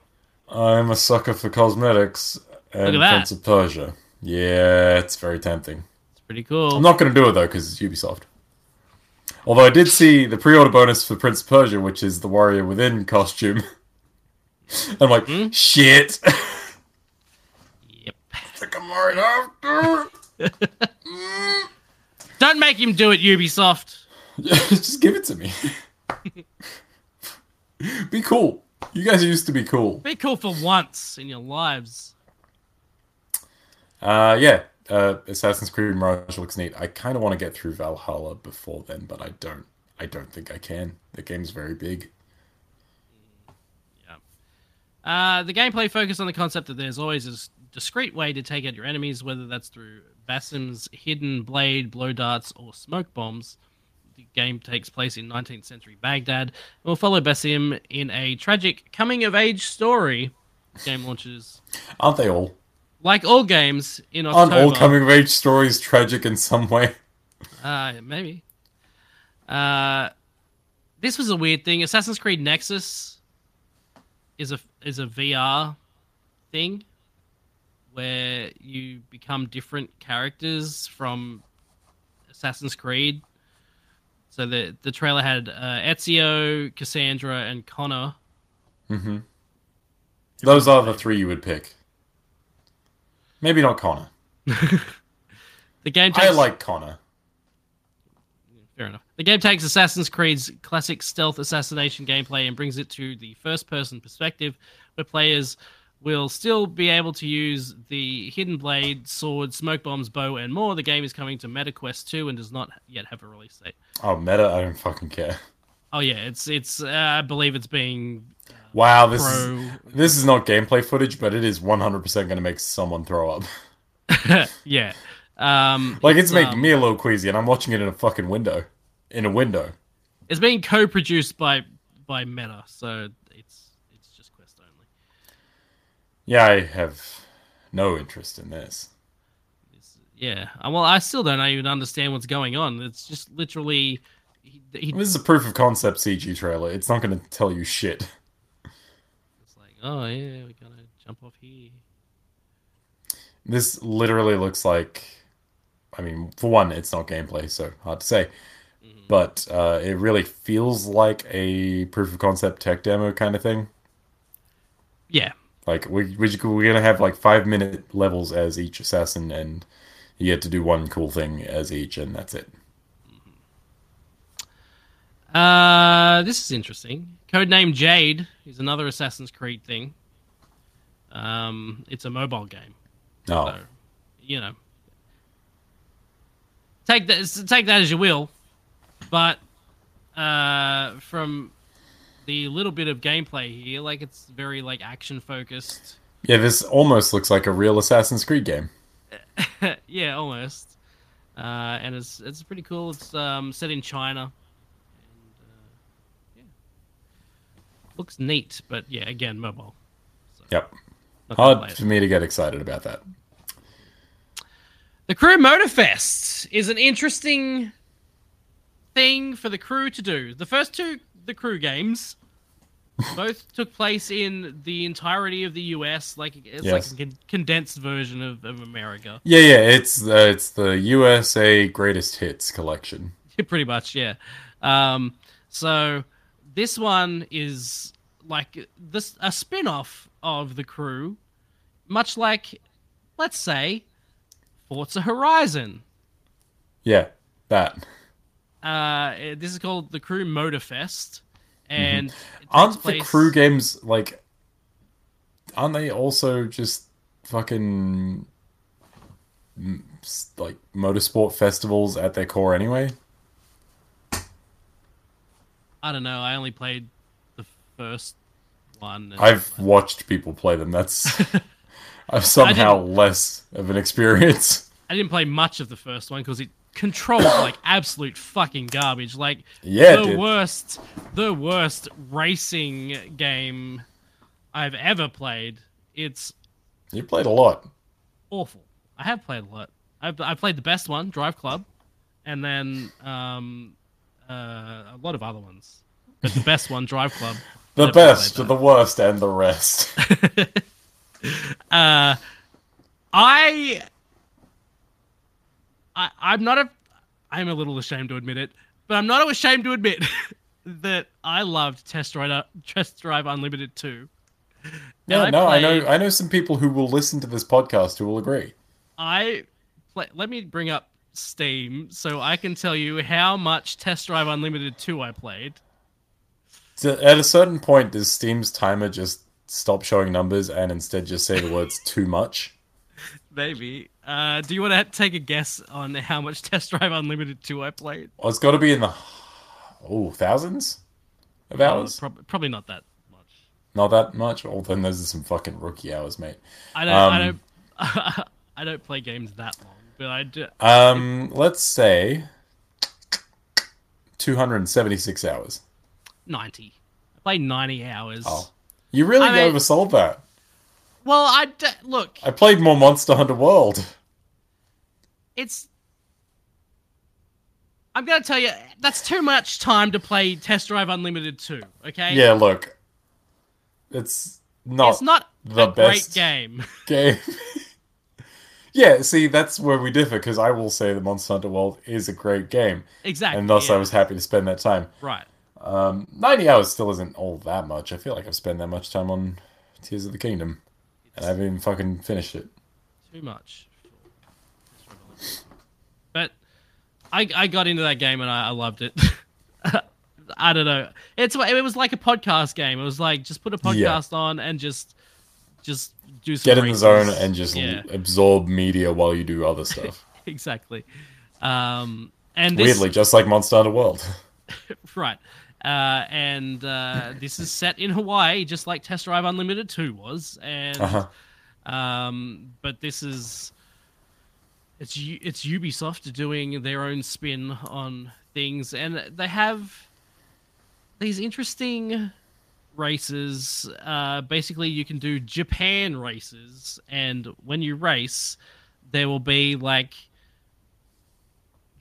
Speaker 3: I'm a sucker for cosmetics and
Speaker 2: Look at that.
Speaker 3: Prince of Persia. Yeah, it's very tempting.
Speaker 2: It's pretty cool.
Speaker 3: I'm not going to do it though because it's Ubisoft. Although I did see the pre-order bonus for Prince of Persia, which is the Warrior Within costume. [LAUGHS] I'm like, shit. [LAUGHS]
Speaker 2: Yep.
Speaker 3: Think I might have to.
Speaker 2: [LAUGHS] Don't make him do it, Ubisoft.
Speaker 3: Just give it to me. [LAUGHS] Be cool. You guys used to be cool.
Speaker 2: Be cool for once in your lives.
Speaker 3: Uh, yeah. Uh, Assassin's Creed Mirage looks neat. I kind of want to get through Valhalla before then, but I don't. I don't think I can. The game's very big.
Speaker 2: Uh, the gameplay focused on the concept that there's always a s- discreet way to take out your enemies, whether that's through Basim's hidden blade, blow darts, or smoke bombs. The game takes place in 19th century Baghdad and will follow Basim in a tragic coming of age story. Game launches,
Speaker 3: Aren't they all?
Speaker 2: like all games, in
Speaker 3: Aren't
Speaker 2: October.
Speaker 3: all coming of age stories tragic in some way?
Speaker 2: Uh, maybe. Uh, this was a weird thing. Assassin's Creed Nexus is a is a VR thing where you become different characters from Assassin's Creed. So the the trailer had uh, Ezio, Cassandra, and Connor.
Speaker 3: hmm Those are the three you would pick. Maybe not Connor.
Speaker 2: The game
Speaker 3: I
Speaker 2: takes-
Speaker 3: like Connor.
Speaker 2: Fair enough. The game takes Assassin's Creed's classic stealth assassination gameplay and brings it to the first person perspective, where players will still be able to use the hidden blade, sword, smoke bombs, bow, and more. The game is coming to MetaQuest 2 and does not yet have a release date.
Speaker 3: Oh, meta, I don't fucking care.
Speaker 2: Oh, yeah, it's, it's, uh, I believe it's being
Speaker 3: Wow, this is,
Speaker 2: pro.
Speaker 3: this is not gameplay footage, but it is 100% going to make someone throw up. [LAUGHS]
Speaker 2: [LAUGHS] yeah. Um,
Speaker 3: Like, it's making
Speaker 2: um,
Speaker 3: me a little queasy, and I'm watching it in a fucking window. In a window.
Speaker 2: it's being co produced by, by Meta, so it's, it's just Quest only.
Speaker 3: Yeah, I have no interest in this.
Speaker 2: Yeah. Uh, Well, I still don't even understand what's going on. It's just literally. He, he,
Speaker 3: This is a proof of concept CG trailer. It's not going to tell you shit. [LAUGHS]
Speaker 2: it's like, oh, yeah, we gotta jump off here.
Speaker 3: This literally looks like. I mean, for one, it's not gameplay, so hard to say. But uh, it really feels like a proof of concept tech demo kind of thing.
Speaker 2: Yeah.
Speaker 3: Like we we we're gonna have like five minute levels as each assassin, and you get to do one cool thing as each, and that's it.
Speaker 2: Uh, this is interesting. Codename Jade is another Assassin's Creed thing. Um, it's a mobile game,
Speaker 3: No,
Speaker 2: so you know, take that s- take that as you will. But uh, from the little bit of gameplay here, like it's very like action focused.
Speaker 3: yeah, this almost looks like a real Assassin's Creed game.
Speaker 2: yeah, almost. Uh, and it's it's pretty cool. It's um, set in China. And, uh, yeah. Looks neat, but yeah, again, mobile.
Speaker 3: Yep,
Speaker 2: Not gonna play
Speaker 3: hard
Speaker 2: it.
Speaker 3: for me to get excited about that.
Speaker 2: The Crew Motorfest is an interesting thing for the crew to do. The first two the crew
Speaker 3: [LAUGHS]
Speaker 2: games both took place in the entirety of the US, like it's like
Speaker 3: Yes.
Speaker 2: a con- condensed version of, of America.
Speaker 3: Yeah, yeah, it's uh, it's the USA Greatest Hits collection.
Speaker 2: [LAUGHS] pretty much yeah um so this one is like this a spin-off of the crew much like let's say forza horizon
Speaker 3: Yeah, that.
Speaker 2: uh this is called the crew motorfest and it takes
Speaker 3: Mm-hmm. Aren't the
Speaker 2: place-
Speaker 3: crew games like? Aren't they also just fucking mm, s- like motorsport festivals at their core anyway?
Speaker 2: i don't know i only played the first one and-
Speaker 3: I've watched people play
Speaker 2: [LAUGHS]
Speaker 3: them. That's [LAUGHS] I've somehow less of an experience. [LAUGHS]
Speaker 2: i didn't play much of the first one because it controlled
Speaker 3: [COUGHS]
Speaker 2: like absolute fucking garbage like
Speaker 3: Yeah,
Speaker 2: the
Speaker 3: dude.
Speaker 2: worst the worst racing game I've ever played. It's
Speaker 3: You played a lot.
Speaker 2: awful. I have played a lot. I've, I played the best one, Drive Club, and then um, uh, a lot of other ones. But the best one, Drive Club.
Speaker 3: The
Speaker 2: I've never
Speaker 3: best,
Speaker 2: played
Speaker 3: the worst, and
Speaker 2: [LAUGHS]
Speaker 3: the rest.
Speaker 2: that. Uh, I, I, I'm not a. I'm a little ashamed to admit it, but I'm not ashamed to admit [LAUGHS] that I loved Test Drive, Test Drive Unlimited 2.
Speaker 3: Yeah, [LAUGHS]
Speaker 2: I
Speaker 3: no, I know.
Speaker 2: played-
Speaker 3: I know some people who will listen to this podcast who will agree.
Speaker 2: I play, let me bring up Steam so I can tell you how much Test Drive Unlimited 2 I played.
Speaker 3: So at a certain point, does Steam's timer just stop showing numbers and instead just say the words too much?
Speaker 2: Maybe. Uh, do you want to take a guess on how much [LAUGHS] Test Drive Unlimited 2 I played?
Speaker 3: Oh, it's got to be in the oh thousands of
Speaker 2: Uh,
Speaker 3: hours.
Speaker 2: prob- probably not that much.
Speaker 3: Not that much. Oh, then those are some fucking rookie hours, mate.
Speaker 2: I don't.
Speaker 3: Um,
Speaker 2: I don't. [LAUGHS] I don't play games that long, but I do.
Speaker 3: Um, let's say two hundred and seventy-six hours.
Speaker 2: Ninety. I play ninety hours.
Speaker 3: Oh, you really
Speaker 2: I mean-
Speaker 3: oversold that.
Speaker 2: Well, I d- look.
Speaker 3: I played more Monster Hunter World.
Speaker 2: It's. I'm gonna tell you that's too much time to play Test Drive Unlimited 2. Okay.
Speaker 3: Yeah, look, it's not,
Speaker 2: It's not
Speaker 3: the
Speaker 2: a
Speaker 3: best.
Speaker 2: great game. [LAUGHS]
Speaker 3: game. [LAUGHS] yeah, see, that's where we differ because I will say that Monster Hunter World is a great game,
Speaker 2: exactly.
Speaker 3: and thus
Speaker 2: yeah.
Speaker 3: I was happy to spend that time.
Speaker 2: right.
Speaker 3: Um, Ninety hours still isn't all that much. I feel like I've spent that much time on Tears of the Kingdom, and I haven't even fucking finished it.
Speaker 2: Too much. But I, I got into that game and I, I loved it. [LAUGHS] I don't know. It's it was like a podcast game. It was like just put a
Speaker 3: Yeah.
Speaker 2: podcast on and just just do some
Speaker 3: Get in the
Speaker 2: races.
Speaker 3: zone
Speaker 2: [LAUGHS]
Speaker 3: and just l-
Speaker 2: yeah
Speaker 3: absorb media while you
Speaker 2: [LAUGHS]
Speaker 3: do other stuff.
Speaker 2: exactly. Um and this,
Speaker 3: Weirdly, just like Monster Hunter World. [LAUGHS]
Speaker 2: right. Uh, and uh, this is set in Hawaii, just like Test Drive Unlimited Two was, and
Speaker 3: Uh-huh.
Speaker 2: Um, but this is it's U- it's Ubisoft doing their own spin on things, and they have these interesting races. Uh, basically, you can do Japan races, and when you race, there will be like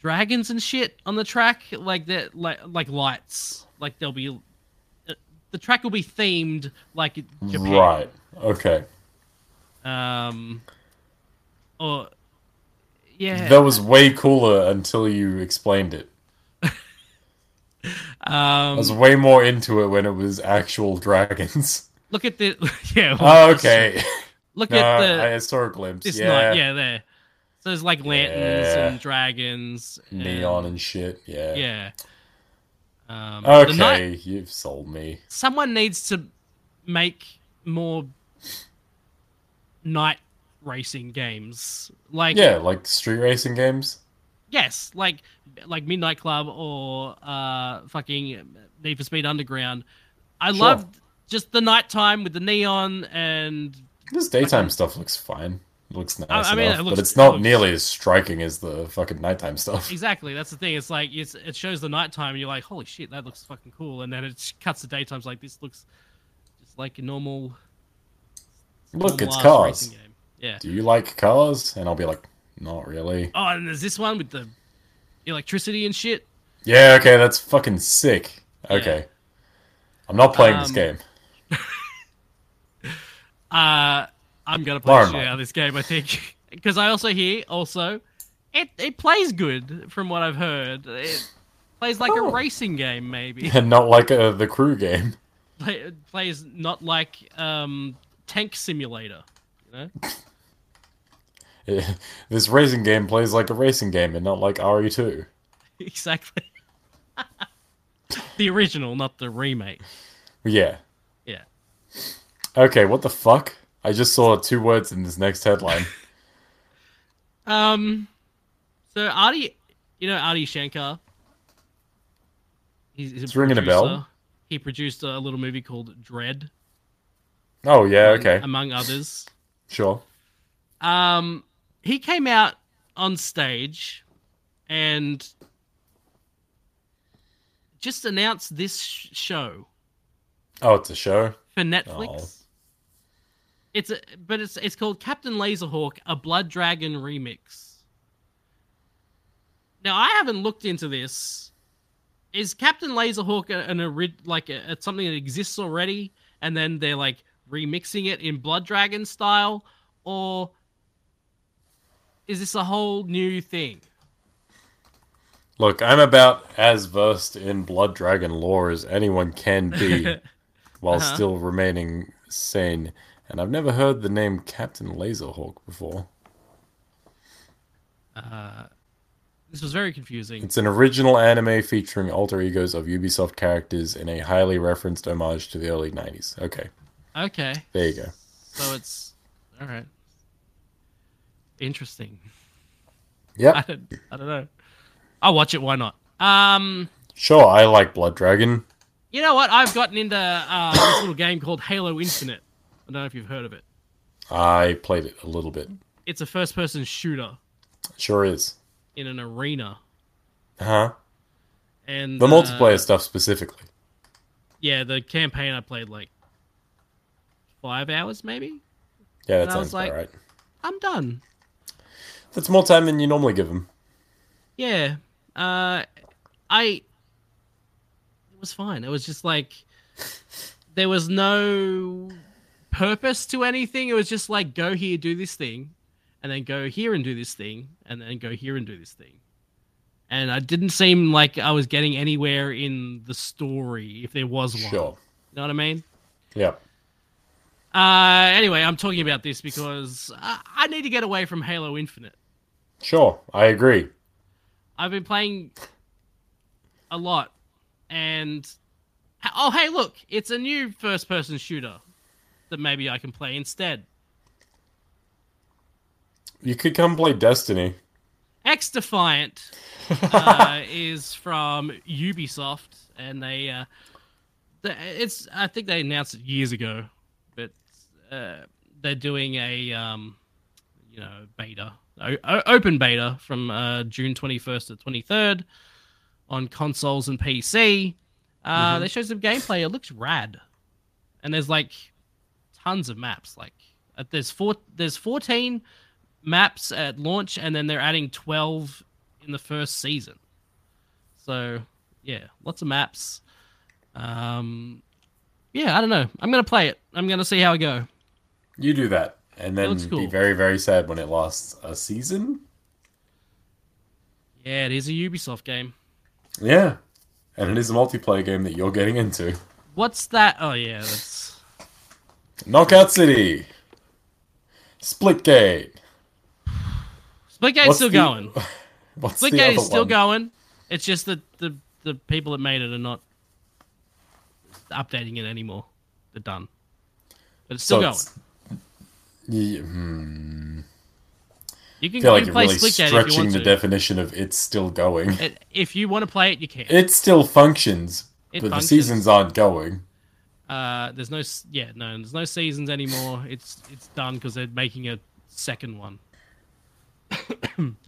Speaker 2: dragons and shit on the track, like that, like like lights. Like there'll be uh, the track will be themed like Japan.
Speaker 3: Right. Okay.
Speaker 2: Um, or yeah,
Speaker 3: That was way cooler until you explained it. I was
Speaker 2: um,
Speaker 3: way more into it when it was actual [LAUGHS] dragons.
Speaker 2: look at the [LAUGHS] yeah. well,
Speaker 3: Oh, okay.
Speaker 2: Look
Speaker 3: No,
Speaker 2: at the
Speaker 3: I saw a glimpse.
Speaker 2: this
Speaker 3: yeah.
Speaker 2: night. Yeah, there. So there's like lanterns
Speaker 3: Yeah.
Speaker 2: and dragons. And,
Speaker 3: Neon and shit. Yeah.
Speaker 2: Yeah. Um, the
Speaker 3: Okay,
Speaker 2: night-
Speaker 3: you've sold me.
Speaker 2: someone needs to make more night racing games. Like
Speaker 3: Yeah, like street racing games.
Speaker 2: Yes, like like Midnight Club or uh fucking Need for Speed Underground. I
Speaker 3: Sure.
Speaker 2: loved just the nighttime with the neon and
Speaker 3: This daytime stuff looks fine. It looks nice
Speaker 2: I mean,
Speaker 3: enough,
Speaker 2: it
Speaker 3: but
Speaker 2: looks-
Speaker 3: it's
Speaker 2: it
Speaker 3: not
Speaker 2: looks-
Speaker 3: nearly as striking as the fucking nighttime stuff.
Speaker 2: exactly that's the thing. It's like it's, it shows the nighttime and you're like, holy shit, that looks fucking cool. And then it just cuts to daytime. It's like this looks just like a normal
Speaker 3: [LAUGHS] Look,
Speaker 2: normal
Speaker 3: it's
Speaker 2: ass
Speaker 3: cars.
Speaker 2: racing game. Yeah.
Speaker 3: Do you like cars? And I'll be like, not really.
Speaker 2: Oh, and there's this one with the electricity and shit.
Speaker 3: Yeah, okay, that's fucking sick. Okay. I'm not playing this
Speaker 2: Um,
Speaker 3: game. [LAUGHS]
Speaker 2: Uh, I'm gonna play
Speaker 3: Never
Speaker 2: shit
Speaker 3: mind.
Speaker 2: out of this game, I think, [LAUGHS] because I also hear also it it plays good from what I've heard. It plays like
Speaker 3: Oh.
Speaker 2: a racing game,
Speaker 3: [LAUGHS]
Speaker 2: maybe. [LAUGHS]
Speaker 3: And not like uh, the crew game. [LAUGHS]
Speaker 2: Play, it plays not like um tank simulator. [LAUGHS] You know?
Speaker 3: this racing game plays like a racing game and not like E RE2.
Speaker 2: exactly. [LAUGHS] the original, not the remake.
Speaker 3: Yeah.
Speaker 2: Yeah.
Speaker 3: Okay, what the fuck? I just saw two words in this
Speaker 2: [LAUGHS]
Speaker 3: next headline.
Speaker 2: Um. So Adi, you know Adi Shankar. He's, he's
Speaker 3: It's ringing a bell.
Speaker 2: producer. He produced a little movie called Dread.
Speaker 3: Oh, yeah,
Speaker 2: among-
Speaker 3: okay.
Speaker 2: among others.
Speaker 3: Sure.
Speaker 2: Um, he came out on stage and just announced this sh- show
Speaker 3: Oh, it's a show?
Speaker 2: for Netflix. It's a, but it's it's called Captain Laserhawk: A Blood Dragon Remix. Now I haven't looked into this. Is Captain Laserhawk a- an ori- like a, a- something that exists already, and then they're like remixing it in Blood Dragon style, or is this a whole new thing?
Speaker 3: Look, I'm about as versed in Blood Dragon lore as anyone can be
Speaker 2: [LAUGHS]
Speaker 3: while
Speaker 2: Uh-huh.
Speaker 3: still remaining sane, and I've never heard the name Captain Laserhawk before.
Speaker 2: This was very confusing.
Speaker 3: It's an original anime featuring alter egos of Ubisoft characters in a highly referenced homage to the early 90s. Okay,
Speaker 2: Okay.
Speaker 3: there you go.
Speaker 2: So it's all right. Interesting. I
Speaker 3: Yep,
Speaker 2: don't, [LAUGHS] I don't know. I'll watch it. Why not? Um,
Speaker 3: sure, I like Blood Dragon.
Speaker 2: you know what? I've gotten into uh, this little game called Halo Infinite. I don't know if you've heard of it.
Speaker 3: I played it a little bit.
Speaker 2: It's a first-person shooter
Speaker 3: Sure is.
Speaker 2: in an arena,
Speaker 3: Huh?
Speaker 2: and
Speaker 3: The
Speaker 2: uh,
Speaker 3: multiplayer stuff specifically.
Speaker 2: Yeah, the campaign I played like five hours, maybe.
Speaker 3: Yeah,
Speaker 2: And
Speaker 3: that
Speaker 2: I was
Speaker 3: sounds about
Speaker 2: like-
Speaker 3: right.
Speaker 2: I'm done.
Speaker 3: That's more time than you normally give them.
Speaker 2: Yeah. Uh I it was fine. It was just like there was no purpose to anything. It was just like go here, do this thing, and then go here and do this thing, and then go here and do this thing. And I didn't seem like I was getting anywhere in the story if there was one.
Speaker 3: Sure.
Speaker 2: You know what I mean?
Speaker 3: Yep.
Speaker 2: Uh anyway, I'm talking about this because I, I need to get away from Halo Infinite.
Speaker 3: Sure. I agree.
Speaker 2: I've been playing a lot, and oh hey, look, it's a new first-person shooter that maybe I can play instead.
Speaker 3: You could come play Destiny.
Speaker 2: X Defiant uh, is from Ubisoft, and they, uh, the it's I think they announced it years ago, but uh, they're doing a um, you know beta, o- o- open beta from uh, June twenty first to twenty third on consoles and PC. Uh, They showed some gameplay. It looks rad, and there's like tons of maps. Like uh, there's four, there's fourteen maps at launch, and then they're adding 12 in the first season. So, yeah, lots of maps. Um, yeah, I don't know. I'm gonna play it. I'm gonna see how I go.
Speaker 3: You do that, and then
Speaker 2: looks
Speaker 3: be
Speaker 2: cool.
Speaker 3: very, very sad when it lasts a season.
Speaker 2: Yeah, it is a Ubisoft game.
Speaker 3: Yeah, and it is a multiplayer game that you're getting into.
Speaker 2: What's that? Oh yeah, that's
Speaker 3: Knockout City, Splitgate.
Speaker 2: Splitgate's
Speaker 3: What's
Speaker 2: still
Speaker 3: the-
Speaker 2: going.
Speaker 3: What's the
Speaker 2: Splitgate
Speaker 3: other
Speaker 2: is still
Speaker 3: one?
Speaker 2: going. It's just that the the people that made it are not updating it anymore. They're done, but it's still
Speaker 3: So
Speaker 2: going.
Speaker 3: it's- Yeah, hmm.
Speaker 2: You can,
Speaker 3: I feel
Speaker 2: you
Speaker 3: like
Speaker 2: can
Speaker 3: you're
Speaker 2: play
Speaker 3: really
Speaker 2: Splitgate if you
Speaker 3: stretching
Speaker 2: want
Speaker 3: the
Speaker 2: to.
Speaker 3: definition of it's still going.
Speaker 2: It- if you want to play it, you can.
Speaker 3: It still functions,
Speaker 2: It
Speaker 3: but
Speaker 2: functions.
Speaker 3: the seasons aren't going.
Speaker 2: Uh, there's no s- yeah no there's no seasons
Speaker 3: [LAUGHS]
Speaker 2: anymore. It's it's done because they're making a second one, [COUGHS]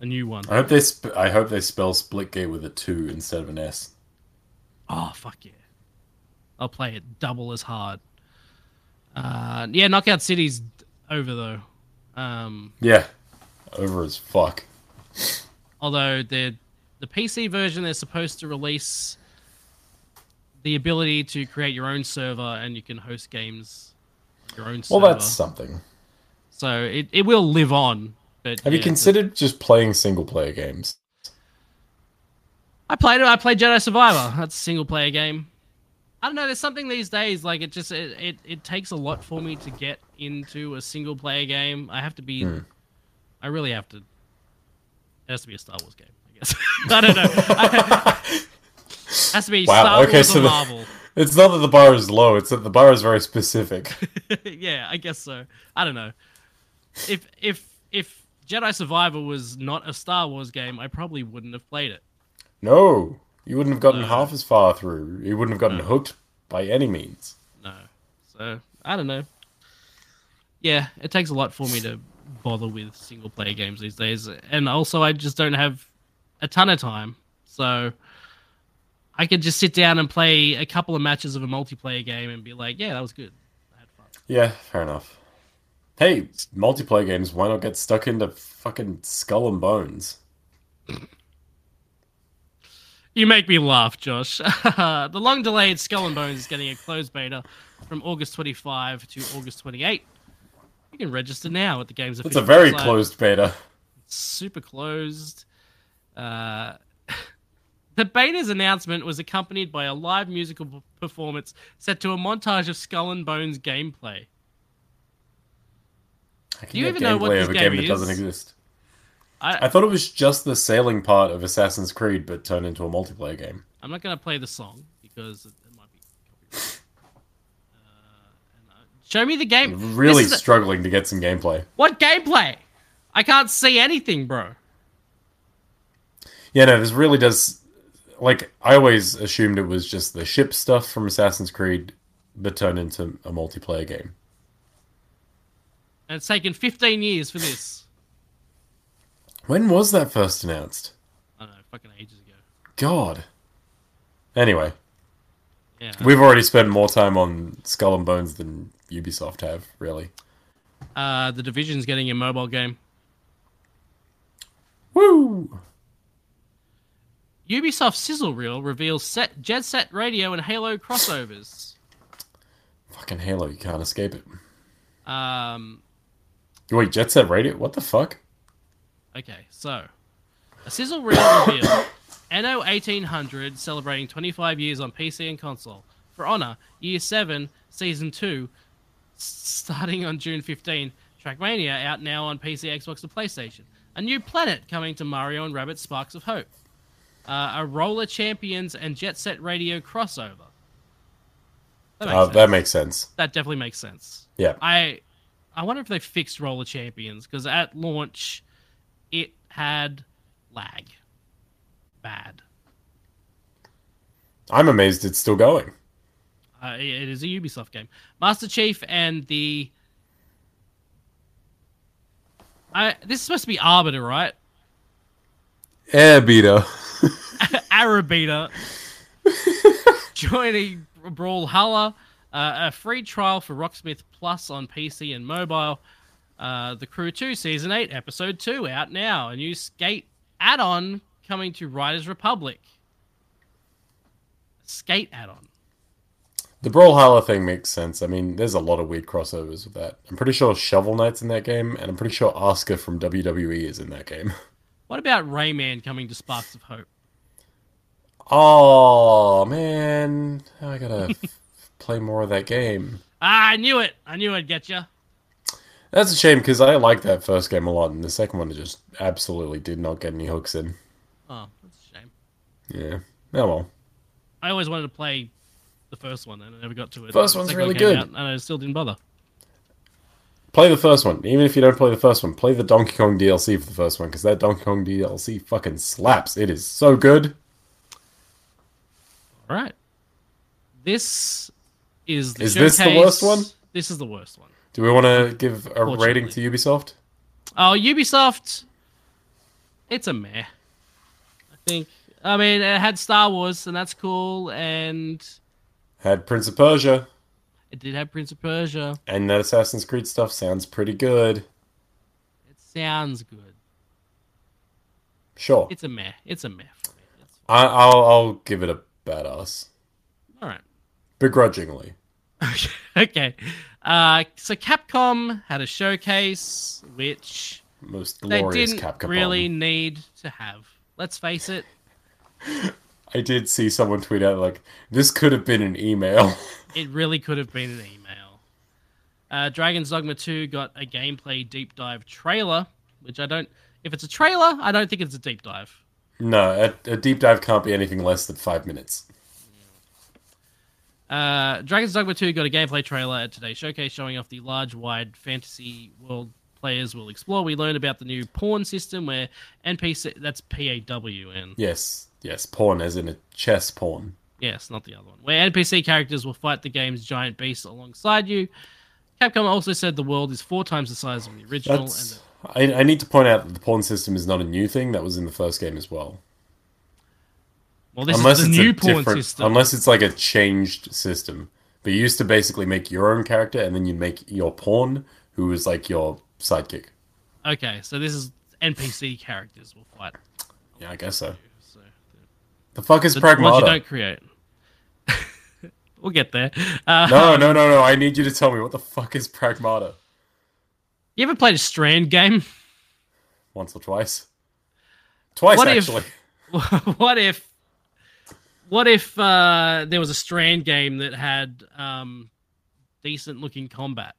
Speaker 2: a new one.
Speaker 3: I hope they. Sp- I hope they spell Splitgate with a two instead of an S.
Speaker 2: Oh fuck yeah! I'll play it double as hard. Uh, yeah, Knockout City's d- over though. Um,
Speaker 3: Yeah, over as fuck.
Speaker 2: although the the PC version they're supposed to release the ability to create your own server and you can host games on your own
Speaker 3: Well,
Speaker 2: server.
Speaker 3: that's something.
Speaker 2: so it, it will live on. But
Speaker 3: Have you
Speaker 2: yeah, the-
Speaker 3: considered just playing single player games?
Speaker 2: I played it. I played Jedi Survivor. That's a single player game. I don't know. There's something these days like it just it, it, it takes a lot for me to get into a single player game. I have to be.
Speaker 3: Hmm.
Speaker 2: I really have to. It has to be a Star Wars game, I guess. [LAUGHS] I don't know. has to be
Speaker 3: [LAUGHS] Wow,
Speaker 2: Star
Speaker 3: okay,
Speaker 2: Wars
Speaker 3: so
Speaker 2: or
Speaker 3: the-
Speaker 2: Marvel. [LAUGHS]
Speaker 3: It's not that the bar is low, it's that the bar is
Speaker 2: [LAUGHS]
Speaker 3: very specific.
Speaker 2: yeah, I guess so. I don't know. If if if Jedi Survivor was not a Star Wars game, I probably wouldn't have played it.
Speaker 3: no, you wouldn't have gotten
Speaker 2: No.
Speaker 3: half as far through. You wouldn't have gotten hooked by any means.
Speaker 2: No. So I don't know. Yeah, it takes a lot for me to bother with single player games these days, and also I just don't have a ton of time. So I could just sit down and play a couple of matches of a multiplayer game and be like, "Yeah, that was good. I had fun."
Speaker 3: Yeah, fair enough. Hey, multiplayer games, why not get stuck into fucking Skull and Bones?
Speaker 2: You make me laugh, Josh. [LAUGHS] the long delayed Skull and Bones is getting a closed beta from August 25 to August 28. You can register now at the game's
Speaker 3: That's a
Speaker 2: official
Speaker 3: very
Speaker 2: website.
Speaker 3: closed beta.
Speaker 2: super closed. Uh, [LAUGHS] the beta's announcement was accompanied by a live musical p- performance set to a montage of Skull and Bones gameplay.
Speaker 3: I can
Speaker 2: Do you
Speaker 3: get
Speaker 2: even know what
Speaker 3: gameplay
Speaker 2: this
Speaker 3: of a
Speaker 2: game
Speaker 3: game that doesn't
Speaker 2: is?
Speaker 3: exist.
Speaker 2: I,
Speaker 3: I thought it was just the sailing part of Assassin's Creed, but turned into a multiplayer game.
Speaker 2: I'm not gonna play the song because it, it might be. copyrighted. Uh, and, uh, show me the game.
Speaker 3: Really
Speaker 2: This is a-
Speaker 3: struggling to get some gameplay.
Speaker 2: what gameplay? I can't see anything, bro.
Speaker 3: Yeah, no, this really does. Like, I always assumed it was just the ship stuff from Assassin's Creed, but turned into a multiplayer game.
Speaker 2: And it's taken 15 years for this.
Speaker 3: When was that first announced?
Speaker 2: I don't know, fucking ages ago.
Speaker 3: God. Anyway,
Speaker 2: Yeah.
Speaker 3: we've already spent more time on Skull and Bones than Ubisoft have, really.
Speaker 2: Uh, the Division's getting a mobile game.
Speaker 3: Woo!
Speaker 2: Ubisoft sizzle reel reveals set Jet Set Radio and Halo crossovers.
Speaker 3: Fucking Halo, you can't escape it.
Speaker 2: Um,
Speaker 3: Wait, Jet Set Radio? What the fuck?
Speaker 2: okay, so a sizzle reel [COUGHS] reveal. Anno 1800 celebrating 25 years on PC and console. For Honor, Year 7, Season 2, s- starting on June 15. Trackmania out now on PC, Xbox, and PlayStation. A new planet coming to Mario and Rabbit Sparks of Hope. Uh, a Roller Champions and Jet Set Radio crossover. That makes
Speaker 3: Uh,
Speaker 2: sense.
Speaker 3: that makes sense.
Speaker 2: that definitely makes sense.
Speaker 3: Yeah.
Speaker 2: I I wonder if they fixed Roller Champions because at launch it had lag, bad.
Speaker 3: I'm amazed it's still going.
Speaker 2: Uh, it is a Ubisoft game. Master Chief and the I this is supposed to be Arbiter, right?
Speaker 3: Yeah, Beta.
Speaker 2: Arabita joining Brawlhalla, uh, a free trial for Rocksmith Plus on PC and mobile. Uh, the Crew 2 Season 8, Episode 2 out now. A new skate add on coming to Riders Republic. Skate add on.
Speaker 3: The Brawlhalla thing makes sense. I mean, there's a lot of weird crossovers with that. I'm pretty sure Shovel Knight's in that game, and I'm pretty sure Oscar from WWE is in that game. [LAUGHS]
Speaker 2: What about Rayman coming to Sparks of Hope?
Speaker 3: Oh man, Now
Speaker 2: [LAUGHS]
Speaker 3: I gotta play more of that game.
Speaker 2: Ah, I knew it. I knew I'd get you.
Speaker 3: That's a shame because I like that first game a lot, and the second one just absolutely did not get any hooks in.
Speaker 2: Oh, that's a shame.
Speaker 3: Yeah. Oh well.
Speaker 2: I always wanted to play the first one and I never got to it.
Speaker 3: First
Speaker 2: The
Speaker 3: one's
Speaker 2: second
Speaker 3: really
Speaker 2: one came
Speaker 3: good.
Speaker 2: out And I still didn't bother.
Speaker 3: Play the first one. Even if you don't play the first one, play the Donkey Kong DLC for the first one because that Donkey Kong DLC fucking slaps. It is so good.
Speaker 2: All right. This is the
Speaker 3: Is this the
Speaker 2: showcase.
Speaker 3: worst one?
Speaker 2: This is the worst one.
Speaker 3: Do we want to give a rating to
Speaker 2: Fortunately.
Speaker 3: Ubisoft?
Speaker 2: Oh, Ubisoft. It's a meh. I think. I mean, it had Star Wars, and that's cool, and
Speaker 3: Had Prince of Persia
Speaker 2: it did have Prince of Persia.
Speaker 3: and that Assassin's Creed stuff sounds pretty good.
Speaker 2: It sounds good.
Speaker 3: Sure.
Speaker 2: It's a meh. It's a meh. For me. That's
Speaker 3: I- I'll I'll give it a badass
Speaker 2: fine. All right.
Speaker 3: begrudgingly.
Speaker 2: [LAUGHS] okay. Uh, so Capcom had a showcase, which
Speaker 3: most
Speaker 2: they
Speaker 3: glorious
Speaker 2: didn't
Speaker 3: Capcom.
Speaker 2: really need to have. Let's face it.
Speaker 3: I did see someone tweet out like, "This could have been an email." [LAUGHS]
Speaker 2: It really could have been an email. Uh, Dragon's Dogma 2 got a gameplay deep dive trailer, which I don't. If it's a trailer, I don't think it's a deep dive.
Speaker 3: no, a, a deep dive can't be anything less than five minutes.
Speaker 2: Uh, Dragon's Dogma 2 got a gameplay trailer at today's showcase showing off the large, wide fantasy world players will explore. We learned about the new pawn system where NPC. That's P A W N.
Speaker 3: Yes, yes, porn as in a chess pawn.
Speaker 2: Yes, not the other one. Where NPC characters will fight the game's giant beasts alongside you. Capcom also said the world is four times the size of the original. and
Speaker 3: That's.
Speaker 2: that-
Speaker 3: I, I need to point out that the pawn system is not a new thing. That was in the first game as well.
Speaker 2: well, this
Speaker 3: unless
Speaker 2: is the
Speaker 3: it's
Speaker 2: new
Speaker 3: a
Speaker 2: pawn
Speaker 3: different,
Speaker 2: system.
Speaker 3: unless it's like a changed system. But you used to basically make your own character, and then you make your pawn, who was like your sidekick.
Speaker 2: Okay, so this is NPC characters will fight.
Speaker 3: Yeah, I guess so.
Speaker 2: So
Speaker 3: The fuck is
Speaker 2: the ones you
Speaker 3: Pragmata?
Speaker 2: don't create. [LAUGHS] we'll get there. Uh,
Speaker 3: No, no, no, no. I need you to tell me what the fuck is Pragmata.
Speaker 2: You ever played a Strand game? [LAUGHS]
Speaker 3: once or twice. Twice
Speaker 2: What if-
Speaker 3: actually.
Speaker 2: what if? What if uh, there was a Strand game that had um, decent looking combat?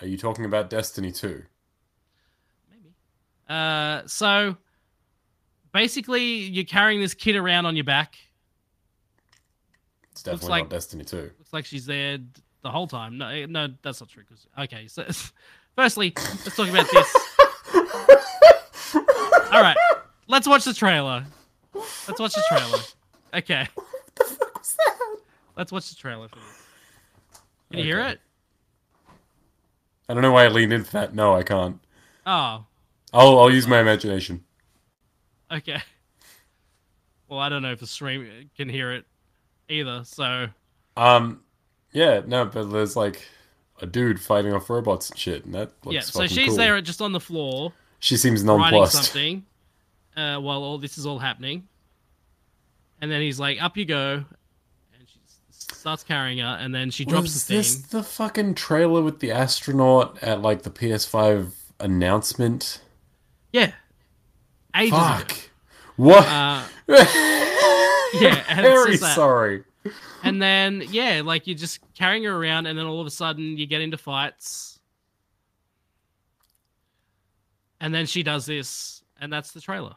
Speaker 3: Are you talking about Destiny 2?
Speaker 2: Maybe. Uh, so basically, you're carrying this kid around on your back.
Speaker 3: It's definitely
Speaker 2: like-
Speaker 3: not Destiny 2.
Speaker 2: Looks like she's there d- the whole time. No, eh, no, that's not true. 'cause- okay, so [LAUGHS] firstly, let's talk about this. All right, let's watch the trailer. Let's watch the trailer. Okay. [LAUGHS] What the fuck was that? Let's watch the trailer for this. Can you hear
Speaker 3: Okay.
Speaker 2: it?
Speaker 3: I don't know why I leaned in for that. No, I can't.
Speaker 2: Oh,
Speaker 3: I'll, I'll use my imagination.
Speaker 2: okay. Well, I don't know if the stream can hear it either. So
Speaker 3: Um, yeah, no, but there's like a dude fighting off robots and shit, and that looks
Speaker 2: yeah, so
Speaker 3: fucking
Speaker 2: she's
Speaker 3: cool.
Speaker 2: there just on the floor
Speaker 3: She seems
Speaker 2: writing
Speaker 3: nonplussed.
Speaker 2: something uh, while all this is all happening, and then he's like, "Up you go," and she s- starts carrying her, and then she drops
Speaker 3: Was
Speaker 2: the
Speaker 3: this
Speaker 2: thing.
Speaker 3: the fucking trailer with the astronaut at like the PS5 announcement?
Speaker 2: Yeah, ages
Speaker 3: Fuck.
Speaker 2: ago.
Speaker 3: What? [LAUGHS]
Speaker 2: Uh,
Speaker 3: yeah,
Speaker 2: and it's
Speaker 3: very
Speaker 2: just that.
Speaker 3: sorry.
Speaker 2: and then yeah, like you're just carrying her around, and then all of a sudden you get into fights, and then she does this, and that's the trailer.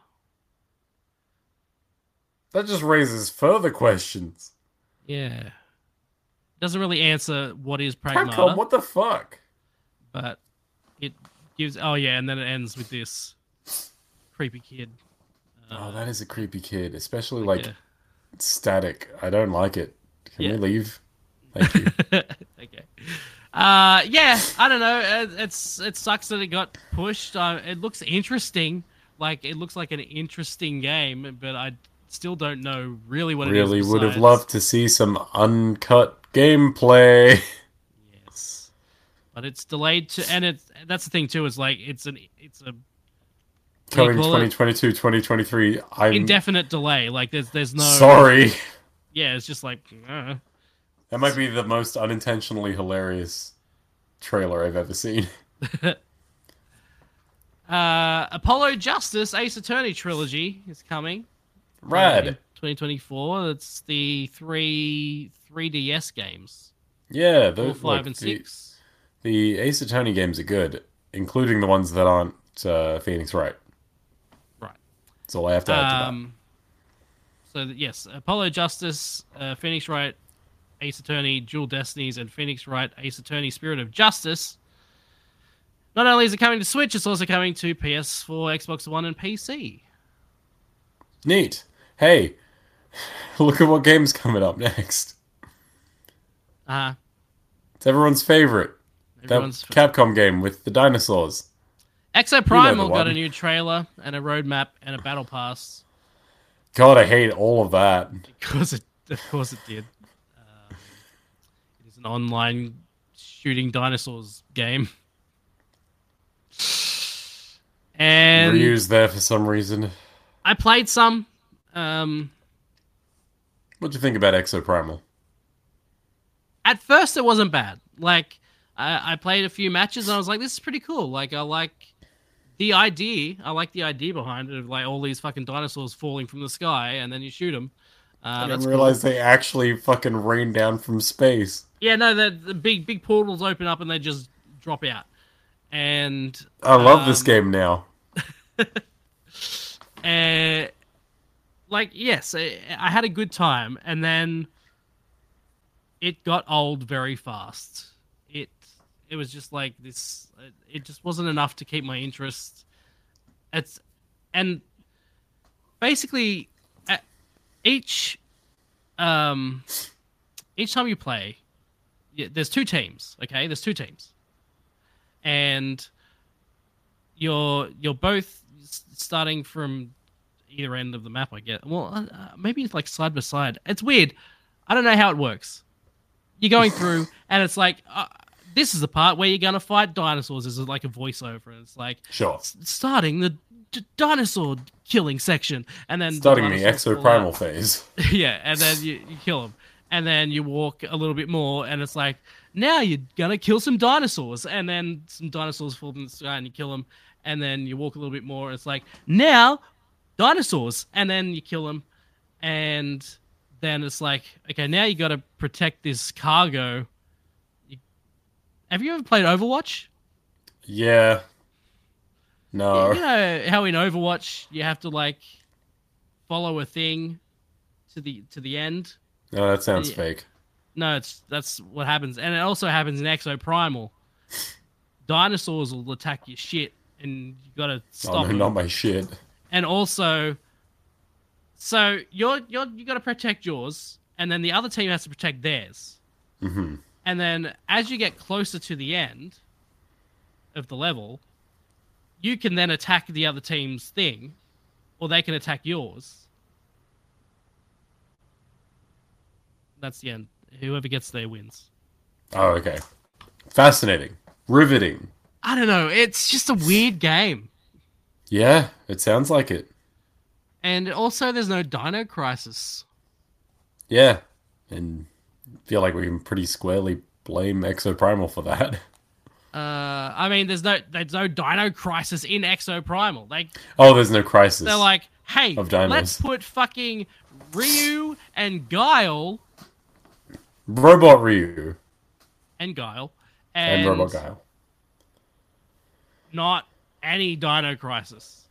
Speaker 3: That just raises further questions.
Speaker 2: Yeah, doesn't really answer what is
Speaker 3: How
Speaker 2: pragmata,
Speaker 3: come? What the fuck?
Speaker 2: but it gives. Oh yeah, and then it ends with this creepy kid.
Speaker 3: Oh, that is a creepy kid, especially like
Speaker 2: Uh, yeah. [LAUGHS]
Speaker 3: static. I don't like it. Can
Speaker 2: Yeah.
Speaker 3: we leave? Thank you.
Speaker 2: okay. Uh, yeah, I don't know. It, it's it sucks that it got pushed. Uh, it looks interesting. Like it looks like an interesting game, but I still don't know really what it
Speaker 3: really
Speaker 2: is.
Speaker 3: would have
Speaker 2: besides-
Speaker 3: loved to see some uncut gameplay.
Speaker 2: Yes, but it's delayed to, and it's that's the thing too. Is like it's an it's a
Speaker 3: [LAUGHS] Coming
Speaker 2: call it?
Speaker 3: 2022, 2023. I'm
Speaker 2: indefinite delay. Like there's there's no
Speaker 3: sorry.
Speaker 2: Yeah, it's just like uh,
Speaker 3: That might be the most unintentionally hilarious trailer I've
Speaker 2: [LAUGHS]
Speaker 3: ever seen.
Speaker 2: uh, Apollo Justice Ace Attorney trilogy is coming. Uh,
Speaker 3: Rad.
Speaker 2: 2024. It's the three 3DS games.
Speaker 3: Yeah, the,
Speaker 2: Four, five,
Speaker 3: look,
Speaker 2: and
Speaker 3: the-
Speaker 2: six.
Speaker 3: The Ace Attorney games are good, including the ones that aren't uh, Phoenix Wright.
Speaker 2: Right.
Speaker 3: That's all I have to add to that.
Speaker 2: Um, so th- yes, Apollo Justice, uh, Phoenix Wright, Ace Attorney, Dual Destinies, and Phoenix Wright Ace Attorney: Spirit of Justice. Not only is it coming to Switch, it's also coming to PS4, Xbox One, and PC.
Speaker 3: Neat. Hey, [LAUGHS] look at what game's coming up next.
Speaker 2: Uh,
Speaker 3: It's everyone's favorite.
Speaker 2: everyone's
Speaker 3: that Capcom game with the dinosaurs.
Speaker 2: Exo Primal got
Speaker 3: one.
Speaker 2: a new trailer and a roadmap and a battle pass.
Speaker 3: God, I hate all of that.
Speaker 2: Of course it, of course it did. Um, it is an online shooting dinosaurs game. And
Speaker 3: Ryu's there for some reason.
Speaker 2: I played some. Um,
Speaker 3: What do you think about Exoprimal?
Speaker 2: at first, it wasn't bad. Like I, I played a few matches and I was like, "This is pretty cool." Like I like the idea. I like the idea behind it of like all these fucking dinosaurs falling from the sky and then you shoot them. Uh,
Speaker 3: I
Speaker 2: that's
Speaker 3: didn't
Speaker 2: cool.
Speaker 3: realize they actually fucking rain down from space.
Speaker 2: Yeah, no, the, the big big portals open up and they just drop out. And
Speaker 3: I love this
Speaker 2: Um,
Speaker 3: game now.
Speaker 2: uh, like yes, I, I had a good time, and then it got old very fast. It it was just like this. It just wasn't enough to keep my interest. It's and basically at each um each time you play, yeah, there's two teams. Okay, there's two teams, and you're you're both s- starting from either end of the map, I guess. Well, uh, uh, maybe it's like side by side. It's weird. I don't know how it works. You're going
Speaker 3: [LAUGHS]
Speaker 2: through, and it's like uh, this is the part where you're gonna fight dinosaurs. This is like a voiceover, and it's like
Speaker 3: Sure.
Speaker 2: s- starting the d- dinosaur killing section, and then the
Speaker 3: Starting the
Speaker 2: dinosaurs fall out
Speaker 3: Exoprimal phase.
Speaker 2: [LAUGHS] yeah, and then you, you kill them. And then you walk a little bit more, and it's like, now you're gonna kill some dinosaurs. And then some dinosaurs fall from the sky, and you kill them. And then you walk a little bit more, and it's like, now dinosaurs. And then you kill them. And then it's like, okay, now you gotta protect this cargo. You- Have you ever played Overwatch?
Speaker 3: Yeah. No.
Speaker 2: You know how in Overwatch you have to like follow a thing to the to the end.
Speaker 3: No, that sounds
Speaker 2: Yeah.
Speaker 3: fake.
Speaker 2: No, it's that's what happens, and it also happens in Exo Primal. Dinosaurs will attack your shit, and you gotta
Speaker 3: Oh,
Speaker 2: stop
Speaker 3: no,
Speaker 2: them.
Speaker 3: not my shit.
Speaker 2: and also, so you're you're you gotta protect yours, and then the other team has to protect theirs.
Speaker 3: hmm
Speaker 2: And then as you get closer to the end of the level, you can then attack the other team's thing, or they can attack yours. That's the end. Whoever gets there wins.
Speaker 3: Oh, okay. Fascinating. Riveting.
Speaker 2: I don't know. It's just a weird game.
Speaker 3: Yeah, it sounds like it.
Speaker 2: And also, there's no Dino Crisis.
Speaker 3: Yeah. And feel like we can pretty squarely blame Exoprimal for that. [LAUGHS]
Speaker 2: Uh, I mean, there's no there's no Dino Crisis in Exo Primal. Like
Speaker 3: Oh, there's no crisis.
Speaker 2: they're like, hey,
Speaker 3: Of dinos.
Speaker 2: let's put fucking Ryu and Guile
Speaker 3: Robot Ryu
Speaker 2: and Guile
Speaker 3: and,
Speaker 2: and,
Speaker 3: Robot Guile.
Speaker 2: not any Dino
Speaker 3: [LAUGHS]
Speaker 2: Crisis.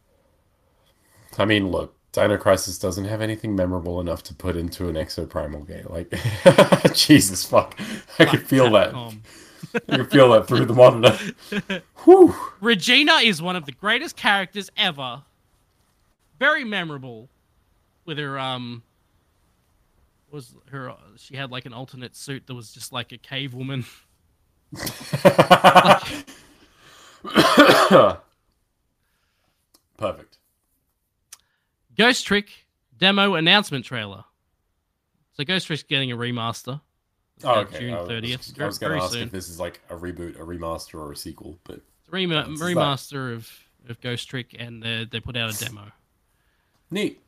Speaker 3: I mean, look, Dino Crisis doesn't have anything memorable enough to put into an Exoprimal game. Like, [LAUGHS] Jesus fuck. I can
Speaker 2: Fuck
Speaker 3: feel that.
Speaker 2: Capcom.
Speaker 3: I can feel that through
Speaker 2: [LAUGHS]
Speaker 3: the monitor. Whew. [COUGHS]
Speaker 2: Regina is one of the greatest characters ever. Very memorable with her um was her she had like an alternate suit that was just like a cave woman. [LAUGHS]
Speaker 3: Perfect.
Speaker 2: Ghost Trick demo announcement trailer. So Ghost Trick's getting a remaster. It's
Speaker 3: Oh,
Speaker 2: out
Speaker 3: okay.
Speaker 2: June
Speaker 3: I was-
Speaker 2: 30th.
Speaker 3: I was, going
Speaker 2: Very
Speaker 3: to ask
Speaker 2: soon.
Speaker 3: if this is like a reboot, a remaster, or a sequel, but
Speaker 2: It's a rema-
Speaker 3: This is that.
Speaker 2: remaster of, of Ghost Trick and they they put out a demo.
Speaker 3: neat.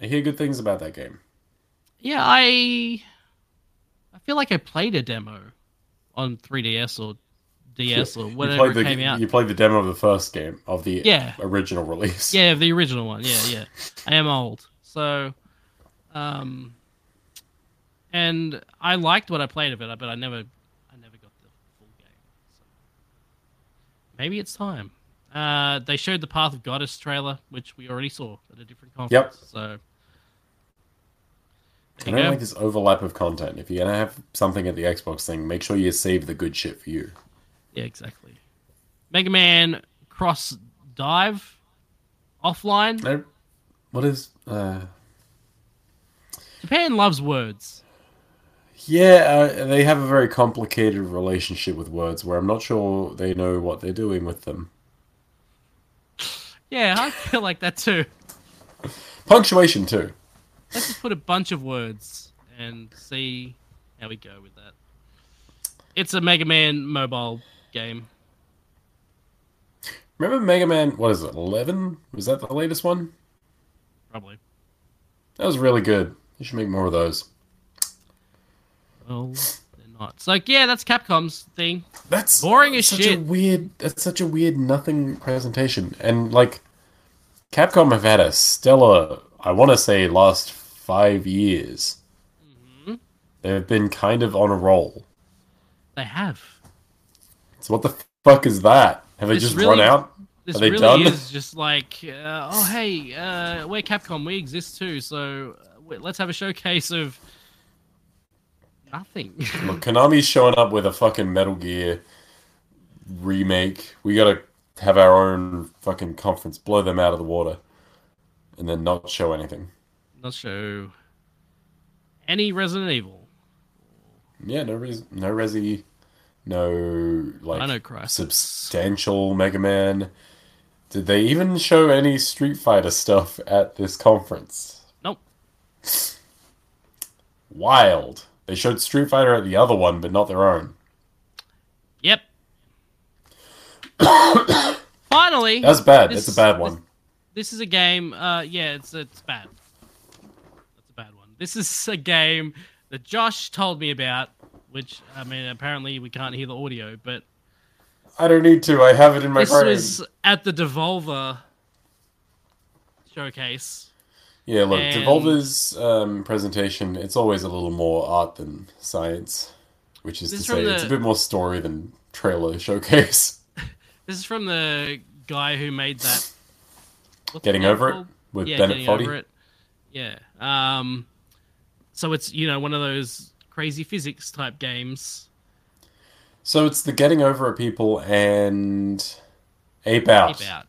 Speaker 3: I hear good things about that game.
Speaker 2: Yeah, I I feel like I played a demo on 3DS or DS or whatever
Speaker 3: [LAUGHS] you
Speaker 2: it
Speaker 3: played the,
Speaker 2: came out.
Speaker 3: You played the demo of the first game of the
Speaker 2: Yeah.
Speaker 3: original release.
Speaker 2: Yeah, the original one. Yeah, yeah. I am old, so um, and I liked what I played of it, but I never, I never got the full game. So. Maybe it's time. Uh, they showed the Path of Goddess trailer, which we already saw at a different conference. Yep. So
Speaker 3: I
Speaker 2: there you
Speaker 3: don't
Speaker 2: go.
Speaker 3: like this overlap of content. If you're gonna have something at the Xbox thing, make sure you save the good shit for you.
Speaker 2: Yeah, exactly. Mega Man Cross Dive offline.
Speaker 3: I- What is? Uh,
Speaker 2: Japan loves words.
Speaker 3: yeah, uh, they have a very complicated relationship with words, where I'm not sure they know what they're doing with them.
Speaker 2: Yeah, I feel like that too.
Speaker 3: Punctuation too.
Speaker 2: Let's just put a bunch of words and see how we go with that. It's a Mega Man mobile game.
Speaker 3: Remember Mega Man? What is it? Eleven? Was that the latest one?
Speaker 2: Probably.
Speaker 3: That was really good. You should make more of those.
Speaker 2: Well, they're not. So yeah, that's Capcom's thing.
Speaker 3: That's
Speaker 2: Boring as
Speaker 3: such A
Speaker 2: shit.
Speaker 3: weird. That's such a weird nothing presentation. And like, Capcom have had a stellar. I want to say last five years.
Speaker 2: Mm-hmm.
Speaker 3: They've been kind of on a roll.
Speaker 2: They have.
Speaker 3: So what the fuck is that? Have they
Speaker 2: This
Speaker 3: just
Speaker 2: really-
Speaker 3: run out?
Speaker 2: This
Speaker 3: Are they
Speaker 2: really
Speaker 3: done?
Speaker 2: is just like, uh, oh hey, uh, we're Capcom, we exist too, so uh, we- let's have a showcase of nothing. [LAUGHS]
Speaker 3: Look, Konami's showing up with a fucking Metal Gear remake. We gotta have our own fucking conference, blow them out of the water, and then not show anything.
Speaker 2: not show any Resident Evil.
Speaker 3: Yeah, no res- no Resi, no like
Speaker 2: Dino Crisis.
Speaker 3: substantial Mega Man. Did they even show any Street Fighter stuff at this conference?
Speaker 2: Nope.
Speaker 3: Wild. They showed Street Fighter at the other one, but not their own.
Speaker 2: Yep. Finally,
Speaker 3: That's bad.
Speaker 2: This-
Speaker 3: That's a bad one.
Speaker 2: this is a game. Uh, yeah, it's it's bad. That's a bad one. This is a game that Josh told me about, which I mean, apparently we can't hear the audio, but
Speaker 3: I don't need to. I have it in my
Speaker 2: this
Speaker 3: brain.
Speaker 2: was at the Devolver showcase.
Speaker 3: Yeah, look,
Speaker 2: And-
Speaker 3: Devolver's um, presentation, it's always a little more art than science, which is
Speaker 2: This
Speaker 3: to
Speaker 2: from
Speaker 3: say it's a
Speaker 2: the-
Speaker 3: bit more story than trailer showcase. [LAUGHS]
Speaker 2: This is from the guy who made that. what's
Speaker 3: Getting
Speaker 2: the name
Speaker 3: Over It
Speaker 2: called?
Speaker 3: with
Speaker 2: yeah,
Speaker 3: Bennett
Speaker 2: getting
Speaker 3: Foddy.
Speaker 2: over it. Yeah. Um, so it's you know one of those crazy physics type games.
Speaker 3: So it's the getting over it people and Ape Out.
Speaker 2: Keep out.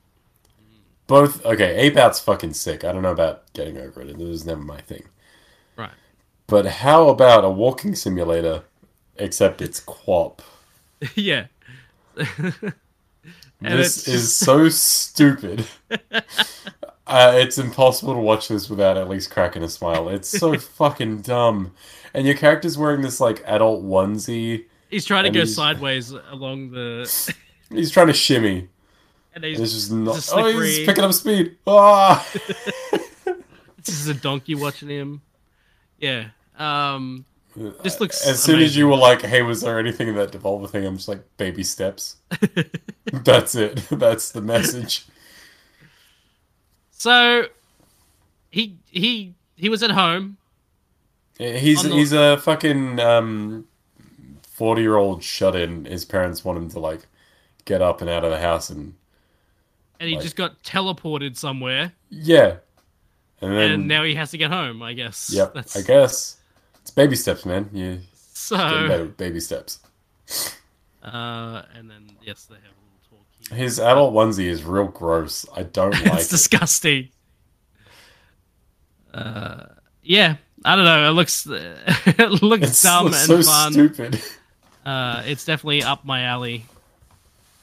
Speaker 3: Both okay, Ape Out's fucking sick. I don't know about getting over it. It was never my thing.
Speaker 2: Right. [LAUGHS]
Speaker 3: But how about a walking simulator except it's quap?
Speaker 2: yeah. [LAUGHS] And
Speaker 3: this
Speaker 2: it's- [LAUGHS]
Speaker 3: is so stupid. Uh, it's impossible to watch this without at least cracking a smile.
Speaker 2: [LAUGHS]
Speaker 3: It's so fucking dumb. And your character's wearing this like adult onesie.
Speaker 2: He's trying to
Speaker 3: And
Speaker 2: go
Speaker 3: he's-
Speaker 2: sideways along
Speaker 3: [LAUGHS]
Speaker 2: the,
Speaker 3: He's trying to shimmy.
Speaker 2: and he's,
Speaker 3: And it's just not.
Speaker 2: It's a
Speaker 3: oh, he's
Speaker 2: slippery-
Speaker 3: picking up speed. Ah!
Speaker 2: this is a donkey watching him. Yeah. Um. This looks
Speaker 3: Uh, As soon as
Speaker 2: amazing.
Speaker 3: you were like, "Hey, was there anything in that Devolver thing?" I'm just like, "Baby steps."
Speaker 2: [LAUGHS]
Speaker 3: That's it. [LAUGHS] That's the message.
Speaker 2: So he he he was at home.
Speaker 3: He's
Speaker 2: On the-
Speaker 3: he's a fucking um, forty year old shut in. His parents want him to like get up and out of the house, and
Speaker 2: And he
Speaker 3: Like-
Speaker 2: just got teleported somewhere,
Speaker 3: yeah, and then
Speaker 2: and now he has to get home. I guess.
Speaker 3: yep,
Speaker 2: That's,
Speaker 3: I guess it's baby steps, man. You getting better
Speaker 2: so.
Speaker 3: with baby steps.
Speaker 2: Uh, and then yes, they have a little talk here.
Speaker 3: His adult onesie is real gross. I don't
Speaker 2: [LAUGHS]
Speaker 3: like.
Speaker 2: it's
Speaker 3: it.
Speaker 2: disgusting. Uh, yeah, I don't know. It looks [LAUGHS] it looks
Speaker 3: It's
Speaker 2: dumb
Speaker 3: looks
Speaker 2: and
Speaker 3: so
Speaker 2: fun.
Speaker 3: stupid.
Speaker 2: Uh, it's definitely up my alley.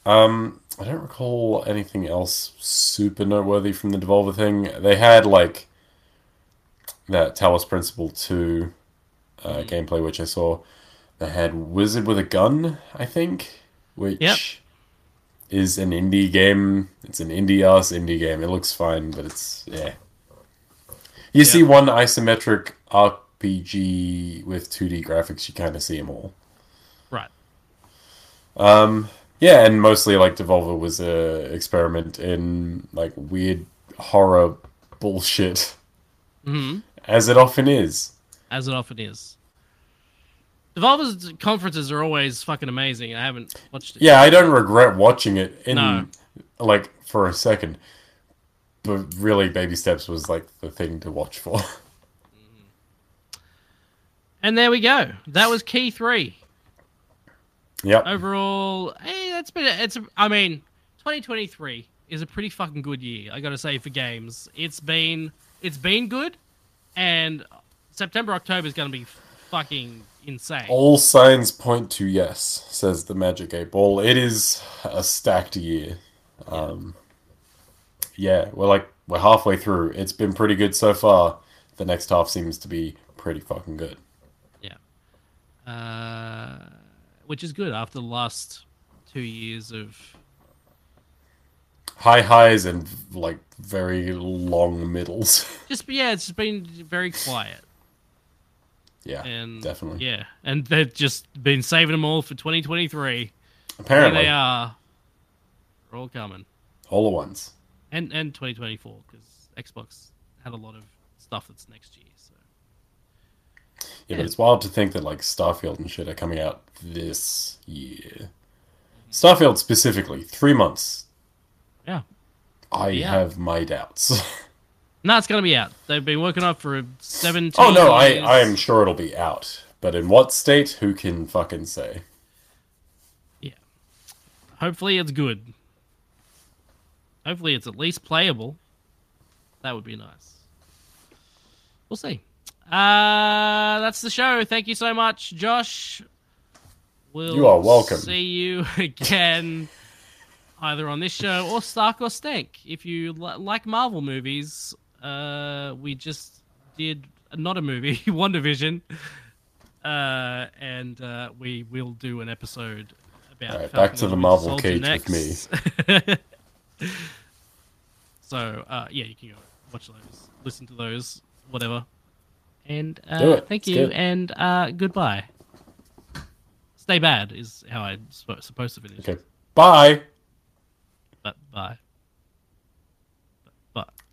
Speaker 3: Um, I don't recall anything else super noteworthy from the Devolver thing. They had like that Talos Principle 2 uh, gameplay, which I saw. They had Wizard with a Gun, I think, which
Speaker 2: Yep.
Speaker 3: is an indie game. It's an indie ass indie game. It looks fine, but it's yeah. You see
Speaker 2: Yep.
Speaker 3: one isometric RPG with 2D graphics, you kind of see them all.
Speaker 2: Right.
Speaker 3: Yeah, and mostly like Devolver was a experiment in like weird horror bullshit,
Speaker 2: Mhm.
Speaker 3: as it often is.
Speaker 2: As it often is. Devolver's conferences are always fucking amazing. I haven't watched it.
Speaker 3: Yeah, I don't regret watching it in
Speaker 2: No.
Speaker 3: like for a second, but really, Baby Steps was like the thing to watch for. [LAUGHS]
Speaker 2: And there we go. That was key three.
Speaker 3: yep,
Speaker 2: Oh. Overall, hey, that's been it's. I mean, 2023 is a pretty fucking good year. I gotta say for games, it's been it's been good, and September October is gonna be fucking insane.
Speaker 3: all signs point to yes, says the Magic Eight Ball. It is a stacked year. Um, yeah, we're like we're halfway through. It's been pretty good so far. The next half seems to be pretty fucking good.
Speaker 2: Yeah, uh, which is good after the last two years of
Speaker 3: high highs and like very long middles. [LAUGHS]
Speaker 2: just. Yeah, it's been very quiet.
Speaker 3: yeah,
Speaker 2: And
Speaker 3: definitely.
Speaker 2: Yeah, and they've just been saving them all for 2023. Here
Speaker 3: Apparently,
Speaker 2: they are. They're all coming.
Speaker 3: all at once.
Speaker 2: and and 2024 because Xbox had a lot of stuff that's next year. So
Speaker 3: Yeah,
Speaker 2: Yeah.
Speaker 3: but it's wild to think that like Starfield and shit are coming out this year. Starfield specifically, three months.
Speaker 2: yeah,
Speaker 3: I
Speaker 2: Yeah.
Speaker 3: have my doubts. [LAUGHS]
Speaker 2: no, it's gonna be out. They've been working on it for 17.
Speaker 3: oh no, I
Speaker 2: years.
Speaker 3: I am sure it'll be out, but in what state? Who can fucking say?
Speaker 2: Hopefully it's good. Hopefully it's at least playable. That would be nice. We'll see. Uh, that's the show. Thank you so much, Josh. We'll
Speaker 3: You are welcome.
Speaker 2: See you [LAUGHS] again, either on this show or Stark or Stank. If you li- like Marvel movies, uh, we just did not a movie, [LAUGHS] Wonder Vision, uh, and uh, we will do an episode about.
Speaker 3: All right,
Speaker 2: Falcon
Speaker 3: back to
Speaker 2: and
Speaker 3: the
Speaker 2: Winter
Speaker 3: Marvel
Speaker 2: Soldier
Speaker 3: cage with
Speaker 2: next. [LAUGHS] so uh, yeah, you can go watch those, listen to those, whatever. And
Speaker 3: Do
Speaker 2: uh,
Speaker 3: it.
Speaker 2: thank
Speaker 3: It's
Speaker 2: you,
Speaker 3: good.
Speaker 2: and uh, goodbye. Stay bad is how I'm sp- supposed to finish.
Speaker 3: Okay, bye.
Speaker 2: But bye. But.